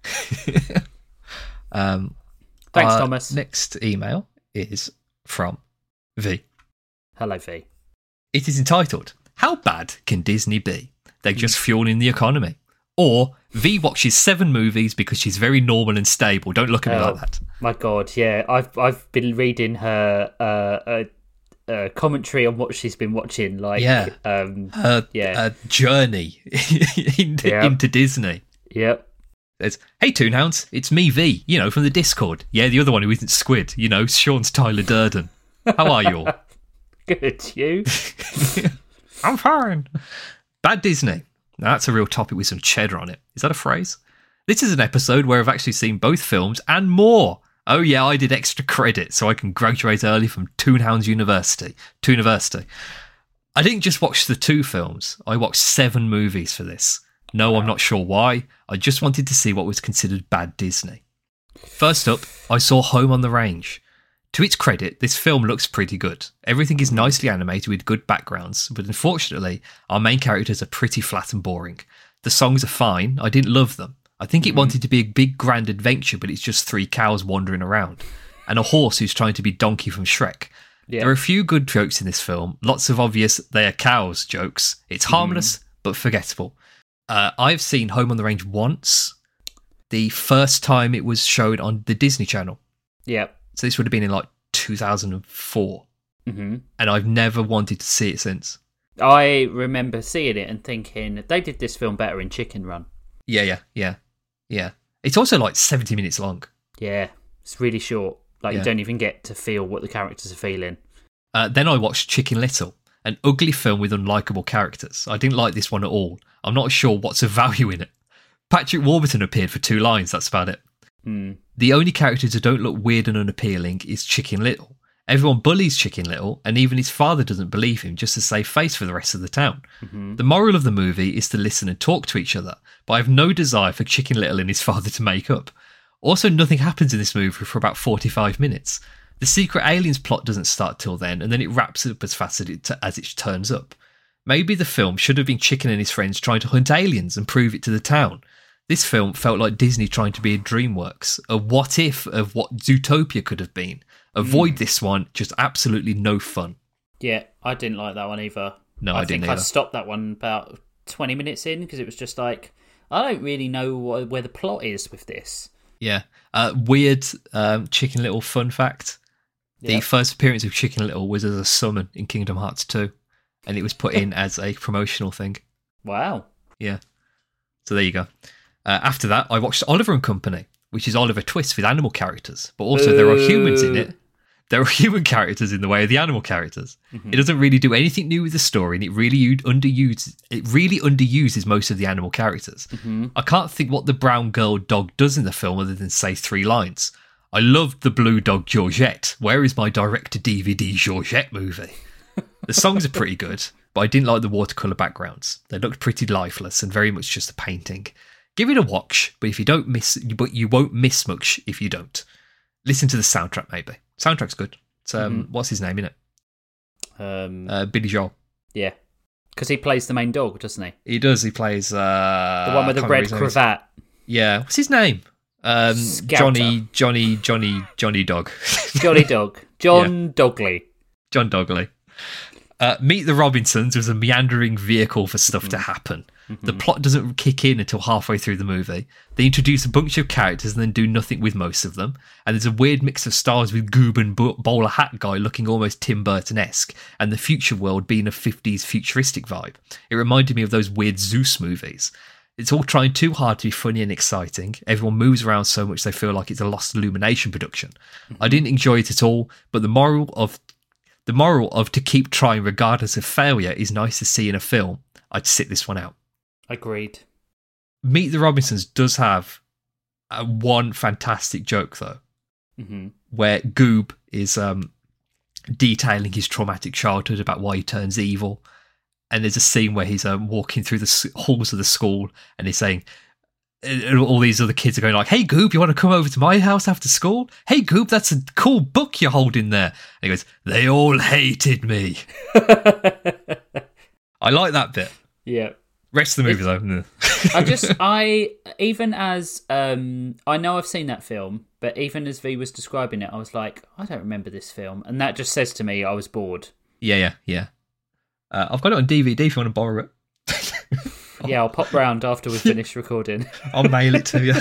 Um,
Thanks,
our
Thomas.
Next email is from V.
Hello, V.
It is entitled, How Bad Can Disney Be? They're just fueling the economy. Or V watches seven movies because she's very normal and stable. Don't look at me
Oh,
like that.
My God, yeah. I've I've been reading her uh, uh, uh, commentary on what she's been watching. Like,
Yeah.
um,
Her,
yeah.
her Uh, journey into,
Yeah.
into Disney.
yep.
There's, hey, Toonhounds, it's me, V, you know, from the Discord. Yeah, the other one who isn't Squid, you know, Sean's Tyler Durden. How are you all?
Good, you.
I'm fine. Bad Disney. Now that's a real topic with some cheddar on it. Is that a phrase? This is an episode where I've actually seen both films and more. Oh yeah, I did extra credit so I can graduate early from Toonhounds University. Tooniversity. I didn't just watch the two films. I watched seven movies for this. No, I'm not sure why. I just wanted to see what was considered bad Disney. First up, I saw Home on the Range. To its credit, this film looks pretty good. Everything is nicely animated with good backgrounds, but unfortunately, our main characters are pretty flat and boring. The songs are fine, I didn't love them. I think it wanted to be a big grand adventure, but it's just three cows wandering around and a horse who's trying to be Donkey from Shrek. There are a few good jokes in this film, lots of obvious they are cows jokes. It's harmless but forgettable. Uh, I've seen Home on the Range once, the first time it was showed on the Disney Channel.
Yep.
So this would have been in like 2004,
hmm
and I've never wanted to see it since.
I remember seeing it and thinking they did this film better in Chicken Run.
Yeah, yeah, yeah, yeah. It's also like 70 minutes long.
Yeah, it's really short. Like
Yeah.
you don't even get to feel what the characters are feeling.
Uh, then I watched Chicken Little, An ugly film with unlikable characters. I didn't like this one at all. I'm not sure what's of value in it. Patrick Warburton appeared for two lines, that's about it. The only characters who don't look weird and unappealing is Chicken Little. Everyone bullies Chicken Little, and even his father doesn't believe him just to save face for the rest of the town. The moral of the movie is to listen and talk to each other, but I have no desire for Chicken Little and his father to make up. Also, nothing happens in this movie for about 45 minutes. The Secret Aliens plot doesn't start till then, and then it wraps up as fast as it, as it turns up. Maybe the film should have been Chicken and his friends trying to hunt aliens and prove it to the town. This film felt like Disney trying to be a DreamWorks, a what if of what Zootopia could have been. Avoid this one, just absolutely no fun.
Yeah, I didn't like that one either.
No, I didn't
think I
either.
stopped that one about twenty minutes in because it was just like I don't really know what, where the plot is with this.
Yeah. Uh, weird um, Chicken Little fun fact. The
Yeah.
first appearance of Chicken Little was as a summon in Kingdom Hearts 2, and it was put in as a promotional thing.
Wow.
Yeah. So there you go. Uh, after that, I watched Oliver and Company, which is Oliver Twist with animal characters, but also there are humans in it. There are human characters in the way of the animal characters. It doesn't really do anything new with the story, and it really u- underuses it really underuses most of the animal characters. I can't think what the brown girl dog does in the film other than say three lines. I loved the blue dog Georgette. Where is my direct to DVD Georgette movie? The songs are pretty good, but I didn't like the watercolour backgrounds. They looked pretty lifeless and very much just a painting. Give it a watch, but if you don't miss, but you won't miss much if you don't. Listen to the soundtrack, maybe. Soundtrack's good. It's, um,
Mm-hmm.
what's his name in it?
Um,
Uh, Billy Joel.
yeah, because he plays the main dog, doesn't he?
He does. He plays uh,
The one with the
can't remember
red
his name.
cravat.
Yeah, what's his name? Um,
Scouter.
Johnny, Johnny, Johnny, Johnny Dog,
Johnny Dog. John Dogley.
John Dogley. Uh, Meet the Robinsons was a meandering vehicle for stuff to happen. The plot doesn't kick in until halfway through the movie. They introduce a bunch of characters and then do nothing with most of them. And there's a weird mix of stars with Goob and Bo- Bowler Hat Guy looking almost Tim Burton esque, and the future world being a 50s futuristic vibe. It reminded me of those weird Zeus movies. It's all trying too hard to be funny and exciting. Everyone moves around so much they feel like it's a lost illumination production. I didn't enjoy it at all, but the moral of the moral of to keep trying regardless of failure is nice to see in a film. I'd sit this one out.
Agreed.
Meet the Robinsons does have uh, one fantastic joke though,
Mhm.
where Goob is um, detailing his traumatic childhood about why he turns evil, and there's a scene where he's um, walking through the s- halls of the school and he's saying. uh, And all these other kids are going like, "Hey Goob, you want to come over to my house after school? Hey Goob, that's a cool book you're holding there." And he goes, "They all hated me." I like that bit.
Yeah.
Rest of the movie though. meh.
I just I even as um I know I've seen that film, but even as V was describing it, I was like, I don't remember this film, and that just says to me I was bored.
yeah, yeah, yeah. Uh, I've got it on DVD if you want to borrow it.
Yeah, I'll pop round after we finish recording.
I'll mail it to you.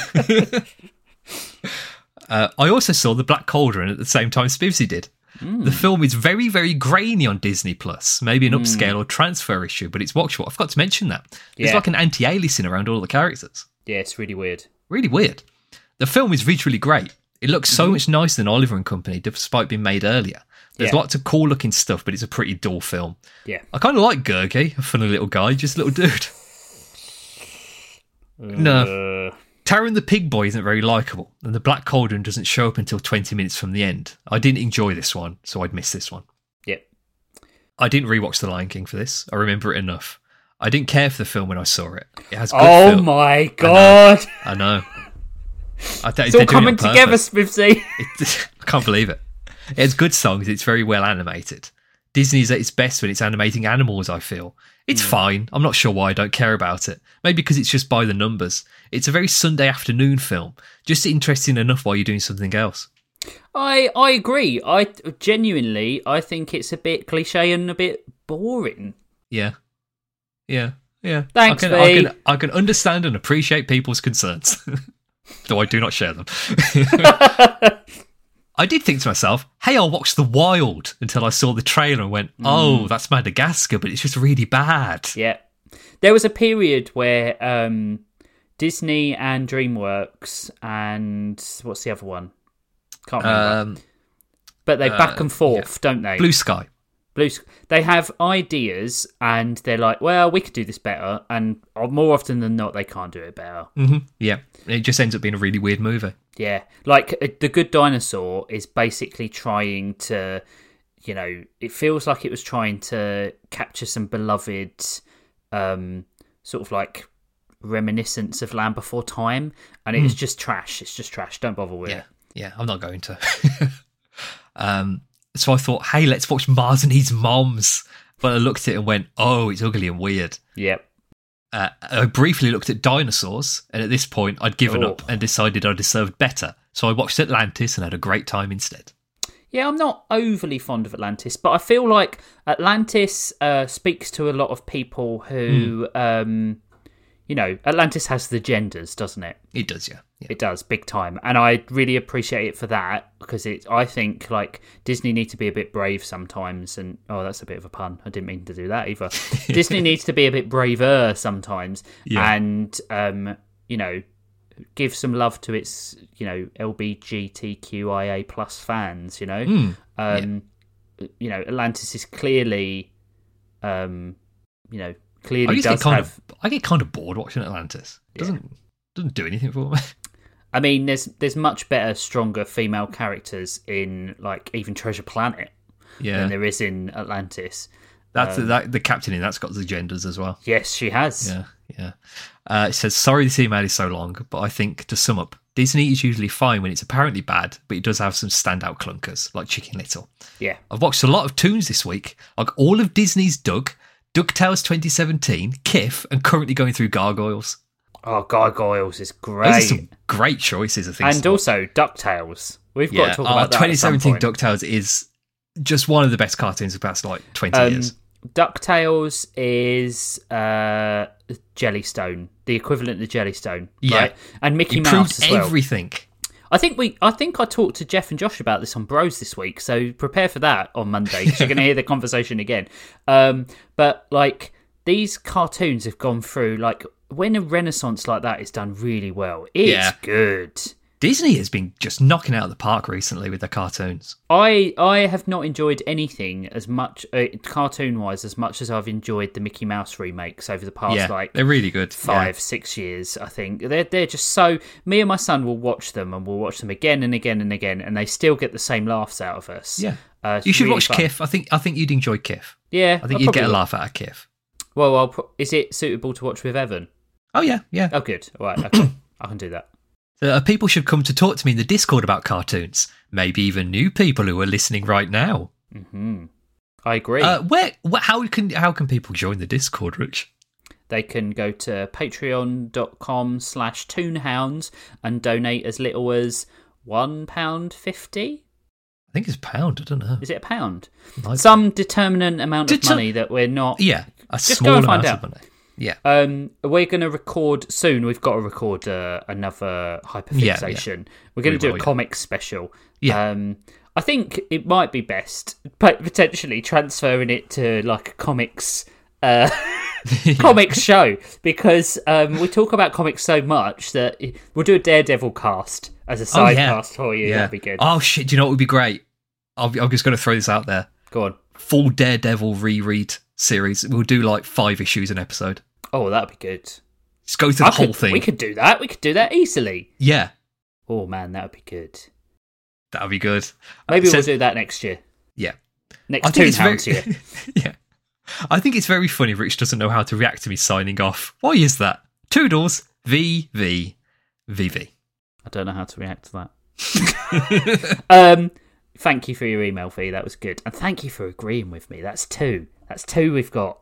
uh, I also saw The Black Cauldron at the same time Spivsy did.
Hmm.
The film is very, very grainy on Disney Plus. Maybe an upscale or transfer issue, but it's watchable. I forgot to mention that. There's
Yeah.
like an anti-aliasing around all the characters.
Yeah, it's really weird.
Really weird. The film is visually great. It looks
Mm-hmm.
so much nicer than Oliver and Company, despite being made earlier. There's
Yeah.
lots of cool looking stuff, but it's a pretty dull film.
Yeah.
I kind of like Gurgi, a funny little guy, just a little dude. no,
Uh,
Taron the Pig Boy isn't very likable, and the Black Cauldron doesn't show up until 20 minutes from the end. I didn't enjoy this one, so I'd miss this one.
yeah.
I didn't rewatch The Lion King for this. I remember it enough. I didn't care for the film when I saw it. It has good
Oh
film.
my god.
I know. I don't,
It's all coming together, Spivsy.
It, I can't believe it. It has good songs. It's very well animated. Disney's at its best when it's animating animals, I feel. It's fine. I'm not sure why I don't care about it. Maybe because it's just by the numbers. It's a very Sunday afternoon film. Just interesting enough while you're doing something else.
I I agree. I genuinely I think it's a bit cliche and a bit boring.
Yeah. Yeah. Yeah.
Thanks,
I can, I
Vee.
can, I can understand and appreciate people's concerns, though I do not share them. I did think to myself, hey, I'll watch The Wild until I saw the trailer and went, oh, that's Madagascar, but it's just really bad.
Mm. Yeah. There was a period where um, Disney and DreamWorks and what's the other one? Can't remember.
Um,
but they back and forth, don't they?
Blue Sky.
Blue Sky. They have ideas and they're like, well, we could do this better. And uh, more often than not, they can't do it better.
Yeah, it just ends up being a really weird movie.
Yeah, like uh, the Good Dinosaur is basically trying to, you know, it feels like it was trying to capture some beloved, um, sort of like reminiscence of Land Before Time, and it was just trash. It's just trash. Don't bother with
Yeah,
it.
yeah, I'm not going to. um, so I thought, hey, let's watch Mars and His Moms. But I looked at it and went, oh, it's ugly and weird.
Yep.
Uh, I briefly looked at dinosaurs, and at this point, I'd given
Oh.
up and decided I deserved better. So I watched Atlantis and had a great time instead.
Yeah, I'm not overly fond of Atlantis, but I feel like Atlantis uh, speaks to a lot of people who, um, you know, Atlantis has the genders, doesn't it?
It does, yeah. yeah.
It does, big time, and I really appreciate it for that because it. I think like Disney need to be a bit brave sometimes, and oh, that's a bit of a pun. I didn't mean to do that either. Disney needs to be a bit braver sometimes,
Yeah.
and um, you know, give some love to its you know LBGTQIA plus fans. You know,
Hmm.
um, you know, Atlantis is clearly, um, you know,
I
clearly
just get
does
kind
have.
of I get kind of bored watching Atlantis. Doesn't doesn't do anything for me.
I mean, there's there's much better, stronger female characters in like even Treasure Planet than
yeah,
there is in Atlantis.
that's that the captain in that's got the genders as well.
um, Yes, she has.
Yeah, yeah. Uh, it says, sorry this email is so long, but I think to sum up, Disney is usually fine when it's apparently bad, but it does have some standout clunkers like Chicken Little.
Yeah.
I've watched a lot of tunes this week, like all of Disney's Doug, DuckTales 2017, Kiff, and currently going through Gargoyles.
Oh, Gargoyles is
Those are
great,
some great choices, I think.
and also Ducktales. We've got to talk
oh,
about that.
2017
at some point.
DuckTales is just one of the best cartoons of the past like 20
Um,
years.
Ducktales is uh, Jellystone, the equivalent of Jellystone.
Yeah.
right? and Mickey
He
Mouse
proved
as well.
everything.
I think we, I think I talked to Jeff and Josh about this on Bros this week, so prepare for that on Monday 'cause you're going to hear the conversation again. Um, but like these cartoons have gone through, like when a renaissance like that is done really well, it's
Yeah.
good.
Disney has been just knocking it out of the park recently with their cartoons.
I I have not enjoyed anything as much uh, cartoon wise as much as I've enjoyed the Mickey Mouse remakes over the past
yeah,
like
they're really good. Yeah.
five, six years. I think they're they're just so. Me and my son will watch them, and we'll watch them again and again and again, and they still get the same laughs out of us.
Yeah.
uh, it's
You should
really
watch
fun.
Kiff. I think I think you'd enjoy Kiff.
Yeah,
I think
I
you'd get a
probably
laugh out of Kiff.
will. Well, I'll pro- is it suitable to watch with Evan?
Oh yeah, yeah.
Oh, good. All right, okay. I can do that.
Uh, people should come to talk to me in the Discord about cartoons. Maybe even new people who are listening right now.
hmm I agree.
Uh, where, wh- how can how can people join the Discord, Rich?
they can go to patreon.com slash toonhounds and donate as little as one pound fifty.
I think it's pound. I don't know.
Is it a pound?
Like-
Some determinant amount of
Deter-
money that we're not
yeah, a
Just
small
go and find out.
amount of money. Yeah,
Um, we're going to record soon. We've got to record uh, another hyperfixation. We're going to
We
do
will,
a
yeah.
comic special.
Yeah.
Um, I think it might be best, but potentially transferring it to like a comics, uh, comics show because um, we talk about comics so much that we'll do a Daredevil cast as a
Oh,
side
yeah.
cast for you.
yeah.
That'd be good.
Oh shit! Do you know what would be great? I'll, be- I'm just going to throw this out there.
Go on.
Full Daredevil reread series. We'll do like five issues an episode.
Oh, that'd be good.
Just go through
I
the whole
could-
thing.
We could do that. We could do that easily.
Yeah,
Oh man, that'd be good.
that'll be good. Uh,
Maybe
it
we'll
says-
do that next year.
Yeah,
Next two
very
pounds year.
yeah. I think it's very funny. Rich doesn't know how to react to me signing off. Why is that? Toodles. V V V V.
I don't know how to react to that. um, thank you for your email, Fee. That was good, and thank you for agreeing with me. That's two. That's two we've got.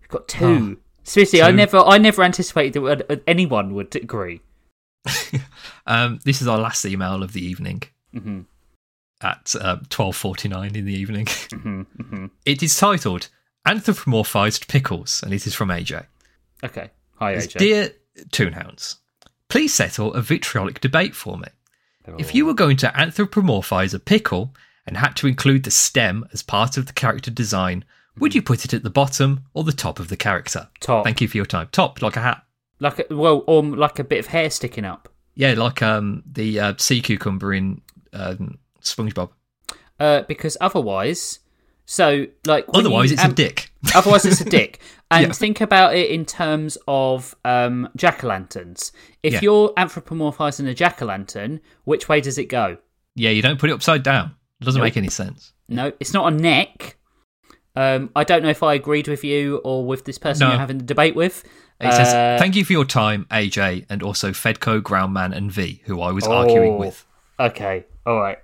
We've got two. Seriously, I
Oh, two.
never, I never anticipated that uh, anyone would agree.
Um, this is our last email of the evening
Mhm.
at uh, twelve forty nine in the evening.
Mhm, mhm.
It is titled "Anthropomorphized Pickles," and it is from AJ.
Okay. Hi,
It's,
AJ.
Dear Toonhounds, please settle a vitriolic debate for me. If you were going to anthropomorphize a pickle and had to include the stem as part of the character design, would you put it at the bottom or the top of the character?
Hmm. Top.
Thank you for your time. Top, like a hat.
like, a, well, or like a bit of hair sticking up.
Yeah, like um the uh, sea cucumber in um, SpongeBob.
Uh, because otherwise, So, like, when
Otherwise,
you-
it's
um,
a dick.
Otherwise, it's a dick. And
Yeah.
think about it in terms of um, jack o' lanterns. If
Yeah.
you're anthropomorphizing a jack o' lantern, which way does it go?
yeah, you don't put it upside down. It doesn't
Nope.
make any sense.
No, it's not a neck. Um, I don't know if I agreed with you or with this person
No.
you're having the debate with.
It says,
Uh,
"Thank you for your time, AJ, and also Fedco, Groundman, and V, who I was arguing
Oh,
with."
Okay, all right.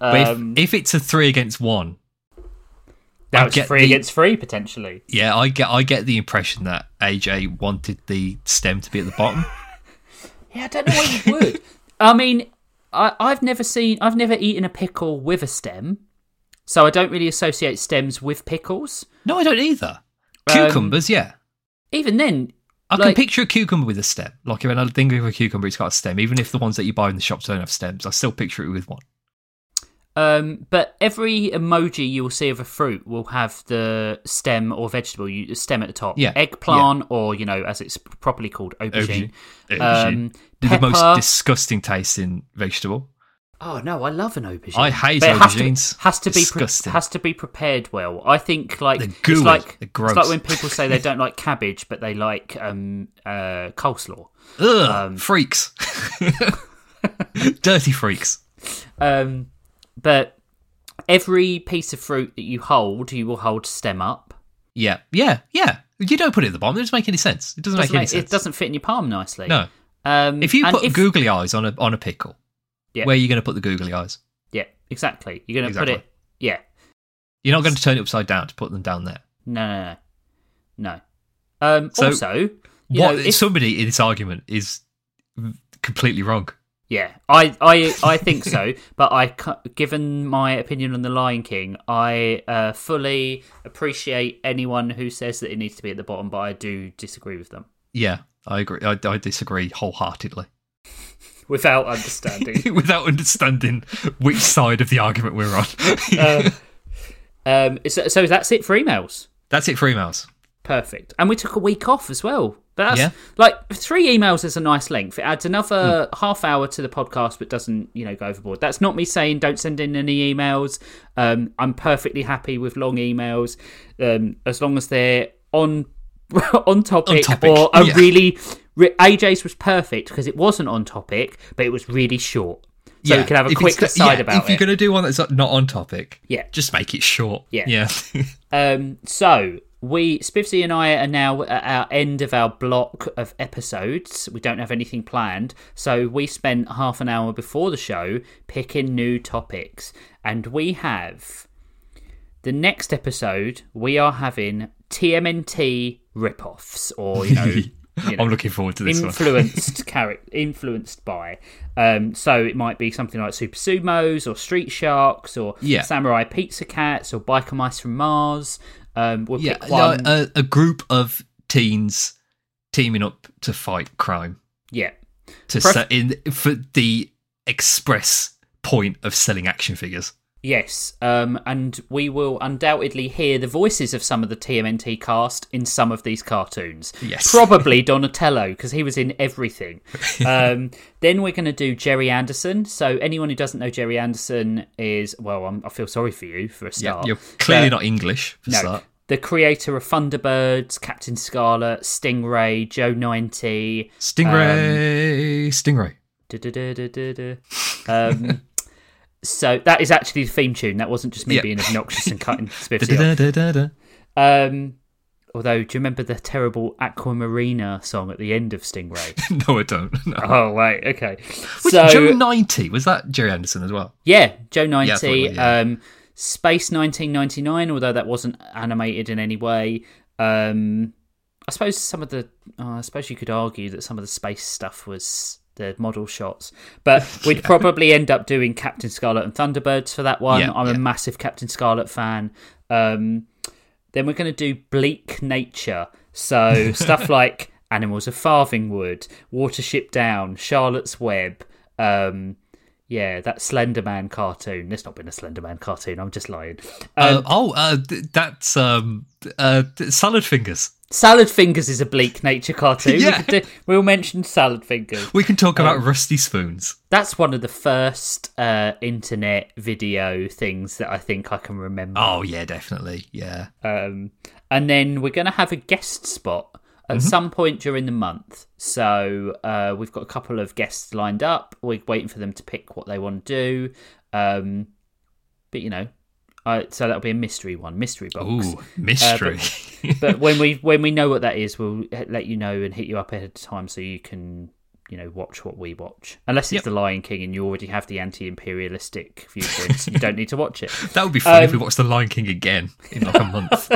But if-
Um,
if, it's a three against one, I
that was
get
three
the-
against three potentially.
yeah, I get I get the impression that AJ wanted the stem to be at the bottom.
Yeah, I don't know why you would. I mean, I, I've never seen, I've never eaten a pickle with a stem, so I don't really associate stems with pickles.
no, I don't either.
Um,
Cucumbers, yeah.
Even then,
I can
like-
picture a cucumber with a stem. Like if I think of a cucumber, it's got a stem. Even if the ones that you buy in the shops don't have stems, I still picture it with one.
Um, but every emoji you will see of a fruit will have the stem or vegetable, you, stem at the top.
Yeah,
Eggplant, or, you know, as it's properly called, aubergine. Um,
They're the
pepper.
most disgusting tasting vegetable.
Oh, no, I love an aubergine.
I hate
But it has to-
aubergines.
Has to, be pre-
Disgusting.
has to be prepared well. I think, like,
They're
it's
gooey.
like,
They're gross.
it's like when people say they don't like cabbage, but they like um, uh, coleslaw.
Ugh, freaks. Dirty freaks.
Um, but every piece of fruit that you hold, you will hold stem up.
Yeah, yeah, yeah. You don't put it at the bottom. It doesn't make any sense. It doesn't,
Doesn't
make any
make-
sense.
it doesn't fit in your palm nicely.
No.
Um,
If you
and
put googly eyes on a on a pickle,
Yeah.
where are you going to put the googly eyes?
Yeah, exactly. You're going to put
Exactly.
it. Yeah.
You're not going to turn it upside down to put them down there.
No, no, no. no. Um,
So,
also, you
What
know, if-
somebody in this argument is completely wrong.
yeah, I, I, I think so. But I, ca- given my opinion on the Lion King, I uh, fully appreciate anyone who says that it needs to be at the bottom. But I do disagree with them
Yeah, I agree. I, I disagree wholeheartedly.
without understanding.
Without understanding which side of the argument we're on.
um, so, so that's it for emails.
That's it for emails.
Perfect. And we took a week off as well. But that's
Yeah.
like three emails is a nice length. It adds another
Hmm.
half hour to the podcast, but doesn't, you know, go overboard. That's not me saying don't send in any emails. Um, I'm perfectly happy with long emails, um, as long as they're on on topic,
topic,
or a
yeah.
really re- AJ's was perfect because it wasn't on topic, but it was really short, so we could have a
if
quick
it's-
aside
yeah,
about
If you're
it.
going to do one that's not on topic,
Yeah.
just make it short.
Yeah.
yeah.
Um, so we Spivsy and I are now at our end of our block of episodes. We don't have anything planned, so we spent half an hour before the show picking new topics, and we have the next episode. We are having TMNT ripoffs, or you know, you know
I'm looking forward to this one.
influenced character influenced by um so it might be something like super sumos or street sharks or
Yeah.
samurai pizza cats or biker mice from mars um we'll
Yeah,
pick
no, uh,
one
a, a group of teens teaming up to fight crime
yeah
to
Pref-
set in for the express point of selling action figures.
yes um and we will undoubtedly hear the voices of some of the tmnt cast in some of these cartoons
Yes.
probably donatello because he was in everything um then we're going to do jerry anderson so anyone who doesn't know jerry anderson is well I'm, i feel sorry for you for a
Yeah,
start
you're clearly
But-
not English for start.
The creator of Thunderbirds, Captain Scarlet, Stingray, Joe 90.
Stingray,
Um,
Stingray.
du-du-du-du-du-du. Um, so that is actually the theme tune. That wasn't just me
Yeah.
being obnoxious and cutting Spivsy off.
Da-da-da-da-da.
Um, although, do you remember the terrible Aquamarina song at the end of Stingray?
No, I don't. No.
oh, right. Okay.
Was
so,
Joe ninety? Was that Jerry Anderson as well?
yeah, Joe 90.
Yeah, I thought it was, yeah.
um, Space 1999, although that wasn't animated in any way. Um, I suppose some of the, uh, I suppose you could argue that some of the space stuff was the model shots, but we'd probably end up doing Captain Scarlet and Thunderbirds for that one.
Yeah,
I'm a
yeah.
massive Captain Scarlet fan. Um, then we're going to do bleak nature, so stuff like Animals of Farthingwood, Watership Down, Charlotte's Web. Um, yeah, that Slender Man cartoon. There's not been a Slender Man cartoon. I'm just lying. Uh,
Uh, oh, uh, um, th- that's um, uh, th- Salad Fingers.
Salad Fingers is a bleak nature cartoon.
Yeah.
we could do, we'll mention Salad Fingers.
We can talk
Oh.
about rusty spoons.
That's one of the first uh, internet video things that I think I can remember.
Oh yeah, definitely. Yeah.
Um, and then we're going to have a guest spot at some point during the month. So uh, we've got a couple of guests lined up. We're waiting for them to pick what they want to do. Um, but you know, I, so that'll be a mystery one, mystery box.
Ooh, mystery.
but when we when we know what that is, we'll let you know and hit you up ahead of time so you can you know watch what we watch. Unless it's
Yep.
The Lion King and you already have the anti-imperialistic viewpoints, you don't need to watch it.
that would be fun
Um,
if we watched The Lion King again in like a month.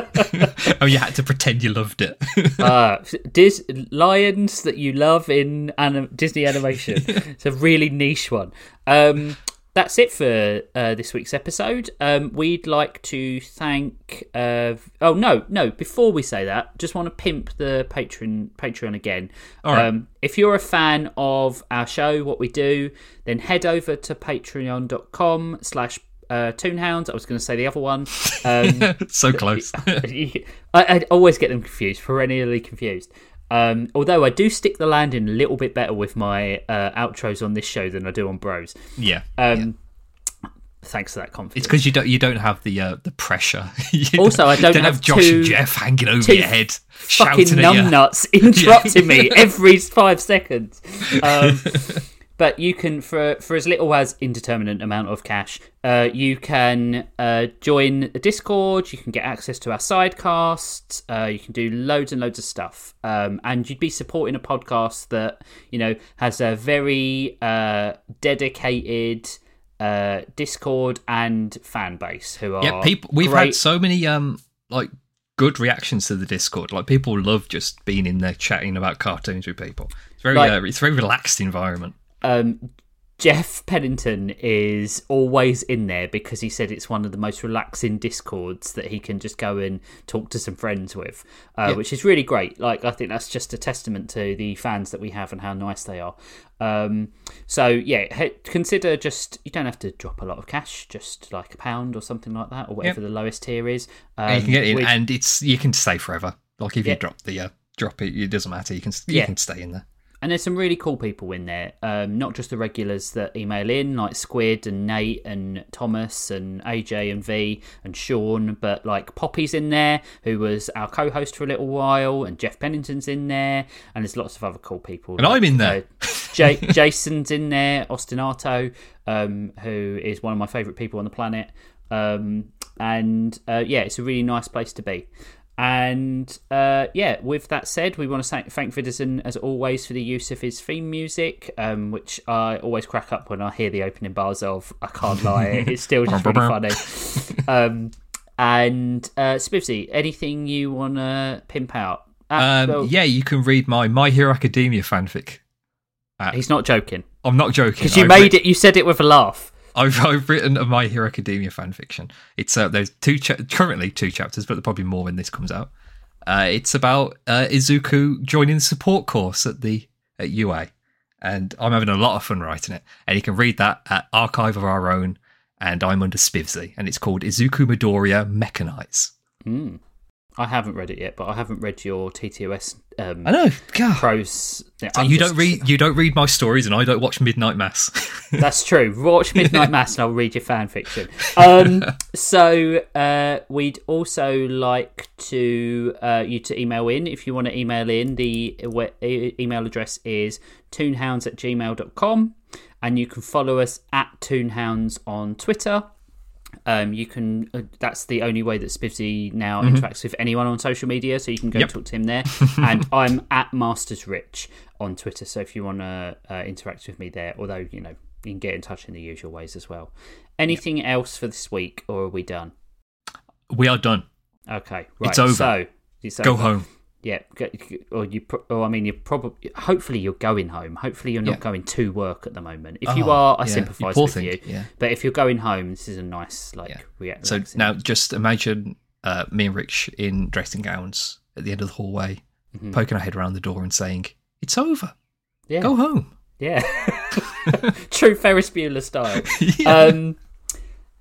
oh, you had to pretend you loved it.
Uh, Dis- lions that you love in anim- Disney animation. it's a really niche one. Um, that's it for uh, this week's episode. Um, we'd like to thank. Uh, oh no, no! Before we say that, just want to pimp the Patreon Patreon again.
All right.
Um, if you're a fan of our show, what we do, then head over to patreon.com slash uh, Toonhounds. I was going to say the other one. Um,
so close.
I, I always get them confused, perennially confused. Um, although I do stick the landing a little bit better with my uh, outros on this show than I do on Bros.
yeah.
Um, Thanks for that confidence.
It's because you don't you don't have the uh, the pressure. You
Also, I don't
have,
have
Josh
two-
and Jeff hanging over
two
your head,
fucking
shouting at you.
numbnuts interrupting me every five seconds. Um, but you can, for for as little as indeterminate amount of cash, uh, you can uh, join the Discord. You can get access to our sidecasts. Uh, you can do loads and loads of stuff, um, and you'd be supporting a podcast that you know has a very uh, dedicated. Uh, Discord and fan base who are
Yeah, people. We've
great
had so many um like good reactions to the Discord. Like people love just being in there chatting about cartoons with people. It's very
Like-
uh, it's a very relaxed environment.
um, Jeff Pennington is always in there because he said it's one of the most relaxing discords that he can just go and talk to some friends with, uh,
Yeah.
which is really great. Like, I think that's just a testament to the fans that we have and how nice they are. Um, so, yeah, he- consider just you don't have to drop a lot of cash, just like a pound or something like that, or whatever the lowest tier is. Um,
and you can get in,
we-
and it's you can stay forever. Like if
Yeah.
you drop the uh, drop it, it doesn't matter. You can you
Yeah.
can stay in there.
And there's some really cool people in there, um, not just the regulars that email in, like Squid and Nate and Thomas and AJ and V and Sean, but like Poppy's in there, who was our co host for a little while, and Jeff Pennington's in there, and there's lots of other cool people.
And I'm in there.
uh, Ja- Jason's in there, Ostinato, um, who is one of my favourite people on the planet. Um, and uh, yeah, it's a really nice place to be. And uh, yeah, with that said, we want to thank, thank Vidison as always for the use of his theme music, um, which I always crack up when I hear the opening bars of. I can't lie, it's still just really funny. Um, and uh, Spivsy, anything you want to pimp out? Ah,
Um,
well,
yeah, you can read my My Hero Academia fanfic.
He's not joking
I'm not joking.
because you
I've
made
writ-
it. You said it with a laugh.
I've, I've written a My Hero Academia fanfiction. It's uh, there's two cha- currently two chapters, but there's probably more when this comes out. Uh, it's about uh, Izuku joining the support course at the at UA, and I'm having a lot of fun writing it. And you can read that at Archive of Our Own, and I'm under Spivsy, and it's called Izuku Midoriya Mechanize.
Mm. I haven't read it yet, but I haven't read your TTOS um,
I know, God.
prose. Yeah,
Oh. So
I'm
you
just-
don't read you don't read my stories, and I don't watch Midnight Mass.
That's true. Watch Midnight Mass, and I'll read your fan fiction. Um, so uh, we'd also like to uh, you to email in if you want to email in. The we- e- email address is toonhounds at gmail.com. and you can follow us at toonhounds on Twitter. Um, you can. Uh, that's the only way that Spivsy now
Mm-hmm.
interacts with anyone on social media. So you can go talk to him there. and I'm at Masters Rich on Twitter. So if you want to uh, interact with me there, although you know you can get in touch in the usual ways as well. Anything else for this week, or are we done?
we are done.
Okay, right.
It's over.
So it's
Go
over.
home.
Yeah, go- or you. pro- Or I mean, you're probably. Hopefully, you're going home. Hopefully, you're not
Yeah.
going to work at the moment. If you
Oh,
are, I
yeah, you
sympathise
poor
with
thing,
you.
yeah.
But if you're going home, this is a nice like
Yeah.
react.
So
relaxing-
now just imagine uh, me and Rich in dressing gowns at the end of the hallway, poking our head around the door and saying, It's over.
Mm-hmm. yeah,
Go home.
yeah. True Ferris Bueller style.
Yeah.
Um,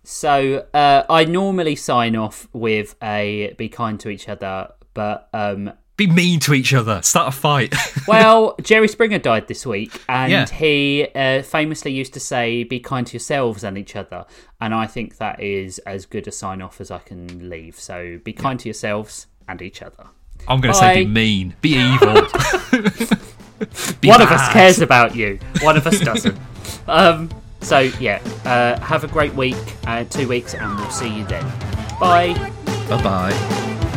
so uh, I normally sign off with a "Be kind to each other," but um,
Be mean to each other. Start a fight.
Well, Jerry Springer died this week, and
Yeah.
he uh, famously used to say, "Be kind to yourselves and each other." And I think that is as good a sign off as I can leave. So, be kind to yourselves and each other.
I'm going to say be
Bye.
mean. Be evil. Be
One of us
bad.
cares about you. One of us doesn't. um, so yeah, uh, have a great week, uh, two weeks, and we'll see you then. Bye.
Bye bye.
Bye.